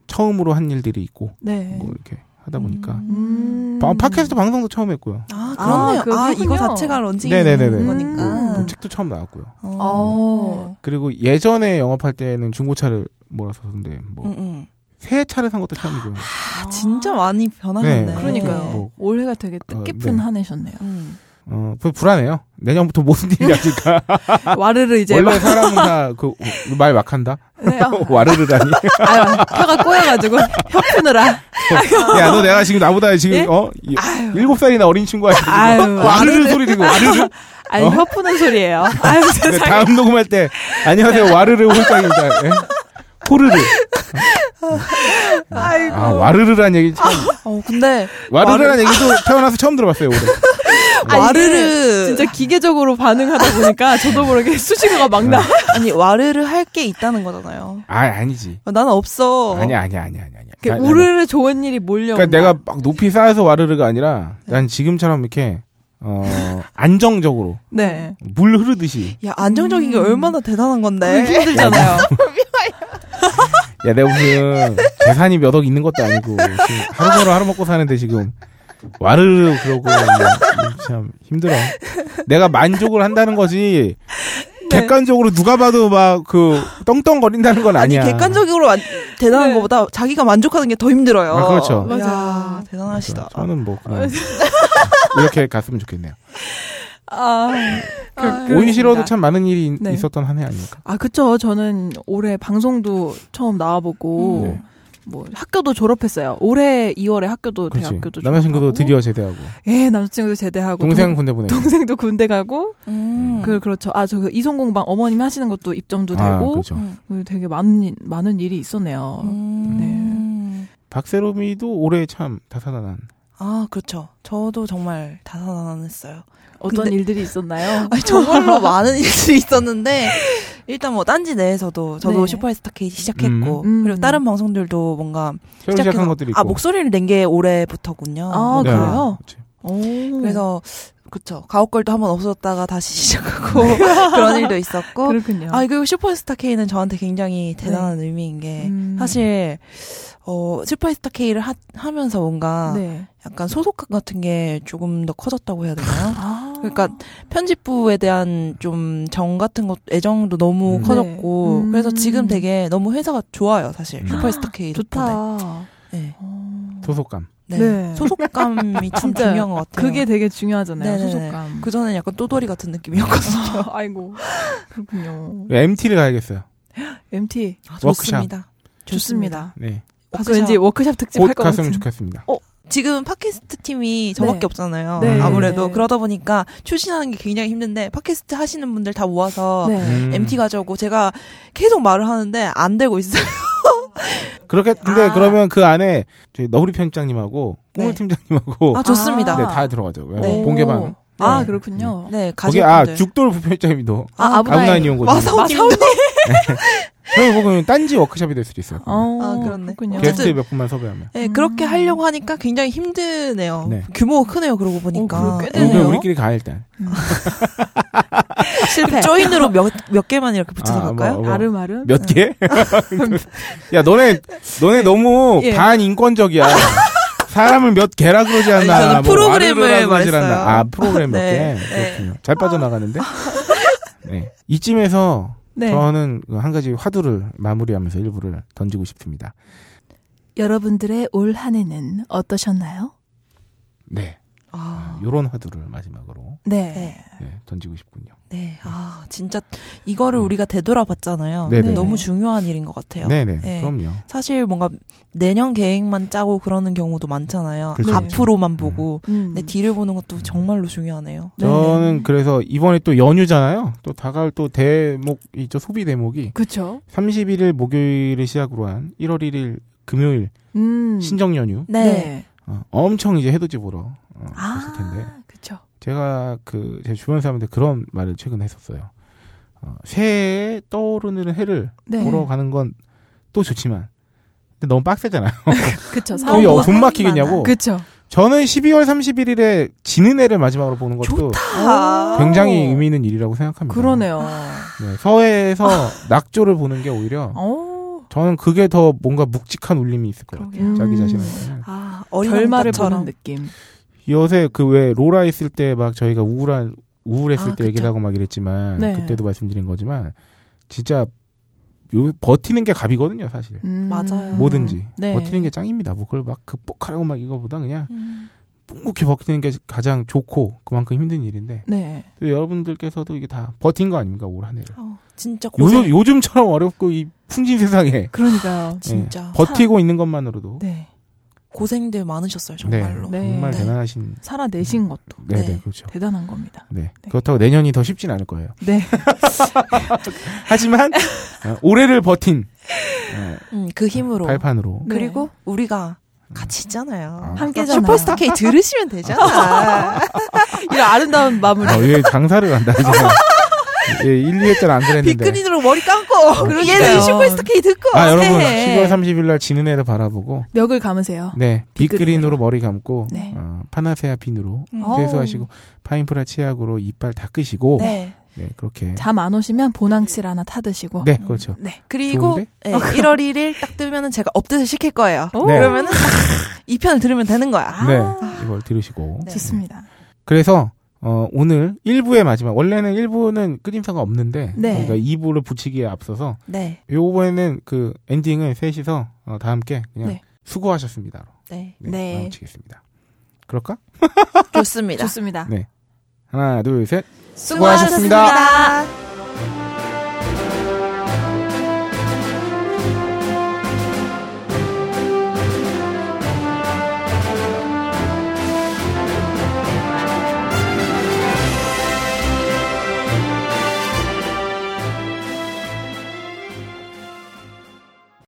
Speaker 5: 처음으로 한 일들이 있고
Speaker 6: 네.
Speaker 5: 뭐 이렇게 하다 보니까
Speaker 6: 음.
Speaker 5: 바- 팟캐스트 방송도 처음 했고요.
Speaker 7: 아
Speaker 6: 아,
Speaker 7: 그렇네요. 아,
Speaker 6: 그렇군요.
Speaker 7: 이거 자체가 런칭인
Speaker 5: 네네네네.
Speaker 7: 거니까.
Speaker 6: 음.
Speaker 5: 뭐 책도 처음 나왔고요.
Speaker 6: 어.
Speaker 5: 그리고 예전에 영업할 때는 중고차를 몰았었는데 뭐
Speaker 7: 음, 음.
Speaker 5: 새 차를 산 것도 처음이고요.
Speaker 7: 아, 진짜 많이 변하셨네.
Speaker 5: 네.
Speaker 6: 그러니까요.
Speaker 5: 뭐.
Speaker 6: 올해가 되게 뜻깊은
Speaker 5: 어, 네.
Speaker 6: 한 해셨네요. 아,
Speaker 7: 음.
Speaker 5: 어, 그 불안해요. 내년부터 무슨 일이 아닐까.
Speaker 6: 와르르 이제
Speaker 5: 원래 사람은 다그말 막한다.
Speaker 6: 막- 네, 어.
Speaker 5: 와르르다니.
Speaker 6: 아유, 혀가 꼬여가지고 혀 푸느라.
Speaker 5: 야, 너 내가 지금 나보다 지금
Speaker 6: 예?
Speaker 5: 어 이- 일곱 살이나 어린 친구야. 지금.
Speaker 6: 아유. 그
Speaker 5: 와르르 소리리고 와르르.
Speaker 6: 아니
Speaker 5: 어?
Speaker 6: 혀 푸는 소리예요. 아유
Speaker 5: 근데
Speaker 6: 세상에.
Speaker 5: 다음 녹음할 때
Speaker 6: 네.
Speaker 5: 안녕하세요 와르르 홀짝입니다. 예? 호르르.
Speaker 7: 아이고.
Speaker 6: 어.
Speaker 5: 아 와르르란 얘기 참.
Speaker 7: 어, 근데
Speaker 5: 와르르란 얘기도 태어나서 처음 들어봤어요 올해.
Speaker 6: 아니,
Speaker 7: 와르르
Speaker 6: 진짜 기계적으로 반응하다 보니까 저도 모르게 수식어가 막 나.
Speaker 5: 네.
Speaker 7: 아니 와르르 할 게 있다는 거잖아요.
Speaker 5: 아 아니지.
Speaker 7: 어, 난 없어.
Speaker 5: 아니야 아니야 아니야 아니야. 아니야.
Speaker 6: 이렇게
Speaker 5: 나- 나는-
Speaker 6: 우르르 좋은 일이 몰려.
Speaker 5: 그러니까 내가 막 높이 쌓여서 와르르가 아니라 난 지금처럼 이렇게 어 안정적으로
Speaker 6: 네.
Speaker 5: 물 흐르듯이
Speaker 7: 야 안정적인 게 얼마나 대단한 건데.
Speaker 6: 음. 그게 힘들잖아요.
Speaker 5: 야 내가 무슨 재산이 몇 억 있는 것도 아니고 지금 하루 벌어 하루 먹고 사는데 지금 와르르 그러고 뭐, 참 힘들어 내가 만족을 한다는 거지
Speaker 6: 네.
Speaker 5: 객관적으로 누가 봐도 막 그 떵떵거린다는 건
Speaker 7: 아니
Speaker 5: 아니야
Speaker 7: 객관적으로 안- 대단한
Speaker 6: 네.
Speaker 7: 것보다 자기가 만족하는 게 더 힘들어요.
Speaker 5: 아, 그렇죠.
Speaker 7: 야,
Speaker 6: 맞아.
Speaker 7: 대단하시다.
Speaker 5: 저는 뭐 그냥 이렇게 갔으면 좋겠네요
Speaker 6: 아, 그-
Speaker 5: 오이
Speaker 6: 그렇습니다.
Speaker 5: 싫어도 참 많은 일이
Speaker 6: 네.
Speaker 5: 있었던 한 해 아닙니까
Speaker 6: 아 그쵸. 저는 올해 방송도 처음 나와보고
Speaker 5: 네.
Speaker 6: 뭐 학교도 졸업했어요. 올해 2월에 학교도
Speaker 5: 그렇지
Speaker 6: 대학교도
Speaker 5: 남자친구도
Speaker 6: 졸업하고.
Speaker 5: 드디어 제대하고
Speaker 6: 예 남자친구도 제대하고
Speaker 5: 동생 군대 보내고
Speaker 6: 동, 생도 군대 가고
Speaker 7: 음.
Speaker 6: 그 그렇죠. 아 저 그 이성공방 어머님이 하시는 것도 입점도
Speaker 5: 아,
Speaker 6: 되고
Speaker 5: 그렇죠. 어,
Speaker 7: 음.
Speaker 6: 그 되게 많은 일- 많은 일이 있었네요.
Speaker 7: 음.
Speaker 5: 박세롬이도 올해 참 다사다난.
Speaker 7: 아 그렇죠. 저도 정말 다사다난했어요.
Speaker 6: 어떤
Speaker 7: 근데-
Speaker 6: 일들이 있었나요?
Speaker 7: 아니, 정말로 많은 일들이 있었는데 일단 뭐 딴지 내에서도 저도
Speaker 6: 네.
Speaker 7: 슈퍼스타 K 시작했고
Speaker 6: 음.
Speaker 7: 그리고 다른 방송들도 뭔가
Speaker 5: 새로 시작한 것들이 있고. 네,
Speaker 7: 아 목소리를 낸 게 올해부터군요.
Speaker 6: 아, 그래요?
Speaker 5: 그렇지.
Speaker 6: 오.
Speaker 7: 그래서
Speaker 6: 음.
Speaker 7: 그쵸 가옥걸도 한번 없어졌다가 다시 시작하고 그런 일도 있었고
Speaker 6: 네. 그렇군요. 네.
Speaker 7: 아 그리고 슈퍼스타 K는 저한테 굉장히 대단한 의미인 게
Speaker 6: 음.
Speaker 7: 사실 어 슈퍼스타 K를 하, 하면서 뭔가
Speaker 6: 네.
Speaker 7: 약간 소속감 같은 게 조금 더 커졌다고 해야 되나요?
Speaker 6: 아.
Speaker 7: 그러니까 편집부에 대한 좀 정 같은 것 애정도 너무
Speaker 5: 음.
Speaker 7: 커졌고
Speaker 6: 네. 음.
Speaker 7: 그래서 지금 되게 너무 회사가 좋아요 사실 슈퍼스타 K 덕분에.
Speaker 6: 좋다.
Speaker 7: 네.
Speaker 6: 어.
Speaker 5: 소속감.
Speaker 7: 네.
Speaker 6: 네.
Speaker 7: 소속감이 참
Speaker 6: 진짜요.
Speaker 7: 중요한 것 같아요.
Speaker 6: 그게 되게 중요하잖아요.
Speaker 7: 네네네.
Speaker 6: 소속감.
Speaker 7: 그 전에 약간 또돌이 같은 느낌이었거든요.
Speaker 6: 아이고. 그렇군요.
Speaker 7: 네.
Speaker 5: MT를 네, 가야겠어요.
Speaker 6: MT
Speaker 5: 워크샵.
Speaker 7: 좋습니다.
Speaker 6: 아,
Speaker 7: 어,
Speaker 6: 좋습니다.
Speaker 5: 네.
Speaker 6: 가서 왠지 워크샵 특집
Speaker 5: 곧
Speaker 6: 할 것
Speaker 5: 갔으면
Speaker 6: 같은.
Speaker 5: 좋겠습니다.
Speaker 7: 지금 팟캐스트 팀이 저밖에
Speaker 6: 네.
Speaker 7: 없잖아요.
Speaker 6: 네.
Speaker 7: 아무래도
Speaker 6: 네.
Speaker 7: 그러다 보니까 출신하는 게 굉장히 힘든데 팟캐스트 하시는 분들 다 모아서
Speaker 6: 네.
Speaker 5: 음.
Speaker 7: MT 가져오고 제가 계속 말을 하는데 안 되고 있어요.
Speaker 5: 그렇게 근데
Speaker 7: 아.
Speaker 5: 그러면 그 안에 저희 너구리 편집장님하고
Speaker 7: 네.
Speaker 5: 꽁물 팀장님하고
Speaker 7: 아 좋습니다.
Speaker 5: 네, 다 들어가죠.
Speaker 7: 네.
Speaker 5: 본개방.
Speaker 6: 아,
Speaker 7: 네.
Speaker 6: 그렇군요.
Speaker 7: 네,
Speaker 5: 거기
Speaker 7: 가실
Speaker 5: 아
Speaker 7: 분들.
Speaker 5: 죽돌 부편집장님도
Speaker 6: 아, 아브나이.
Speaker 5: 아브나인 이용고.
Speaker 7: 마사오
Speaker 6: 마사오님.
Speaker 5: 저희 보면 딴지 워크숍이 될 수도 있어요.
Speaker 6: 어,
Speaker 7: 아, 그렇네.
Speaker 6: 그렇군요.
Speaker 7: 어쨌든
Speaker 5: 게스트 몇 분만 섭외하면.
Speaker 7: 네,
Speaker 6: 음.
Speaker 7: 그렇게 하려고 하니까 굉장히 힘드네요.
Speaker 5: 네.
Speaker 7: 규모가 크네요, 그러고 보니까.
Speaker 6: 어, 그거 꽤
Speaker 5: 우리
Speaker 6: 되네요.
Speaker 5: 우리끼리 가 일단.
Speaker 6: 실패.
Speaker 7: 네. 조인으로 몇, 몇 개만 이렇게 붙여서
Speaker 5: 아,
Speaker 7: 갈까요?
Speaker 5: 뭐, 뭐.
Speaker 6: 아름아름.
Speaker 5: 몇 개? 야, 너네, 너네 너무
Speaker 6: 예.
Speaker 5: 반인권적이야. 사람을 몇 개라 그러지 않나.
Speaker 7: 아니, 저는 프로그램을
Speaker 5: 와르르라 그러지
Speaker 7: 말했어요.
Speaker 5: 않나. 아, 프로그램 몇
Speaker 7: 네,
Speaker 5: 개?
Speaker 7: 네.
Speaker 5: 그렇군요. 잘 빠져나가는데? 네. 이쯤에서
Speaker 6: 네.
Speaker 5: 저는 한 가지 화두를 마무리하면서 일부를 던지고 싶습니다.
Speaker 6: 여러분들의 올 한해는 어떠셨나요?
Speaker 5: 네.
Speaker 7: 아,
Speaker 5: 요런 화두를 마지막으로
Speaker 6: 네.
Speaker 7: 네.
Speaker 5: 네, 던지고 싶군요.
Speaker 7: 네. 아, 진짜 이거를 우리가 되돌아봤잖아요.
Speaker 5: 음. 네네.
Speaker 7: 너무 중요한 일인 것 같아요.
Speaker 5: 네네.
Speaker 7: 네.
Speaker 5: 그럼요.
Speaker 7: 사실 뭔가 내년 계획만 짜고 그러는 경우도 많잖아요.
Speaker 5: 그렇죠.
Speaker 7: 앞으로만 보고.
Speaker 6: 음.
Speaker 7: 근데 뒤를 보는 것도 정말로 중요하네요.
Speaker 5: 저는 그래서 이번에 또 연휴잖아요. 또 다가올 또 대목, 이저 소비 대목이
Speaker 6: 그쵸.
Speaker 5: 31일 목요일을 시작으로 한 1월 1일 금요일
Speaker 6: 음.
Speaker 5: 신정 연휴
Speaker 6: 네.
Speaker 5: 어, 엄청 이제 해돋이 보러 어, 갔을 텐데
Speaker 6: 아, 그쵸.
Speaker 5: 제가 그 제 주변 사람한테 그런 말을 최근에 했었어요. 어, 새해에 떠오르는 해를
Speaker 6: 네.
Speaker 5: 보러 가는 건 또 좋지만 근데 너무 빡세잖아요.
Speaker 6: 그쵸.
Speaker 5: 거의
Speaker 6: 사람도
Speaker 5: 돈
Speaker 6: 많아.
Speaker 5: 막히겠냐고.
Speaker 6: 그쵸.
Speaker 5: 저는 12월 31일에 지는 해를 마지막으로 보는 것도
Speaker 7: 아.
Speaker 5: 굉장히 의미 있는 일이라고 생각합니다.
Speaker 6: 그러네요.
Speaker 5: 네, 서해에서 낙조를 보는 게 오히려
Speaker 6: 어.
Speaker 5: 저는 그게 더 뭔가 묵직한 울림이 있을 것 같아요.
Speaker 6: 그러게요.
Speaker 5: 자기
Speaker 6: 음.
Speaker 5: 자신한테.
Speaker 7: 아,
Speaker 6: 결말을
Speaker 7: 처럼
Speaker 6: 보는 느낌.
Speaker 5: 요새 그 왜 로라 있을 때 막 저희가 우울한 우울했을
Speaker 6: 아,
Speaker 5: 때 얘기를
Speaker 6: 그쵸.
Speaker 5: 하고 막 이랬지만
Speaker 6: 네.
Speaker 5: 그때도 말씀드린 거지만 진짜 요 버티는 게 갑이거든요, 사실.
Speaker 6: 음.
Speaker 7: 맞아요.
Speaker 5: 뭐든지
Speaker 6: 네.
Speaker 5: 버티는 게 짱입니다. 뭐 그걸 막 극복하라고 막 이거보다 그냥
Speaker 7: 음.
Speaker 5: 묵묵히 버티는 게 가장 좋고 그만큼 힘든 일인데
Speaker 6: 네.
Speaker 5: 또 여러분들께서도 이게 다 버틴 거 아닙니까 올 한해를.
Speaker 7: 어, 진짜 고생.
Speaker 5: 요, 예. 요즘처럼 어렵고 이 풍진 세상에
Speaker 6: 그러니까요.
Speaker 7: 진짜
Speaker 5: 예, 버티고 있는 것만으로도
Speaker 6: 네.
Speaker 7: 고생들 많으셨어요 정말로.
Speaker 6: 네.
Speaker 5: 정말
Speaker 7: 네.
Speaker 5: 대단하신
Speaker 6: 살아내신 것도
Speaker 5: 네, 네,
Speaker 7: 네.
Speaker 5: 그렇죠.
Speaker 6: 대단한 겁니다.
Speaker 5: 네.
Speaker 6: 네.
Speaker 5: 그렇다고 내년이 더 쉽진 않을 거예요.
Speaker 6: 네.
Speaker 5: 하지만 어, 올해를 버틴 어,
Speaker 7: 음, 그 힘으로.
Speaker 5: 발판으로 음.
Speaker 6: 네.
Speaker 7: 그리고 우리가 같이 있잖아요.
Speaker 5: 아.
Speaker 6: 함께잖아요.
Speaker 7: 슈퍼스타 K 들으시면 되잖아.
Speaker 6: 이런 아름다운 마음을
Speaker 5: 어, 얘 장사를 간다. 이제. 예, 1, 2회짜리 안
Speaker 7: 네.
Speaker 5: 그랬는데.
Speaker 7: 빅그린으로 머리 감고. 그리고 어, 얘는
Speaker 6: 그러니까요.
Speaker 7: 슈퍼스타 K 듣고.
Speaker 5: 네. 아 여러분
Speaker 6: 새해.
Speaker 5: 10월 30일 날 지는 애를 바라보고
Speaker 6: 멱을 감으세요.
Speaker 5: 네 빅그린으로
Speaker 6: 빅그린으로.
Speaker 5: 머리 감고
Speaker 6: 네.
Speaker 5: 어, 파나세아 핀으로
Speaker 6: 어우.
Speaker 5: 세수하시고 파인프라 치약으로 이빨 닦으시고 네,
Speaker 7: 네.
Speaker 5: 그렇게
Speaker 6: 잠 안 오시면 보낭칠 하나 타드시고.
Speaker 5: 네 그렇죠.
Speaker 6: 네.
Speaker 7: 그리고
Speaker 5: 좋은데?
Speaker 7: 예, 1월 1일 딱 뜨면은 제가 업데이트 시킬 거예요.
Speaker 6: 오,
Speaker 5: 네.
Speaker 7: 그러면은 이 편을 들으면 되는 거야. 아,
Speaker 5: 네 이걸 들으시고
Speaker 7: 네.
Speaker 6: 좋습니다.
Speaker 5: 그래서 어, 오늘 1부의 마지막 원래는 1부는 끊임사가 없는데
Speaker 6: 네.
Speaker 5: 저희가 2부를 붙이기에 앞서서
Speaker 7: 네.
Speaker 5: 요번에는 그 엔딩을 셋이서 어, 다 함께 그냥
Speaker 6: 네.
Speaker 5: 수고하셨습니다로
Speaker 7: 네.
Speaker 6: 네.
Speaker 5: 마치겠습니다. 그럴까?
Speaker 7: 좋습니다.
Speaker 6: 좋습니다.
Speaker 5: 하나 둘 셋.
Speaker 6: 수고하셨습니다.
Speaker 7: 수고하셨습니다.